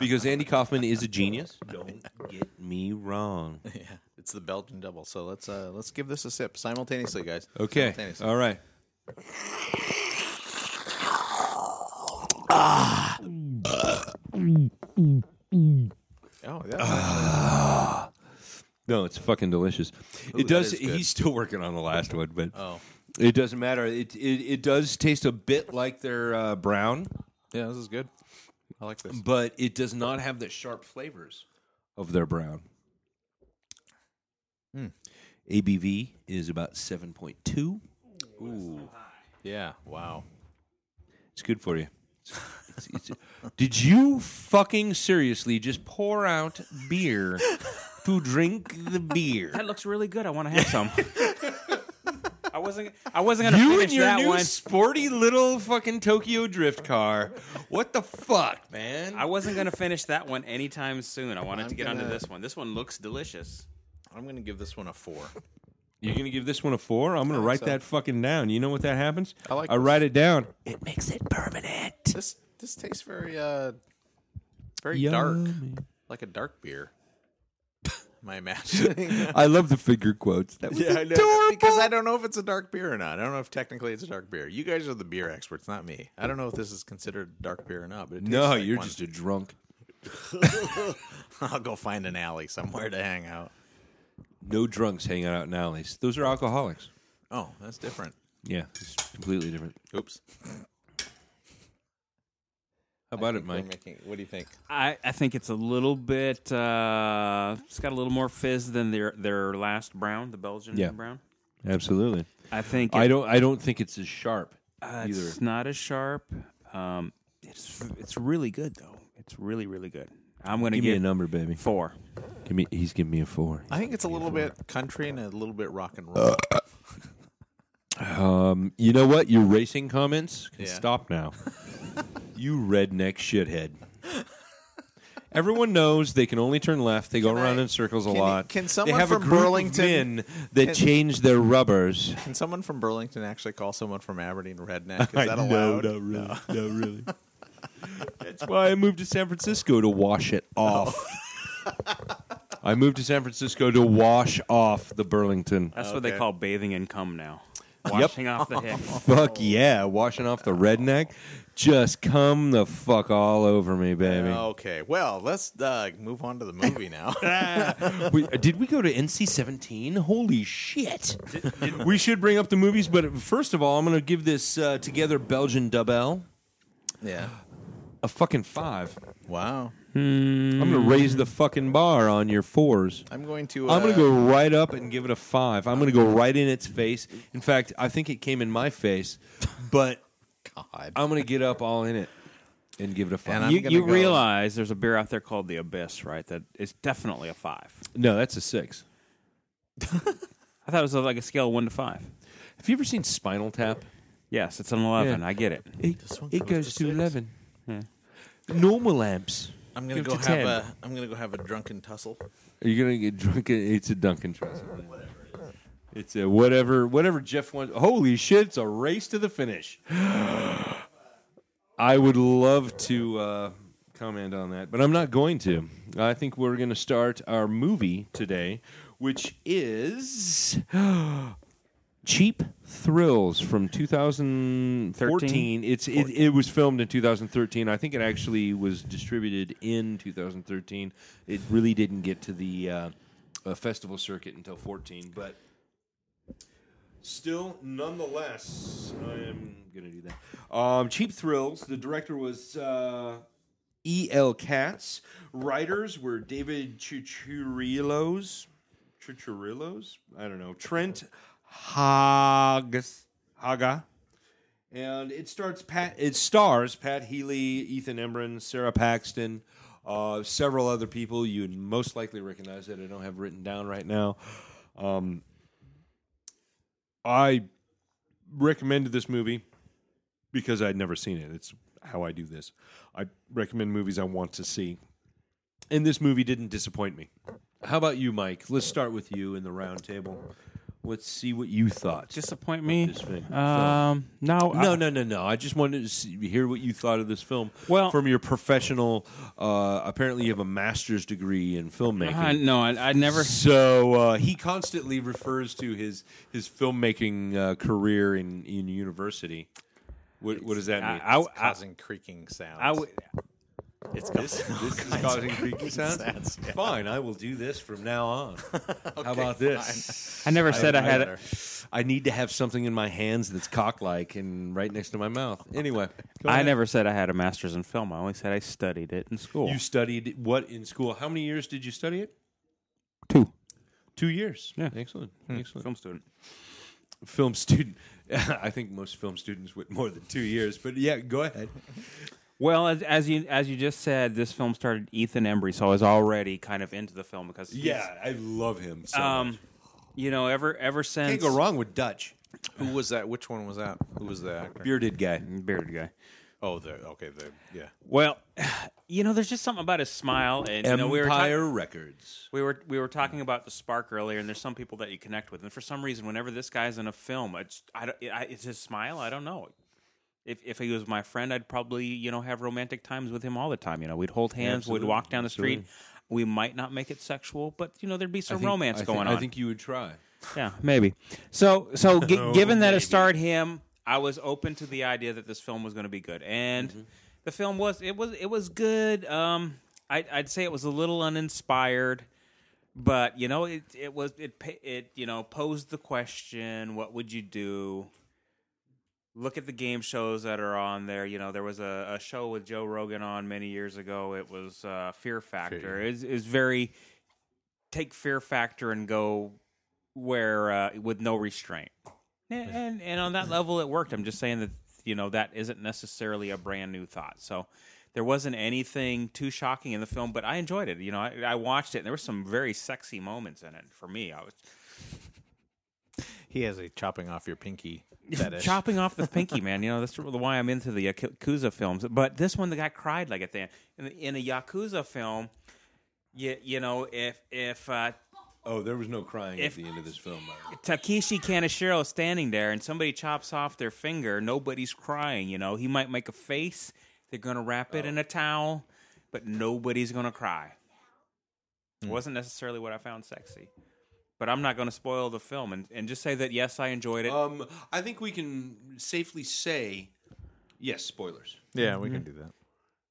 because Andy Kaufman is a genius. Don't get me wrong.
Yeah, it's the Belgian double. So let's uh let's give this a sip simultaneously, guys.
Okay.
Simultaneously.
All right.
Oh, yeah.
No, it's fucking delicious. it
that
does
is good.
<laughs> he's still working on the last one, but
oh,
it doesn't matter. It it, it does taste a bit like their uh, brown,
yeah. This is good. I like this.
but it does not have the sharp flavors of their brown.
Hmm.
ABV is about 7.2.
Ooh, yeah. Wow.
It's good for you. It's- it's- did you fucking seriously just pour out beer to drink the beer?
<laughs> That looks really good. I want to have some.
wasn't. I wasn't gonna
You
finish
and your
that
new
one.
sporty little fucking Tokyo drift car. What the fuck, man?
I wasn't gonna finish that one anytime soon. I wanted
I'm
to get onto
gonna-
this one. This one looks delicious.
I'm going to give this one a four.
You're gonna give this one a four. I'm gonna write
so.
that fucking down. You know what that happens?
I like
I
this.
write it down.
This this tastes very uh very dark, like a dark beer. Am I <laughs> imagining?
I love the figure quotes. That was
yeah, I know.
adorable.
because I don't know if it's a dark beer or not. I don't know if technically it's a dark beer. You guys are the beer experts, not me. I don't know if this is considered dark beer or not. But it tastes
no,
like
you're
one.
just a drunk.
<laughs> I'll go find an alley somewhere to hang out.
No drunks hanging out in alleys. Those are alcoholics.
Oh, that's different.
Yeah, it's completely different.
Oops.
How about it,
We're
Mike?
making- what do you think?
I, I think it's a little bit. Uh, it's got a little more fizz than their their last brown, the Belgian
Yeah.
brown.
Absolutely.
I think
I
it-
don't. I don't think it's as sharp
uh,
either.
it's not as sharp. Um, it's it's really good though. It's really really good. I'm gonna
Give me a number, baby.
four.
Give me. He's giving me a four.
I think it's a little bit country and a little bit rock and roll.
Um, you know what? Your racing comments can
Yeah.
stop
<laughs>
now. you redneck shithead. Everyone knows they can only turn left. They go around
I-
in circles a
can you-
lot.
can someone
they have
from
a group
Burlington-
of men that change their rubbers.
Can someone from Burlington actually call someone from Aberdeen redneck? Is
<laughs> I
that allowed?
No, not really.
<laughs>
No, really. That's why I moved to San Francisco to wash it
Oh.
off. <laughs> I moved to San Francisco to wash off the Burlington.
That's what they
Okay.
call bathing in cum now. Washing off the hick.
Fuck yeah, washing off the redneck. Just come the fuck all over me, baby.
Okay, well, let's uh, move on to the movie now.
We- uh, did we go to NC 17? Holy shit. we should bring up the movies, but first of all, I'm going to give this uh, Together Belgian Dubel
yeah.
a fucking five.
<laughs> Wow.
I'm going to raise the fucking bar on your fours.
I'm going to. Uh,
I'm going to go right up and give it a five. I'm going to go right in its face. In fact, I think it came in my face, but
God.
I'm going to get up all in it and give it a five.
And I'm
You,
gonna
you
go-
realize there's a beer out there called the Abyss, right? That is definitely a five.
no, that's a six.
I thought it was uh, like a scale of one to five.
Have you ever seen Spinal Tap?
Yes, it's an eleven.
Yeah.
I get it.
It,
one it goes goes to to six. Hmm. 11.
Normal amps.
I'm gonna
Give it
go
to
have
10.
a. I'm gonna go have a drunken tussle.
Are you gonna get drunk? It's a Dunkin' Trust. It's a whatever, whatever Jeff wants. Holy shit! It's a race to the finish. I would love to uh, comment on that, but I'm not going to. I think we're gonna start our movie today, which is <gasps> Cheap Thrills from 2014. It's it, it was filmed in 2013. I think it actually was distributed in 2013. It really didn't get to the uh, uh, festival circuit until 14, but still, nonetheless, I am gonna do that. Um, Cheap Thrills. The director was. Uh, E. L. Katz. Writers were David Chuchurillos, Chuchurillos, I don't know, Trent Hagas, Haga, and it starts Pat. It stars Pat Healy, Ethan Embron, Sarah Paxton, uh, several other people you'd most likely recognize that I don't have written down right now. Um, I recommended this movie because I'd never seen it. It's how I do this. I recommend movies I want to see, and this movie didn't disappoint me. How about you, Mike? Let's start with you in the round table. Let's see what you thought.
Disappoint me.
This thing.
Um, no, I-
no, no, no, no. I just wanted to see, hear what you thought of this film
Well-
from your professional. Uh, apparently, you have a master's degree in filmmaking.
I, no, I, I never.
So uh, he constantly refers to his his filmmaking uh, career in, in university. What, what does that mean?
uh, I,
It's
Oh, I,
causing creaking sounds.
I would-
It's causing.
<laughs> this is causing creaky sounds.
sounds, yeah.
Fine, I will do this from now on. How about this?
I never said I, had.
either.
it.
I need to have something in my hands that's cock-like and right next to my mouth. Anyway, go
I
ahead.
never said I had a master's in film. I only said I studied it in school.
You studied what in school? How many years did you study it?
Two.
Two years.
Yeah.
excellent,
<laughs>
excellent.
film student.
film student. <laughs> I think most film students went more than two years, but yeah, go ahead.
Well, as, as you as you just said, this film started Ethan Embry, so I was already kind of into the film because he's-
I love him. So
um, you know, ever ever
Uh, can't
since
go wrong with Dutch.
Who was that? Which one was that? Who was the actor?
Bearded guy.
bearded guy.
Oh, the okay, the yeah.
Well, <sighs> you know, there's just something about his smile, and you know, we were talking-
Empire Records.
we were we were talking about the spark earlier, and there's some people that you connect with, and for some reason, whenever this guy's in a film, it's, I, don't- I, it's his smile. I don't know. If if he was my friend, I'd probably you know have romantic times with him all the time. You know, we'd hold hands, we'd walk down the street. We might not make it sexual, but you know there'd be some romance
I think-
going on.
I think you would try.
Yeah, maybe. So, so g- given that it starred him, I was open to the idea that this film was going to be good, and the film was. It was. It was good. Um, I, I'd say it was a little uninspired, but you know, it it was it pa- it you know posed the question: What would you do? Look at the game shows that are on there. You know, there was a, a show with Joe Rogan on many years ago. It was uh, Fear Factor. Is is very take Fear Factor and go where uh, with no restraint. And, and and on that level, it worked. I'm just saying that you know that isn't necessarily a brand new thought. So there wasn't anything too shocking in the film, but I enjoyed it. You know, I, I watched it, and there were some very sexy moments in it for me. I was
He has a chopping off your pinky fetish.
chopping off the pinky, man. You know, that's the- why I'm into the Yakuza films. But this one, the guy cried like at the end. In, the, in a Yakuza film, you, you know, if if uh,
Oh, there was no crying
If-
at the end of this film. by
<laughs>
the way.
Takeshi Kaneshiro is standing there and somebody chops off their finger, nobody's crying, you know. He might make a face, they're gonna wrap it
Oh.
in a towel, but nobody's gonna cry.
Hmm.
It wasn't necessarily what I found sexy. But I'm not gonna spoil the film and, and just say that yes, I enjoyed it.
Um, I think we can safely say, yes, spoilers.
Yeah, we can do that.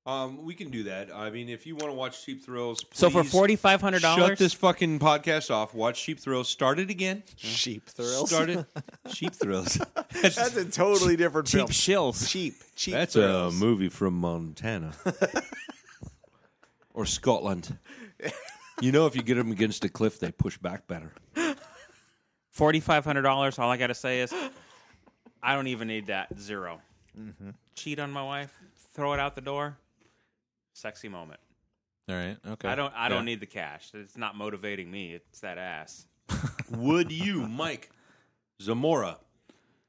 Um, we can do that. I mean, if you want to watch Cheap Thrills,
so for
please
forty five hundred
shut
dollars
this fucking podcast off. Watch Cheap Thrills. Start it again.
Sheep thrills.
Start
<laughs>
it. Cheap Thrills. <laughs>
That's a totally different film.
cheap shills.
Cheap, cheap.
That's um, a
thrills.
movie from Montana <laughs> or Scotland. You know, if you get them against a cliff, they push back better.
Forty five hundred dollars, all I gotta say
<gasps>
is I don't even need that. 0
Mm-hmm.
Cheat on my wife, throw it out the door. Sexy moment.
All right. Okay.
I don't. I
Yeah.
don't need the cash. It's not motivating me. It's that ass.
Would you, Mike Zamora,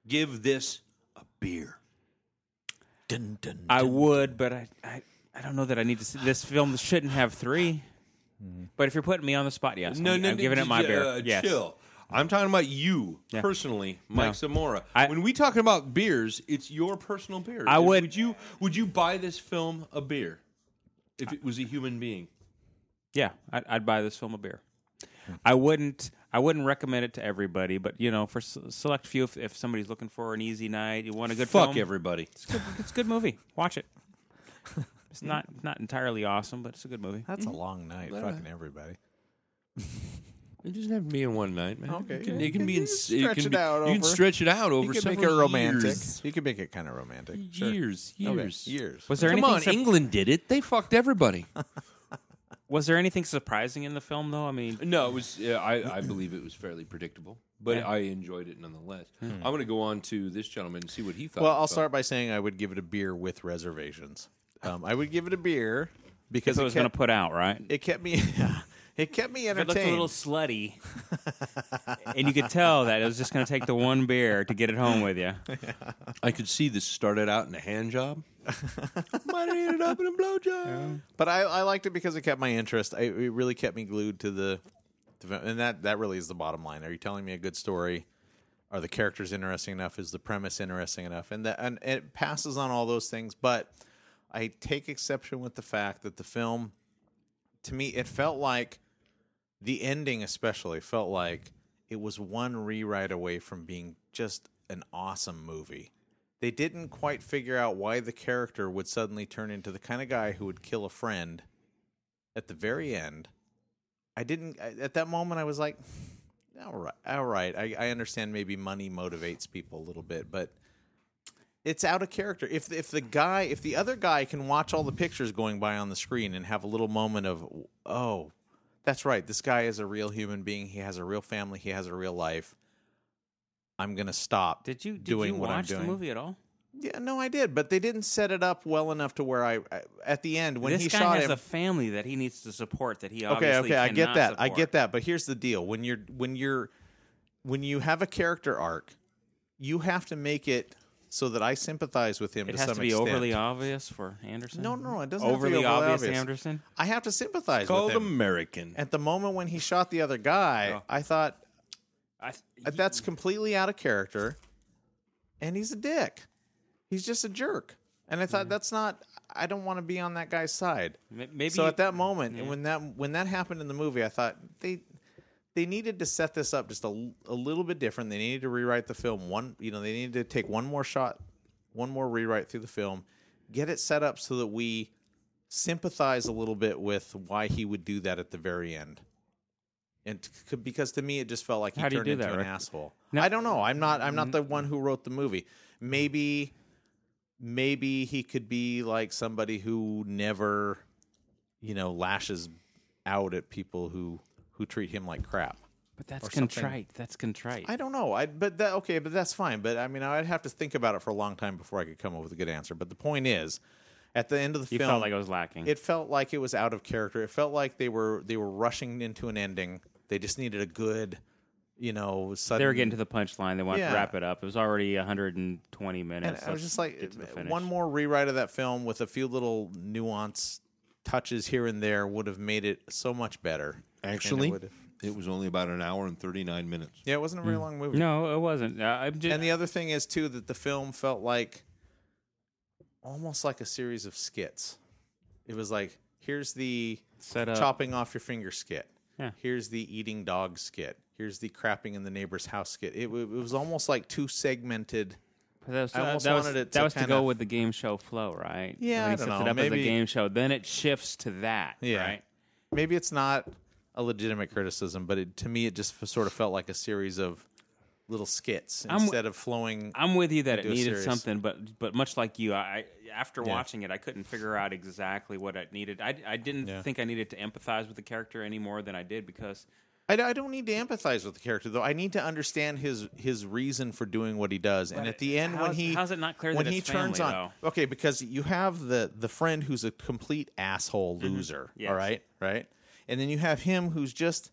give this a beer?
Dun, dun,
I would, but I. I, I don't know that I need to. See, this film shouldn't have three. But if you're putting me on the spot, yes, I'm, I'm giving it my
j-
beer.
uh,
yes.
Chill. I'm talking about you
Yeah.
personally, Mike
No.
Zamora.
I-
when we talking about beers, it's your personal beer.
I would-
Would you Would you buy this film a beer if it was a human being?
Yeah, I'd, I'd buy this film a beer. I wouldn't. I wouldn't recommend it to everybody, but you know, for s- select few, if, if somebody's looking for an easy night, you want a good
Fuck
film,
everybody.
It's, good, it's a good movie. Watch it. It's not not entirely awesome, but it's a good movie.
That's a long night. Fucking everybody.
It doesn't have to be in one night, man.
Okay,
it can,
yeah,
it can
you
be
can
in. s- it
stretch
can
it
be-
out
You can
over-
stretch it out over.
You could make it
several
romantic.
Years,
You could make it kind of romantic. Sure.
years,
Okay,
years.
Years.
Was there
Come
anything?
on,
sur-
England did it. They
<laughs>
fucked everybody.
was there anything surprising in the film, though? I mean,
No, it was. Yeah, I, I believe it was fairly predictable, but I enjoyed it nonetheless. I'm going to go on to this gentleman and see what he thought.
Well,
of the
I'll
film.
start by saying I would give it a beer with reservations. Um, I would give it a beer because
so it
it,
was going
kept,
to put out, right?
it kept me. <laughs> it kept me
It looked a
entertained.
little slutty, and you could tell that it was just going to take the one beer to get it home with you.
I could see this started out in a hand
<laughs>
job. Might have ended up in a blow job.
But I, I liked it because it kept my interest. I, it really kept me glued to the, to the- and that that really is the bottom line. Are you telling me a good story? Are the characters interesting enough? Is the premise interesting enough? And that and it passes on all those things. But I take exception with the fact that the film, to me, it felt like the ending, especially, felt like it was one rewrite away from being just an awesome movie they didn't quite figure out why the character would suddenly turn into the kind of guy who would kill a friend at the very end. I didn't I- at that moment. I was like, all right, all right. I, I understand maybe money motivates people a little bit, but it's out of character. If if the guy, if the other guy can watch all the pictures going by on the screen and have a little moment of, oh, that's right, this guy is a real human being. He has a real family. He has a real life. I'm gonna stop.
Did you did
doing
you
what I'm
watch
doing.
the movie at all?
Yeah, no, I did, but they didn't set it up well enough to where I, I at the end when
this
he
guy
shot
has
him.
a family that he needs to support. That he
okay,
obviously
okay, I get
cannot
that, I
support.
get that, but here's the deal: when you're when you're when you have a character arc you have to make it so that I sympathize with him
It
to
has
some
to be
extent.
overly obvious for Anderson.
No, no, it doesn't have to be overly
overly obvious,
obvious.
Anderson.
I have to sympathize
Called
with him.
American.
At the moment when he shot the other guy, I thought
I,
Uh, that's completely out of character, and he's a dick. He's just a jerk, and I thought that's not. I don't want to be on that guy's side.
m- maybe
so at that moment, when that when that happened in the movie, I thought they they needed to set this up just a, l- a little bit different. They needed to rewrite the film one. You know, they needed to take one more shot, one more rewrite through the film, get it set up so that we sympathize a little bit with why he would do that at the very end. And t- c- because to me, it just felt like he
How do you
turned
do
into
that,
an
Rick? Mm-hmm.
asshole. I don't know. I'm not. I'm not the one who wrote the movie. Maybe, maybe he could be like somebody who never, you know, lashes out at people who who treat him like crap.
but that's contrite. That's contrite.
I don't know. I but that okay, but that's fine. But I mean, I'd have to think about it for a long time before I could come up with a good answer. But the point is, at the end of the
you
film,
felt like I was lacking.
it felt like it was out of character. It felt like they were they were rushing into an ending. They just needed a good, you know, sudden.
they were getting to the punchline. They wanted
Yeah.
to wrap it up. It was already 120
and
minutes.
I was
Let's
just like, uh,
get to the finish.
one more rewrite of that film with a few little nuance touches here and there would have made it so much better. And it
Actually,
would have-
it was only about an hour and 39 minutes.
yeah, it wasn't a very long movie.
Hmm. No, it wasn't. Uh, I'm just,
And the other thing is too that the film felt like almost like a series of skits. It was like here's the
Set up.
chopping off your finger skit.
Yeah.
Here's the eating dog skit. Here's the crapping in the neighbor's house skit. It, wa- it was almost like two segmented.
That was,
I almost
that was,
wanted it
that
to
was to
kinda-
go with the game show flow, right?
Yeah,
when
I
he
don't
sets
know,
it up as
maybe-
a game show, then it shifts to that.
Yeah.
right?
Maybe it's not a legitimate criticism, but it, to me, it just f- sort of felt like a series of little skits
I'm-
instead of flowing.
I'm with you that it
do a
needed
series.
something, but but much like you, I after watching it, I couldn't figure out exactly what it needed. I, I didn't think I needed to empathize with the character any more than I did because
I, I don't need to empathize with the character though. I need to understand his his reason for doing what he does. And at the end, when
how's-
he
how's it not clear
when
that
he
it's
turns
family,
on okay because you have the the friend who's a complete asshole loser.
Mm-hmm. Yes.
All right, right, and then you have him who's just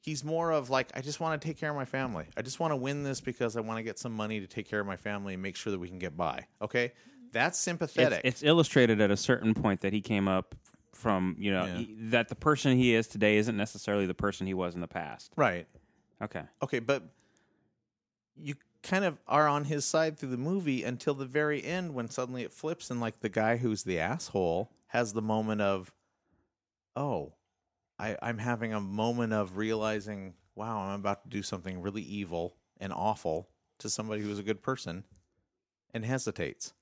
he's more of like I just want to take care of my family. I just want to win this because I want to get some money to take care of my family and make sure that we can get by. Okay, that's
it's,
sympathetic.
it's illustrated at a certain point that he came up from you know
Yeah.
he- that the person he is today isn't necessarily the person he was in the past.
right.
Okay,
okay, but you kind of are on his side through the movie until the very end when suddenly it flips and like the guy who's the asshole has the moment of oh I, I'm having a moment of realizing wow I'm about to do something really evil and awful to somebody who was a good person and hesitates.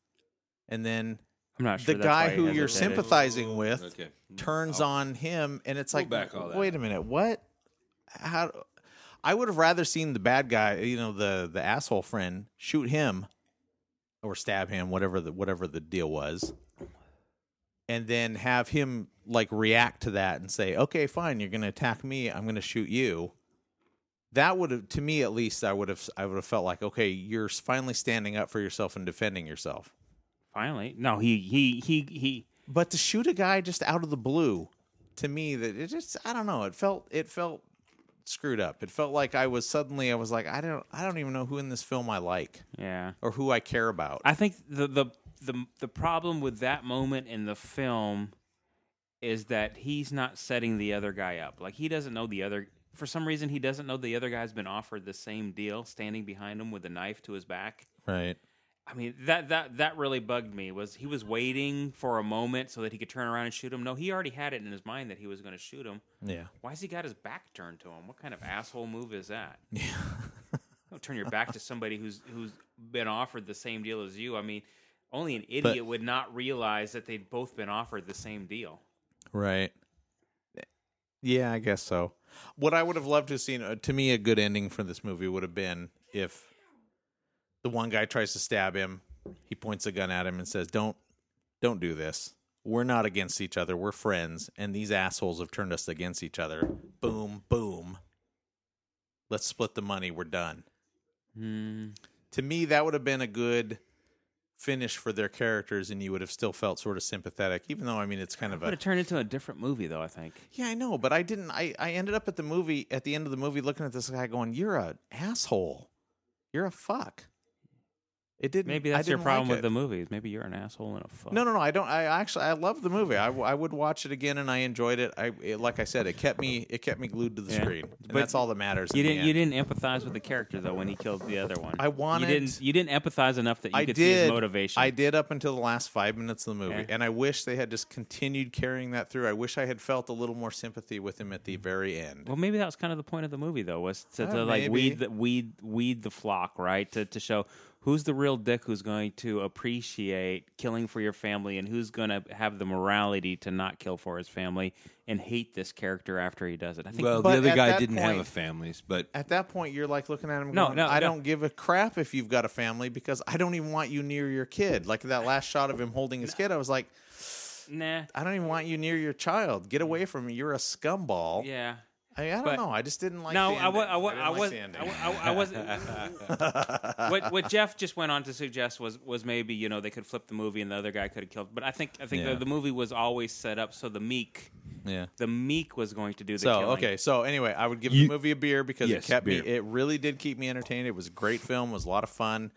And then
I'm not sure.
the
that's
guy
why he
who you're
hesitated.
sympathizing with
Okay.
turns on him, and it's like,
Mm-hmm. Oh. back all that
wait a minute, what? How? I would have rather seen the bad guy, you know, the the asshole friend, shoot him or stab him, whatever the whatever the deal was, and then have him like react to that and say, okay, fine, you're going to attack me, I'm going to shoot you. That would have, to me at least, I would have, I would have felt like, okay, you're finally standing up for yourself and defending yourself.
Finally, no, he he he he.
But to shoot a guy just out of the blue, to me, that it just I don't know. It felt it felt screwed up. It felt like I was suddenly I was like I don't I don't even know who in this film I like
Yeah,
or who I care about.
I think the the the the problem with that moment in the film is that he's not setting the other guy up. Like he doesn't know the other. For some reason, he doesn't know the other guy's been offered the same deal, standing behind him with a knife to his back.
right.
I mean that that that really bugged me. Was he was waiting for a moment so that he could turn around and shoot him? No, he already had it in his mind that he was going to shoot him.
Yeah.
Why's he got his back turned to him? What kind of asshole move
<laughs>
is that? Yeah. <laughs> Don't turn your back to somebody who's who's been offered the same deal as you. I mean, only an idiot would not realize that they'd both been offered the same deal.
Right. Yeah, I guess so. What I would have loved to have seen, uh, to me, a good ending for this movie would have been if the one guy tries to stab him, he points a gun at him and says, "Don't, don't do this. We're not against each other. We're friends, and these assholes have turned us against each other. Boom, boom. Let's split the money. We're done." Hmm. To me, that would have been a good finish for their characters, and you would have still felt sort of sympathetic, even though I mean it's kind of a
But it turned into a different movie, though. I think.
yeah, I know, but I didn't. I, I ended up at the movie at the end of the movie looking at this guy going, "You're a asshole. You're a fuck. It didn't.
Maybe
I
that's your
didn't
problem
like
with
it.
the movies. Maybe you're an asshole and a fuck.
No, no, no. I don't. I actually I love the movie. I, w- I would watch it again, and I enjoyed it. I it, like I said, it kept me it kept me glued to the
Yeah.
screen, and
But
that's all that matters.
You
in the
didn't. You
end.
didn't empathize with the character though when he killed the other one.
I wanted-
You didn't. You didn't empathize enough that you
I
could
did
see his motivation.
I did up until the last five minutes of the movie,
Yeah.
and I wish they had just continued carrying that through. I wish I had felt a little more sympathy with him at the very end.
Well, maybe that was kind of the point of the movie, though, was to, to
Uh,
like
maybe.
weed the weed weed the flock, right? To to show who's the real dick who's going to appreciate killing for your family, and who's going to have the morality to not kill for his family and hate this character after he does it. I think.
Well,
But
the other
at
guy
that
didn't have a
point-
family, but
At that point, you're like looking at him.
No,
Going,
no,
I
no.
don't give a crap if you've got a family because I don't even want you near your kid. Like that last shot of him holding his kid, I was like,
nah.
I don't even want you near your child. Get away from me. You're a scumball.
Yeah.
I, mean, I don't
But-
know. I just didn't like.
No,
the
I, wa-
ending.
I, wa-
I didn't
I
like
was.
the
I,
ending.
wa- I, I wasn't. <laughs> what what Jeff just went on to suggest was was maybe you know they could flip the movie and the other guy could have killed. But I think I think
Yeah.
the, the movie was always set up so the meek
Yeah.
the meek was going to do the
So
killing.
okay. So anyway, I would give
You-
the movie a beer because
Yes,
it kept me.
beer.
It really did keep me entertained. It was a great film. Was a lot of fun.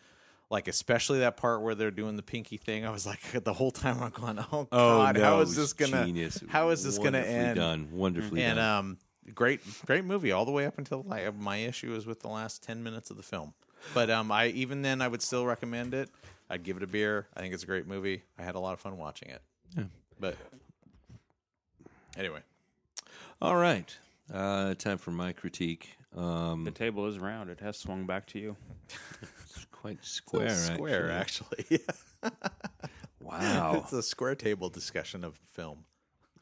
Like especially that part where they're doing the pinky thing. I was like <laughs> the whole time I'm going, oh god,
no,
how
it
is
was
this gonna?
genius.
How is this gonna
Wonderfully
end?
Done wonderfully
And
done.
um, great, great movie all the way up until like, my issue is with the last ten minutes of the film. But um, I even then I would still recommend it. I'd give it a beer. I think it's a great movie. I had a lot of fun watching it. But anyway,
All right, uh, time for my critique. Um,
The table is round. It has swung back to you.
it's quite square.
square
actually.
actually. <laughs> Yeah.
Wow, <laughs>
It's a square table discussion of film.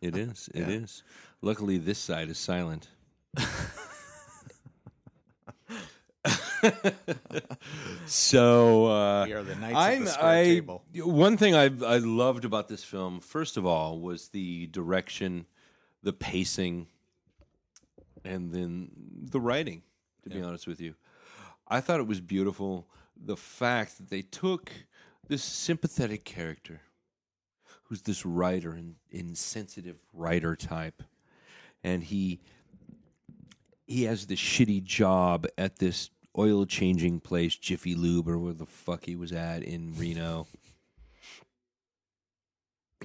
it is. It is. Luckily, this side is silent. <laughs> so uh,
We are the knights
I'm,
of the square
I,
table.
One thing I I loved about this film, first of all, was the direction, the pacing, and then the writing. To be honest with you, I thought it was beautiful. The fact that they took this sympathetic character, who's this writer and insensitive writer type, and he he has this shitty job at this oil changing place, Jiffy Lube, or where the fuck he was at in Reno.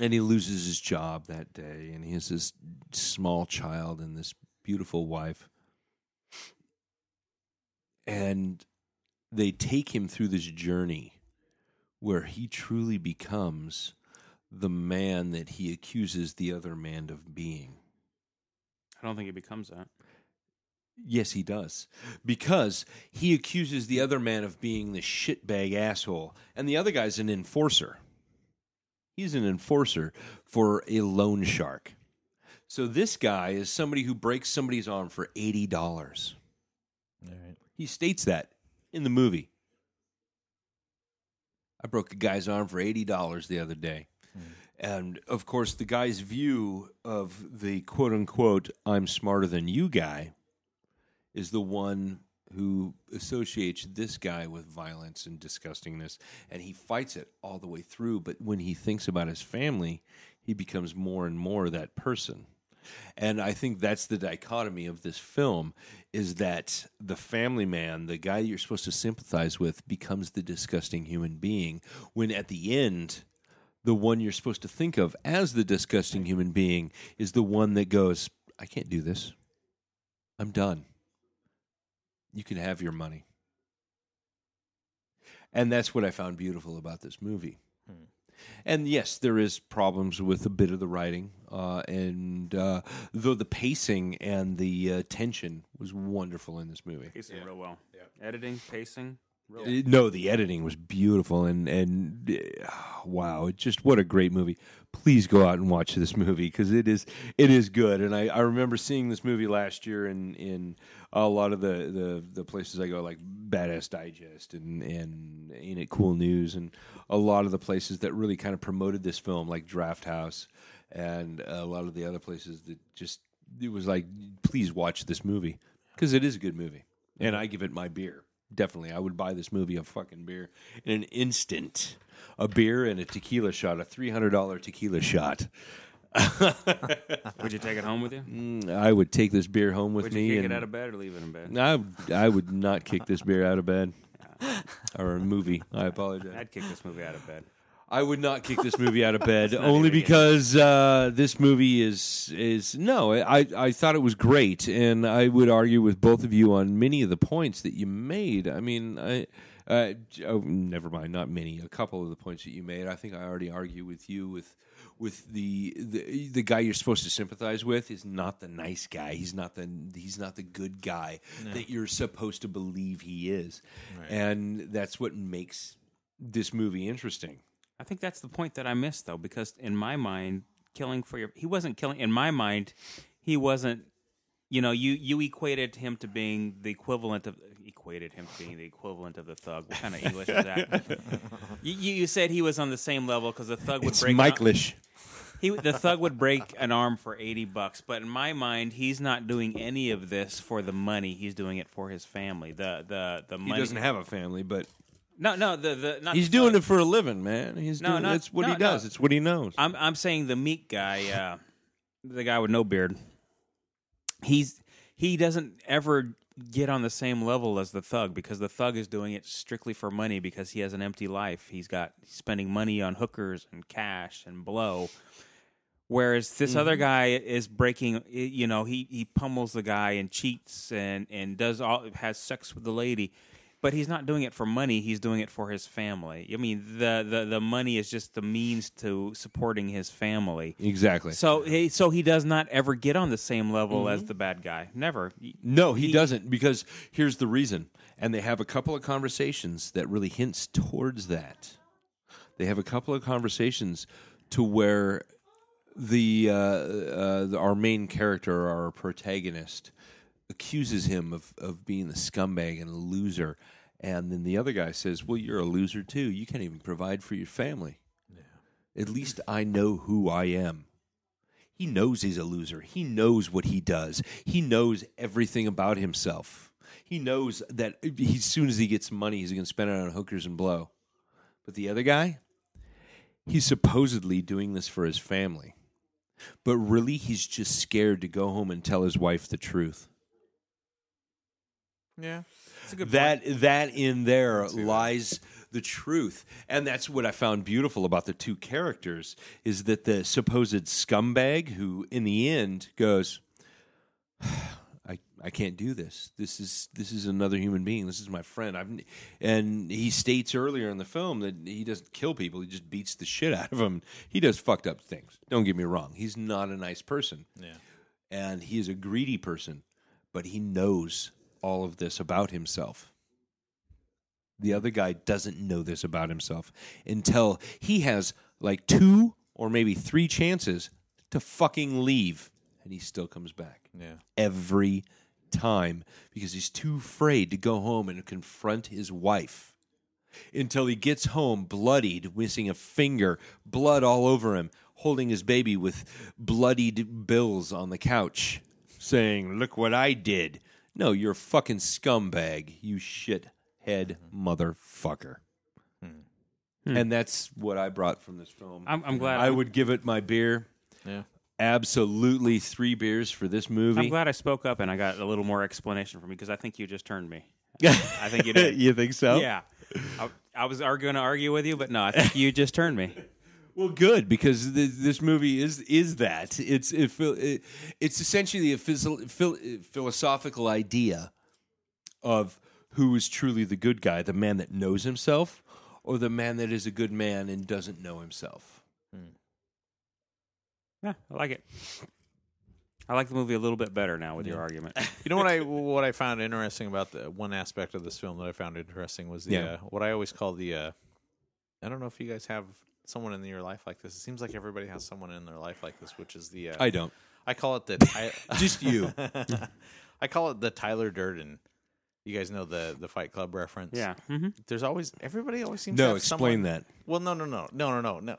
And he loses his job that day, and he has this small child and this beautiful wife. And they take him through this journey where he truly becomes the man that he accuses the other man of being.
I don't think it becomes that.
Yes, he does. Because he accuses the other man of being the shitbag asshole, and the other guy's an enforcer. He's an enforcer for a loan shark. So this guy is somebody who breaks somebody's arm for $80. He states that in the movie. I broke a guy's arm for $80 the other day. And of course, the guy's view of the quote unquote, I'm smarter than you guy is the one who associates this guy with violence and disgustingness and he fights it all the way through but when he thinks about his family he becomes more and more that person and i think that's the dichotomy of this film is that the family man the guy you're supposed to sympathize with becomes the disgusting human being when at the end the one you're supposed to think of as the disgusting human being is the one that goes i can't do this i'm done you can have your money. And that's what I found beautiful about this movie. And yes, there is problems with a bit of the writing, uh, and uh, though the pacing and the uh, tension was wonderful in this movie.
Pacing real well. Editing, pacing. Real
Uh, No, the editing was beautiful, and and uh, wow, it just what a great movie! Please go out and watch this <laughs> movie because it is it is good. And I, I remember seeing this movie last year in in a lot of the, the, the places I go, like Badass Digest and and Ain't It Cool News, and a lot of the places that really kind of promoted this film, like Draft House, and a lot of the other places that just it was like, please watch this movie because it is a good movie, and I give it my beer. Definitely, I would buy this movie a fucking beer in an instant. A beer and a tequila shot, a three hundred dollar tequila shot.
Would you take it home with you?
I would take this beer home with
Would
me.
you kick
and
it out of bed or leave it in bed? <laughs>
I I would not kick this beer out of bed. or a movie. I apologize.
I'd kick this movie out of bed.
I would not kick this movie out of bed only because uh, this movie is is no. I I thought it was great, and I would argue with both of you on many of the points that you made. I mean, I. Uh, j- oh, never mind. Not many. A couple of the points that you made. I think I already argue with you with with the, the the guy you're supposed to sympathize with is not the nice guy. He's not the he's not the good guy that you're supposed to believe he is, and that's what makes this movie interesting.
I think that's the point that I missed though, because in my mind, killing for your he wasn't killing in my mind, he wasn't you know, you you equated him to being the equivalent of equated him to being the equivalent of the thug. What kind of English is that?
<laughs>
you, you you said he was on the same level because the thug would break an ar- he the thug would break an arm for 80 bucks but in my mind he's not doing any of this for the money he's doing it for his family the the the
He
money
doesn't have a family, but
no no the the not
he's
the
doing
thug.
it for a living, man. He's
No,
doing
no,
it's what
no,
he does.
no.
It's what he knows.
I'm I'm saying the meat guy, uh, the guy with no beard. He's he doesn't ever get on the same level as the thug because the thug is doing it strictly for money because he has an empty life. He's got he's spending money on hookers and cash and blow. Whereas this other
Mm-hmm.
guy is breaking, you know, he, he pummels the guy and cheats and, and does all has sex with the lady, but he's not doing it for money. He's doing it for his family. I mean, the the, the money is just the means to supporting his family.
exactly.
So he so he does not ever get on the same level
Mm-hmm.
as the bad guy. Never.
No, he, doesn't because here's the reason. And they have a couple of conversations that really hints towards that. They have a couple of conversations to where the, uh, uh, the our main character, our protagonist, accuses him of, of being a scumbag and a loser. And then the other guy says, Well, you're a loser too. You can't even provide for your family. At least I know who I am. He knows he's a loser. He knows what he does. He knows everything about himself. He knows that he- as soon as he gets money, he's going to spend it on hookers and blow. But the other guy, he's supposedly doing this for his family. But really, he's just scared to go home and tell his wife the truth.
Yeah.
That that in there lies the truth, and that's what I found beautiful about the two characters is that the supposed scumbag who, in the end, goes, <sighs> "I I can't do this. This is this is another human being. This is my friend." I've, n-" and he states earlier in the film that he doesn't kill people; he just beats the shit out of them. He does fucked up things. Don't get me wrong; he's not a nice person and he is a greedy person, but he knows all of this about himself. The other guy doesn't know this about himself until he has like two or maybe three chances to fucking leave, and he still comes back
Yeah.
every time because he's too afraid to go home and confront his wife until he gets home bloodied, missing a finger, blood all over him, holding his baby with bloodied bills on the couch, saying, Look what I did. No, you're a fucking scumbag, you shithead motherfucker. And that's what I brought from this film.
Hmm. I'm, I'm glad.
I would give it my beer.
Yeah.
Absolutely three beers for this movie.
I'm glad I spoke up and I got a little more explanation from you because I think you just turned
<laughs>
me. I think you did.
you think so?
Yeah. I, I was arguing to argue with you, but no, I think you just turned me.
Well, good because th- this movie is is that it's it, phil- it, it's essentially a physio- phil- philosophical idea of who is truly the good guy, the man that knows himself, or the man that is a good man and doesn't know himself.
Yeah, I like it. I like the movie a little bit better now with your <laughs> argument.
You know what
<laughs>
I what I found interesting about the one aspect of this film that I found interesting was the
Yeah.
uh, what I always call the uh, I don't know if you guys have someone in your life like this. It seems like everybody has someone in their life like this, which is the uh,
I don't.
I call
<laughs>
it the I,
Just you.
<laughs> I call it the Tyler Durden. You guys know the the Fight Club reference.
Yeah. hmm
There's always everybody always seems to
No,
have
explain
someone-
that.
Well, no, no, no, no, no, no, no.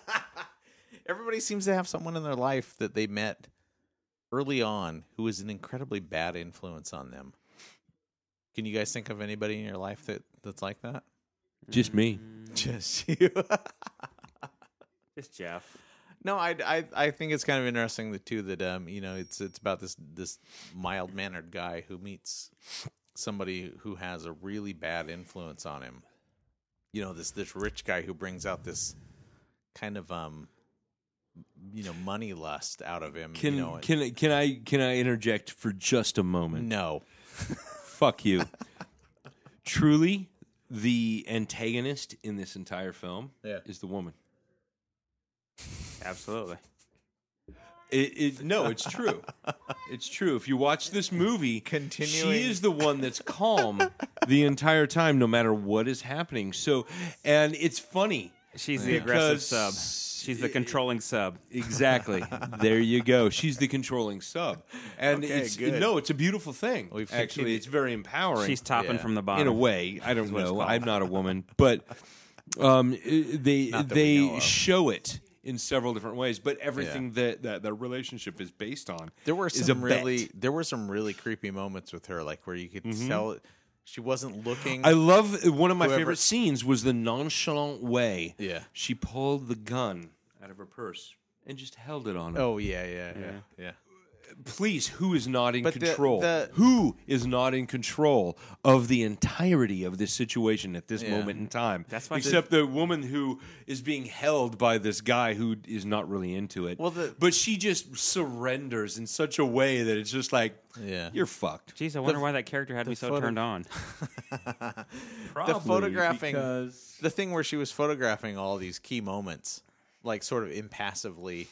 <laughs> Everybody seems to have someone in their life that they met early on who is an incredibly bad influence on them. Can you guys think of anybody in your life that that's like that?
Just me.
<laughs> Just you.
Just Jeff.
no, I, I I think it's kind of interesting that too that um you know it's it's about this this mild mannered guy who meets somebody who has a really bad influence on him. You know, this this rich guy who brings out this kind of um you know, money lust out of him.
Can
you know,
can I- can I can I interject for just a moment?
no.
Fuck you. Truly, the antagonist in this entire film
Yeah.
is the woman.
Absolutely.
It, it, no, it's true. it's true. If you watch this movie,
Continuing-
she is the one that's calm the entire time, no matter what is happening. So, and
<laughs>
it's funny.
She's the aggressive sub.
Because-
She's the controlling sub.
Exactly. there you go. She's the controlling sub, and
Okay,
it's
good.
no, it's a beautiful thing.
We've
Actually,
continued-
it's very empowering.
She's topping
Yeah.
from the bottom.
in a way. I don't
what it's
know.
called.
I'm not a woman, but um, i- they
Not that we know
they
of.
show it in several different ways. But everything that, that that relationship is based on,
There were
is
some
a bet.
really there were some really creepy moments with her, like where you could tell she wasn't looking
Mm-hmm. I love uh, one of my
Whoever-
favorite scenes was the nonchalant way.
Yeah.
she pulled the gun out of her purse and just held it on. Him.
Oh yeah, yeah, yeah. Yeah.
please, who is not in
But the-
control?
the-
who is not in control of the entirety of this situation at this
Yeah.
moment in time?
That's why the-
except the, woman who is being held by this guy who is not really into it.
Well, the-
but she just surrenders in such a way that it's just like,
Yeah.
you're fucked.
Jeez, I wonder why that character had me so
photo-
turned on.
the photographing the thing where she was photographing all these key moments like sort of impassively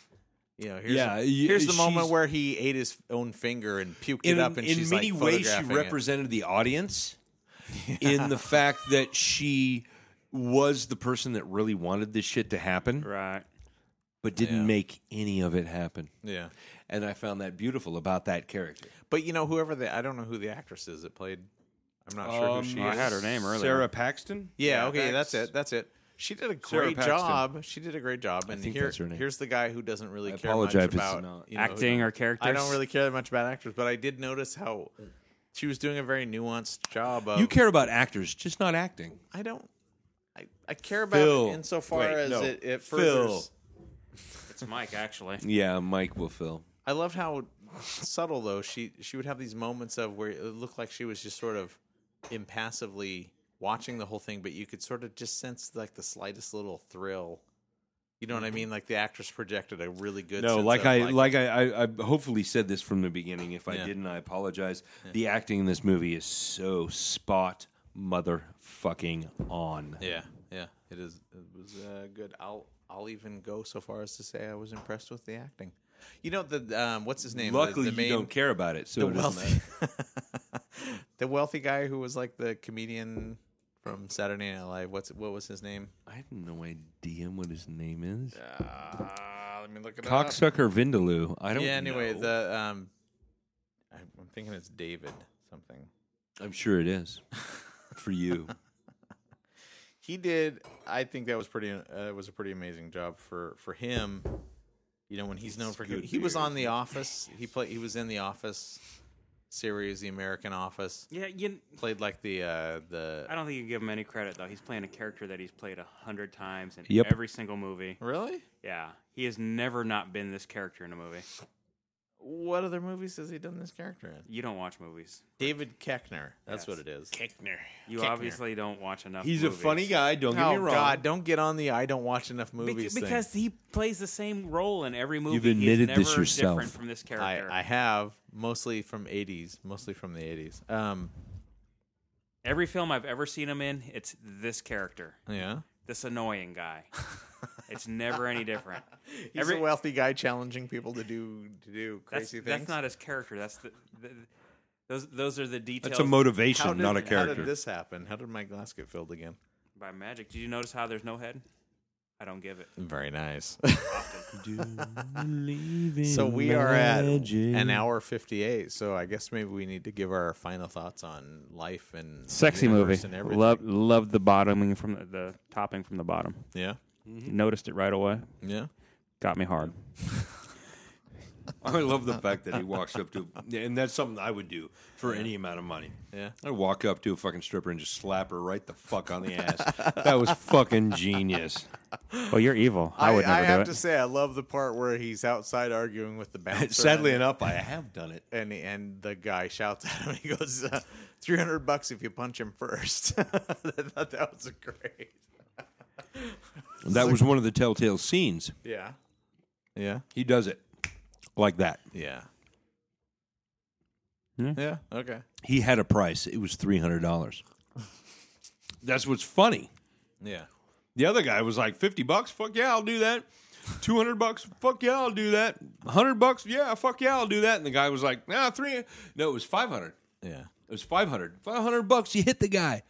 you know here's,
Yeah, y-
here's the moment
she's-
where he ate his own finger and puked
in,
it up and
in
she's
many
like
ways she
photographing it.
represented the <laughs> audience in the fact that she was the person that really wanted this shit to happen
Right.
but didn't
Yeah.
make any of it happen
yeah
and i found that beautiful about that character
but you know whoever the i don't know who the actress is that played i'm not sure
Um,
who she
I
is
had her name earlier.
sarah paxton
yeah, okay that's it that's it she did a
Sarah
great
Paxton.
job she did a great job and
think
here,
that's her name.
here's the guy who doesn't really
I
care
apologize if
much
it's
about
not.
you know,
Acting or characters.
i don't really care that much about actors but i did notice how she was doing a very nuanced job of
you care about actors just not acting
I don't. I, I care about
Phil.
it insofar
Wait,
as
no.
it, it
Phil.
furthers.
It's Mike, <laughs> actually.
yeah mike will fill
I love how subtle though she she would have these moments of where it looked like she was just sort of impassively watching the whole thing, but you could sort of just sense like the slightest little thrill. You know what I mean? Like the actress projected a really good.
Mm-hmm. no
sense
like
of,
i like I, I i hopefully said this from the beginning if i
Yeah.
didn't i apologize the acting in this movie is so spot motherfucking on
Yeah, yeah. It is. It was uh, good. I'll I'll even go so far as to say I was impressed with the acting. You know the um, what's his name? The-
Luckily,
the main-
you don't care about it, so it doesn't
<laughs>
matter.
the wealthy guy who was like the comedian from Saturday Night Live. What's what was his name?
I have no idea what his name is.
Uh, let me look it
Cocksucker Vindaloo. I don't.
Yeah. Anyway,
know.
the um, I- I'm thinking it's David something.
I'm sure
<laughs>
it is for you.
He did. I think that was pretty. Uh, was a pretty amazing job for for him. You know when he's known for
good
he was
beer.
on The Office. He played. He was in The Office series, The American Office.
Yeah, you,
Played like the uh the
I don't think you can give him any credit, though. He's playing a character that he's played a hundred times in
Yep.
every single movie.
really.
Yeah. He has never not been this character in a movie.
What other movies has he done this character in?
You don't watch movies.
David Keckner. That's
Yes.
what it is.
You
Kickner.
obviously don't watch enough
He's a
movies.
funny guy. Don't get
oh
me wrong.
God! Don't get on the I don't watch enough
Bec-
movies thing.
because he plays the same role in every movie.
You've
He's
admitted
never
this yourself.
different from this
I,
character.
I have mostly from '80s, mostly from the '80s. Um,
Every film I've ever seen him in, it's this character,
yeah,
this annoying guy. it's never any <laughs> different.
he's
Every-
a wealthy guy challenging people to do to do
That's,
crazy things.
that's not his character. That's the, the, those those are the details.
That's a motivation,
how did,
not a
How did
character.
this happen? How did my glass get filled again?
by magic. Did you notice how there's no head? I don't give it.
Very nice.
Believe
<laughs>
in
so we are at
magic.
an hour fifty-eight. So I guess maybe we need to give our final thoughts on life and
Sexy
universe
movie.
and everything.
Love loved the bottoming from the, the topping from the bottom.
Yeah,
Noticed it right away.
yeah.
Got me <laughs> hard.
I love the fact that he walks up to, and that's something I would do for any amount of money.
Yeah.
<laughs>
<laughs>
I <laughs> walk up to a fucking stripper and just slap her right the fuck on the ass. that was fucking genius.
Well, you're evil. I, would never
I
do
have
it.
to say, I love the part where he's outside arguing with <laughs> the bouncer.
Sadly
and,
enough, I have done it.
and and the guy shouts at him. <laughs> He goes, uh, 300 bucks if you punch him first. <laughs> I thought that was great.
That was one of the telltale scenes.
Yeah. Yeah.
He does it like that.
Yeah.
Yeah.
Yeah. Okay.
He had a price. It was three hundred dollars. That's what's funny.
Yeah.
The other guy was like fifty bucks. Fuck yeah, I'll do that. Two hundred bucks. Fuck yeah, I'll do that. Hundred bucks. Yeah, fuck yeah, I'll do that. And the guy was like, Nah, three. No, it was five hundred.
Yeah.
It was 500. 500 bucks. You hit the guy.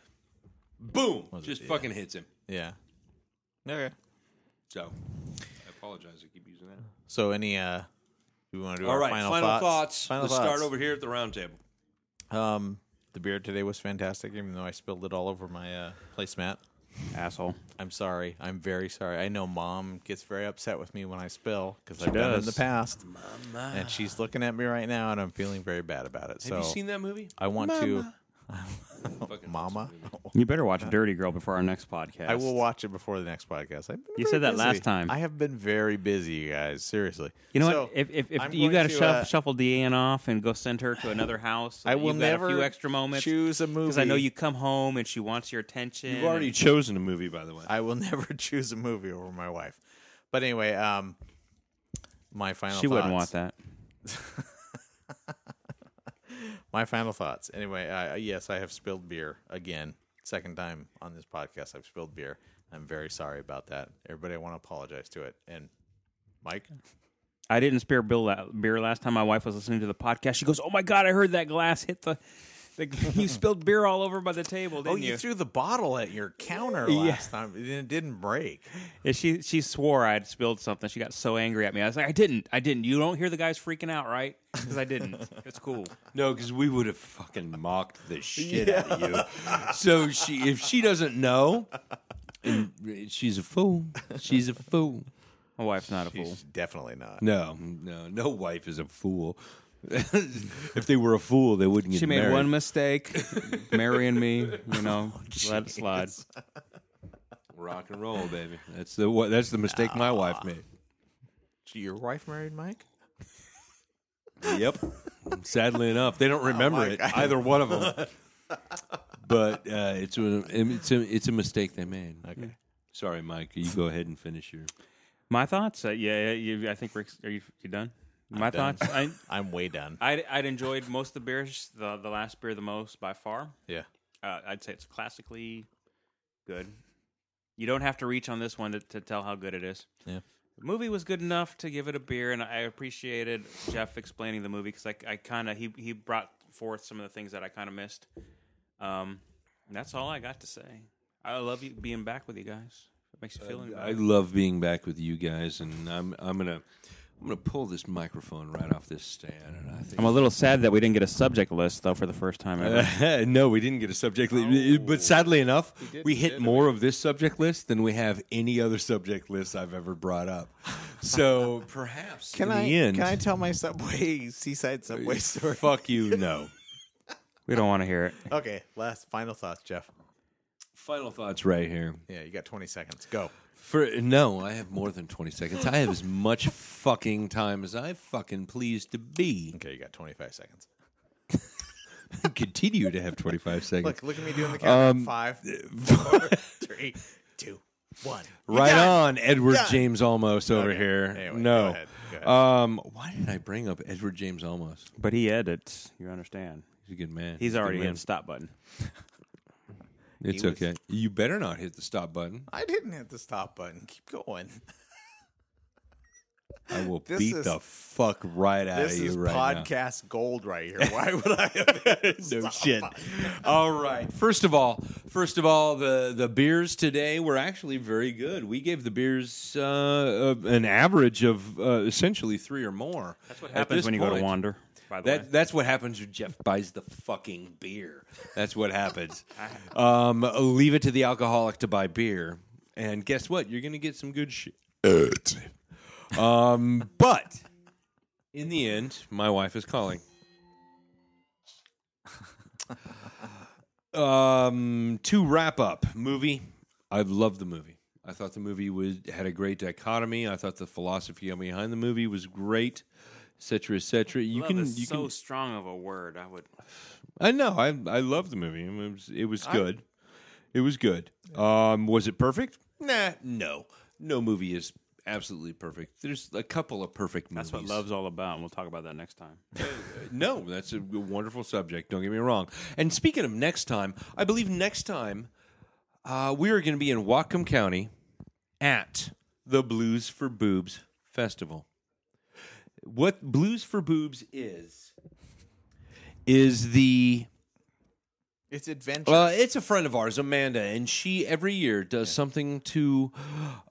Boom. Just fucking hits him.
Yeah. Okay.
So I apologize. I keep using that.
So any uh we want to do
All
our
right.
final,
Final, thoughts.
Final
Let's
thoughts.
start over here at the round table.
Um the beer today was fantastic even though I spilled it all over my uh placemat.
Asshole.
I'm sorry. I'm very sorry. I know mom gets very upset with me when I spill cuz I've done it in the
does.
past. And she's looking at me right now and I'm feeling very bad about it.
Have
so
you seen that movie?
I want to
Fucking
<laughs> mama.
You better watch Dirty Girl before our next podcast.
Uh, I will watch it before the next podcast. I've been
You
very
said that
busy.
last time.
I have been very busy, you guys. Seriously.
You know
So,
what? If, if,
I'm
if you
going
got to
to,
shuff,
uh,
shuffle Deanne off and go send her to another house, so
I
that
will
you've got
never
a few extra moments.
choose a
I know
movie.
you come home and she wants your attention.
You've already chosen a movie, by the way.
I will <laughs> never choose a movie over my wife. But anyway, um, my final
and she wouldn't want
thoughts-
that.
My final thoughts. Anyway, I, I- yes, I have spilled beer again, second time on this podcast. I've spilled beer. I'm very sorry about that. Everybody, I want to apologize to it. And Mike,
I didn't spare Bill la- beer last time. My wife was listening to the podcast. She goes, "Oh my god, I heard that glass hit the, the <laughs> you spilled beer all over by the table, didn't you?"
Oh, threw the bottle at your counter last time, and it didn't break.
And she she swore I'd spilled something. She got so angry at me. I was like, "I didn't, I didn't." You don't hear the guys freaking out, right? Because I didn't. it's cool.
No, because we would have fucking mocked the shit out of you. So she, if she doesn't know, and she's a fool. She's a fool.
My wife's not a fool.
Definitely not.
No, no, no wife is a fool. <laughs> if they were a fool, they wouldn't get
She made
married.
one mistake, marrying me. You know, let it slide.
Rock and roll, baby. Ah. That's the what. That's the mistake my wife made.
Your wife married Mike?
Yep. Sadly enough, they don't remember it either one of them. <laughs> but uh, it's a, it's a it's a mistake they made. Okay. Sorry, Mike. You go ahead and finish your.
My thoughts? Uh, yeah, yeah, you, I think Rick's. Are you, you done? My
done.
thoughts? I,
I'm way done.
I'd, I'd enjoyed most of the beers. The the last beer the most by far.
Yeah.
Uh, I'd say it's classically good. You don't have to reach on this one to, to tell how good it is.
Yeah.
The movie was good enough to give it a beer, and I appreciated Jeff explaining the movie because I, I kind of he he brought forth some of the things that I kind of missed. Um, and that's all I got to say. I love you being back with you guys. It makes you feel any
Uh, I
better.
love being back with you guys, and I'm I'm gonna I'm gonna pull this microphone right off this stand, and I think
I'm a little sad that we didn't get a subject list though for the first time ever.
<laughs> Uh, no, we didn't get a subject list. But sadly enough, we, hit more of this subject list than we have any other subject list I've ever brought up. So <laughs> perhaps
Can
in
I
the end,
can I tell my subway <laughs> seaside subway story?
<laughs> fuck you, no.
we don't want to hear it.
Okay, last final thoughts, Jeff.
Final thoughts right here.
Yeah, you got 20 seconds. Go.
For no, I have more than twenty seconds. I have as much fucking time as I fucking please to be.
Okay, you got 25 seconds.
<laughs> Continue to have twenty five seconds.
Look, look at me doing the count.
Um, <laughs>
Five, four, three, two, one.
Right on, Edward
Done.
James Almost over
Okay.
here.
Anyway,
no.
go ahead. Go ahead.
Um, why did I bring up Edward James Almost?
But he edits. You understand?
He's a good man.
He's
a good
already
man.
hit the stop button.
It's
was-
okay. You better not hit the stop button.
I didn't hit the stop button. Keep going.
<laughs> I will
<laughs> This
beat
is-
the fuck right out of
This
you
is
right now.
podcast gold right
<laughs>
here. Why would I have hit
no shit. <laughs> All right. First of all, first of all, the the beers today were actually very good. We gave the beers uh, uh, an average of uh, essentially three or more. That's what
Happens when you go to wander. By the way,
That that's what happens when Jeff buys the fucking beer. That's what
<laughs>
happens. um, leave it to the alcoholic to buy beer, and guess what? You're gonna get some good shit. um, but in the end, my wife is calling. Um, to wrap up, movie. I've loved the movie. I thought the movie was, had a great dichotomy. I thought the philosophy behind the movie was great, et cetera, et cetera. You
Love
can,
is
you
so
can.
strong of a word. I would.
I know. I I love the movie. It was it was good. it was good. Um, was it perfect? Nah, no. No movie is absolutely perfect. There's a couple of perfect movies.
That's what love's all about, and we'll talk about that next time.
No, that's a wonderful subject. Don't get me wrong. And speaking of next time, I believe next time uh, we are going to be in Whatcom County at the Blues for Boobs Festival. What Blues for Boobs is is the
It's adventure.
well, it's a friend of ours, Amanda, and she every year does something to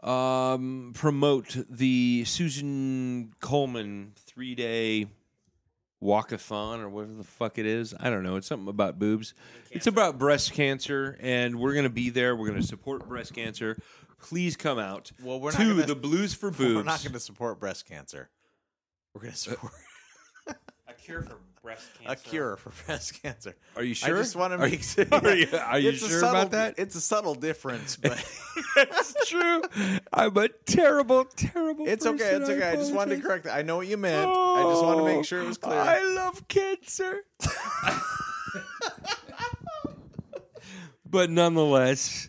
um, promote the Susan Coleman three day walkathon or whatever the fuck it is. I don't know. It's something about boobs. It's about breast cancer, and we're going to be there. We're going to support breast cancer. Please come out
Well, we're not
to
gonna-
the Blues for Boobs.
<laughs> <laughs>
Uh,
We're not going to support breast cancer. We're going to support
A cure for breast cancer.
a cure for breast cancer.
Are you
I
sure?
just want to
Are
make sure.
you- <laughs> are you-
<laughs>
are you
It's a
sure
subtle-
about that?
It's a subtle difference,
<laughs>
but
It's <laughs> true. I'm a terrible, terrible.
it's okay.
person.
It's okay. I just wanted to
apologize.
correct that. I know what you meant. I just wanted to make sure it was clear.
Oh, I love cancer. but nonetheless,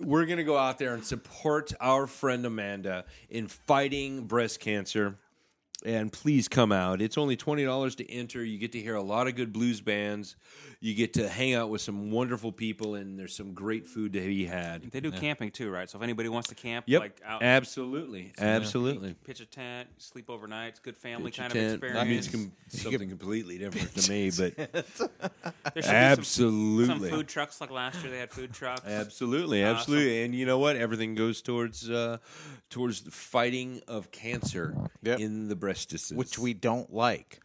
we're going to go out there and support our friend Amanda in fighting breast cancer. And please come out. It's only $20 to enter. You get to hear a lot of good blues bands. You get to hang out with some wonderful people, and there's some great food to be had.
They do camping too, right? So if anybody wants to camp,
Yep.
like out,
absolutely. Absolutely.
pitch a tent, sleep overnight. It's good family
Pitch a
kind
tent.
of
I mean, it's
experience.
com-
<laughs>
something completely different to me, but
there should be some,
absolutely.
some food trucks like last year. They had food trucks.
Absolutely, absolutely, and you know what? Everything goes towards uh, towards the fighting of cancer
Yep.
in the breast disease,
which we don't like.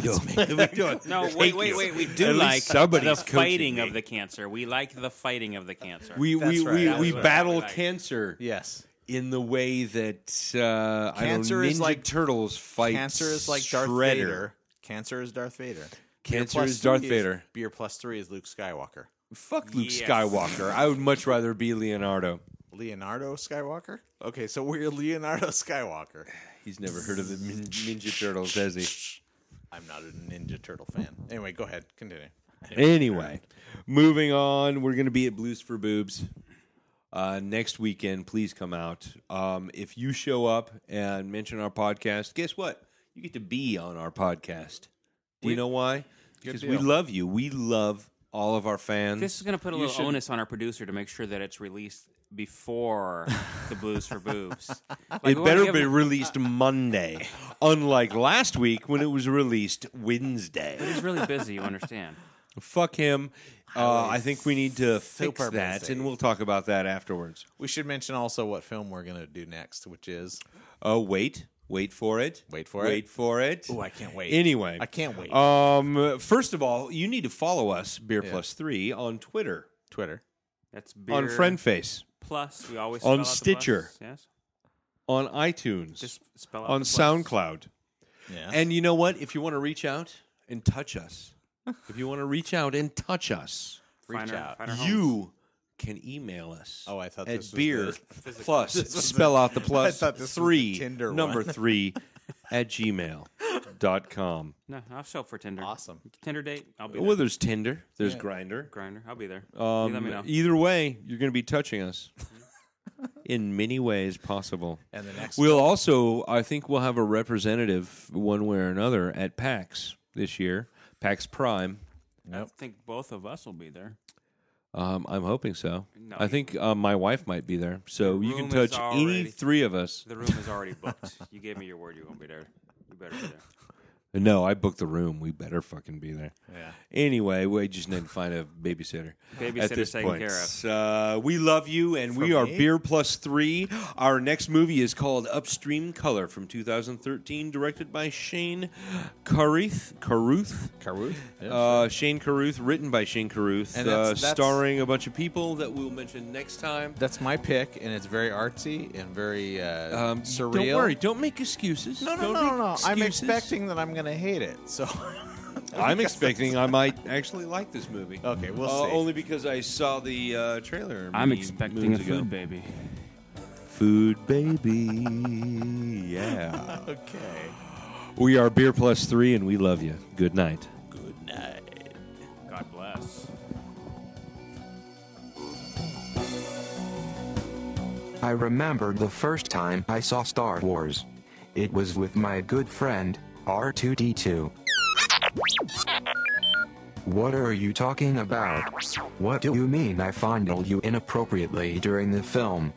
<laughs>
don't. <laughs> we don't.
No, wait, wait, wait. We
At
do
least
like the
somebody's coaching
fighting
me.
of the cancer. We like the fighting of the cancer.
We
That's
we
right.
we,
That
we
was what I
battle
liked.
cancer
Yes.
in the way that uh, I
Cancer
know,
is
Ninja
like-
turtles fight.
Cancer is like Darth
Shredder.
Vader. Cancer is Darth Vader. Beer
Cancer
plus
is Darth
three
Vader.
Beer plus three is Luke Skywalker.
Fuck Luke
Yes.
Skywalker. I would much rather be Leonardo.
Leonardo Skywalker? Okay, so we're Leonardo <laughs> Skywalker.
He's never heard of the Min- Ninja Turtles, has he?
I'm not a Ninja Turtle fan. Anyway, go ahead. Continue.
Anyway, moving on, we're going to be at Blues for Boobs uh, next weekend. Please come out. Um, if you show up and mention our podcast, guess what? You get to be on our podcast. Do you know why? Because we
deal.
love you. We love all of our fans.
This is going to put a
You
little
should-
onus on our producer to make sure that it's released before the Blues for
<laughs>
Boobs. Like, we
it
wanna
better
give
be
it-
released Monday, unlike last week when it was released Wednesday.
He's really busy, you understand.
Fuck him. Uh, I think we need to fix
Super
that,
busy.
and we'll talk about that afterwards.
We should mention also what film we're going to do next, which is
Oh, wait. Wait for it.
Wait for
Wait
it.
for it.
Oh, I can't wait.
Anyway.
I can't wait.
Um, first of all, you need to follow us, Beer Plus Three, on Twitter,
Twitter.
That's beer
on FriendFace,
Plus. We always
On
spell out the
Stitcher.
plus, Yes.
on iTunes,
Just spell out
on
the plus.
SoundCloud.
Yeah.
And you know what? If you want to reach out and touch us, if you want to reach out and touch us,
<laughs> Find
Reach
our-
out.
find our homes.
you can email us.
Oh, I thought
at
this was
beer
<laughs> the-
plus spell out
<laughs>
the plus
thought this was the
three
Tinder one. <laughs>
number three at gmail.com.
No, I'll show up for Tinder.
Awesome.
Tinder date. I'll be
Well,
there.
there's Tinder, there's Grinder.
Grinder. I'll be there. You
Um,
let me know. Mm-hmm.
Either way, you're going to be touching us in many ways possible.
And the next
We'll also, I think, we'll have a representative one way or another at PAX this year, PAX Prime.
I think both of us will be there.
Um, I'm hoping so.
No,
I
you-
think uh, my wife might be there, so you can
room
touch
is
any
already-
three of us.
The room is already booked. you gave me your word you won't be there. You better be there.
No, I booked the room. We better fucking be there.
Yeah.
Anyway, we just need to find a babysitter. at
Babysitter's
this
taken
point.
care of.
Uh, we love you, and we are
me?
Beer Plus Three. Our next movie is called Upstream Color from 2013, directed by Shane Carruth. Carruth.
Caruth.
Uh, Shane Carruth, written by Shane Carruth,
And that's-
uh,
that's-
starring a bunch of people that we'll mention next time.
That's my pick, and it's very artsy and very uh,
Um,
surreal.
Don't worry, don't make excuses.
No, no,
Don't
no,
make
no, no. I'm
excuses.
expecting that I'm going to hate it. So, <laughs>
I'm expecting I might actually like this movie.
okay, we'll
Uh,
see.
Only because I saw the uh, trailer.
I'm
many
expecting a
moons ago.
food baby.
food, baby.
<laughs>
Yeah.
Okay.
we are Beer Plus Three, and we love you. Good night.
God bless.
I remember the first time I saw Star Wars. It was with my good friend, R2D2. What are you talking about? What do you mean I fondled you inappropriately during the film?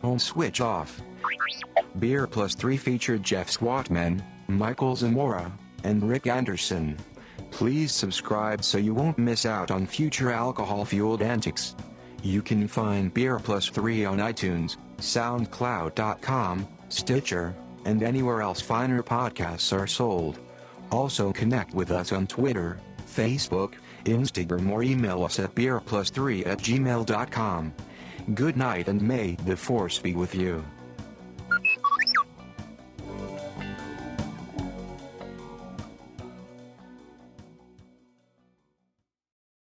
Home switch off. Beer Plus 3 featured Jeff Swatman, Michael Zamora, and Rick Anderson. Please subscribe so you won't miss out on future alcohol fueled antics. You can find Beer Plus 3 on iTunes, SoundCloud.com, Stitcher, and anywhere else finer podcasts are sold. Also connect with us on Twitter, Facebook, Instagram, or email us at beerplus3 at gmail.com. Good night and may the force be with you.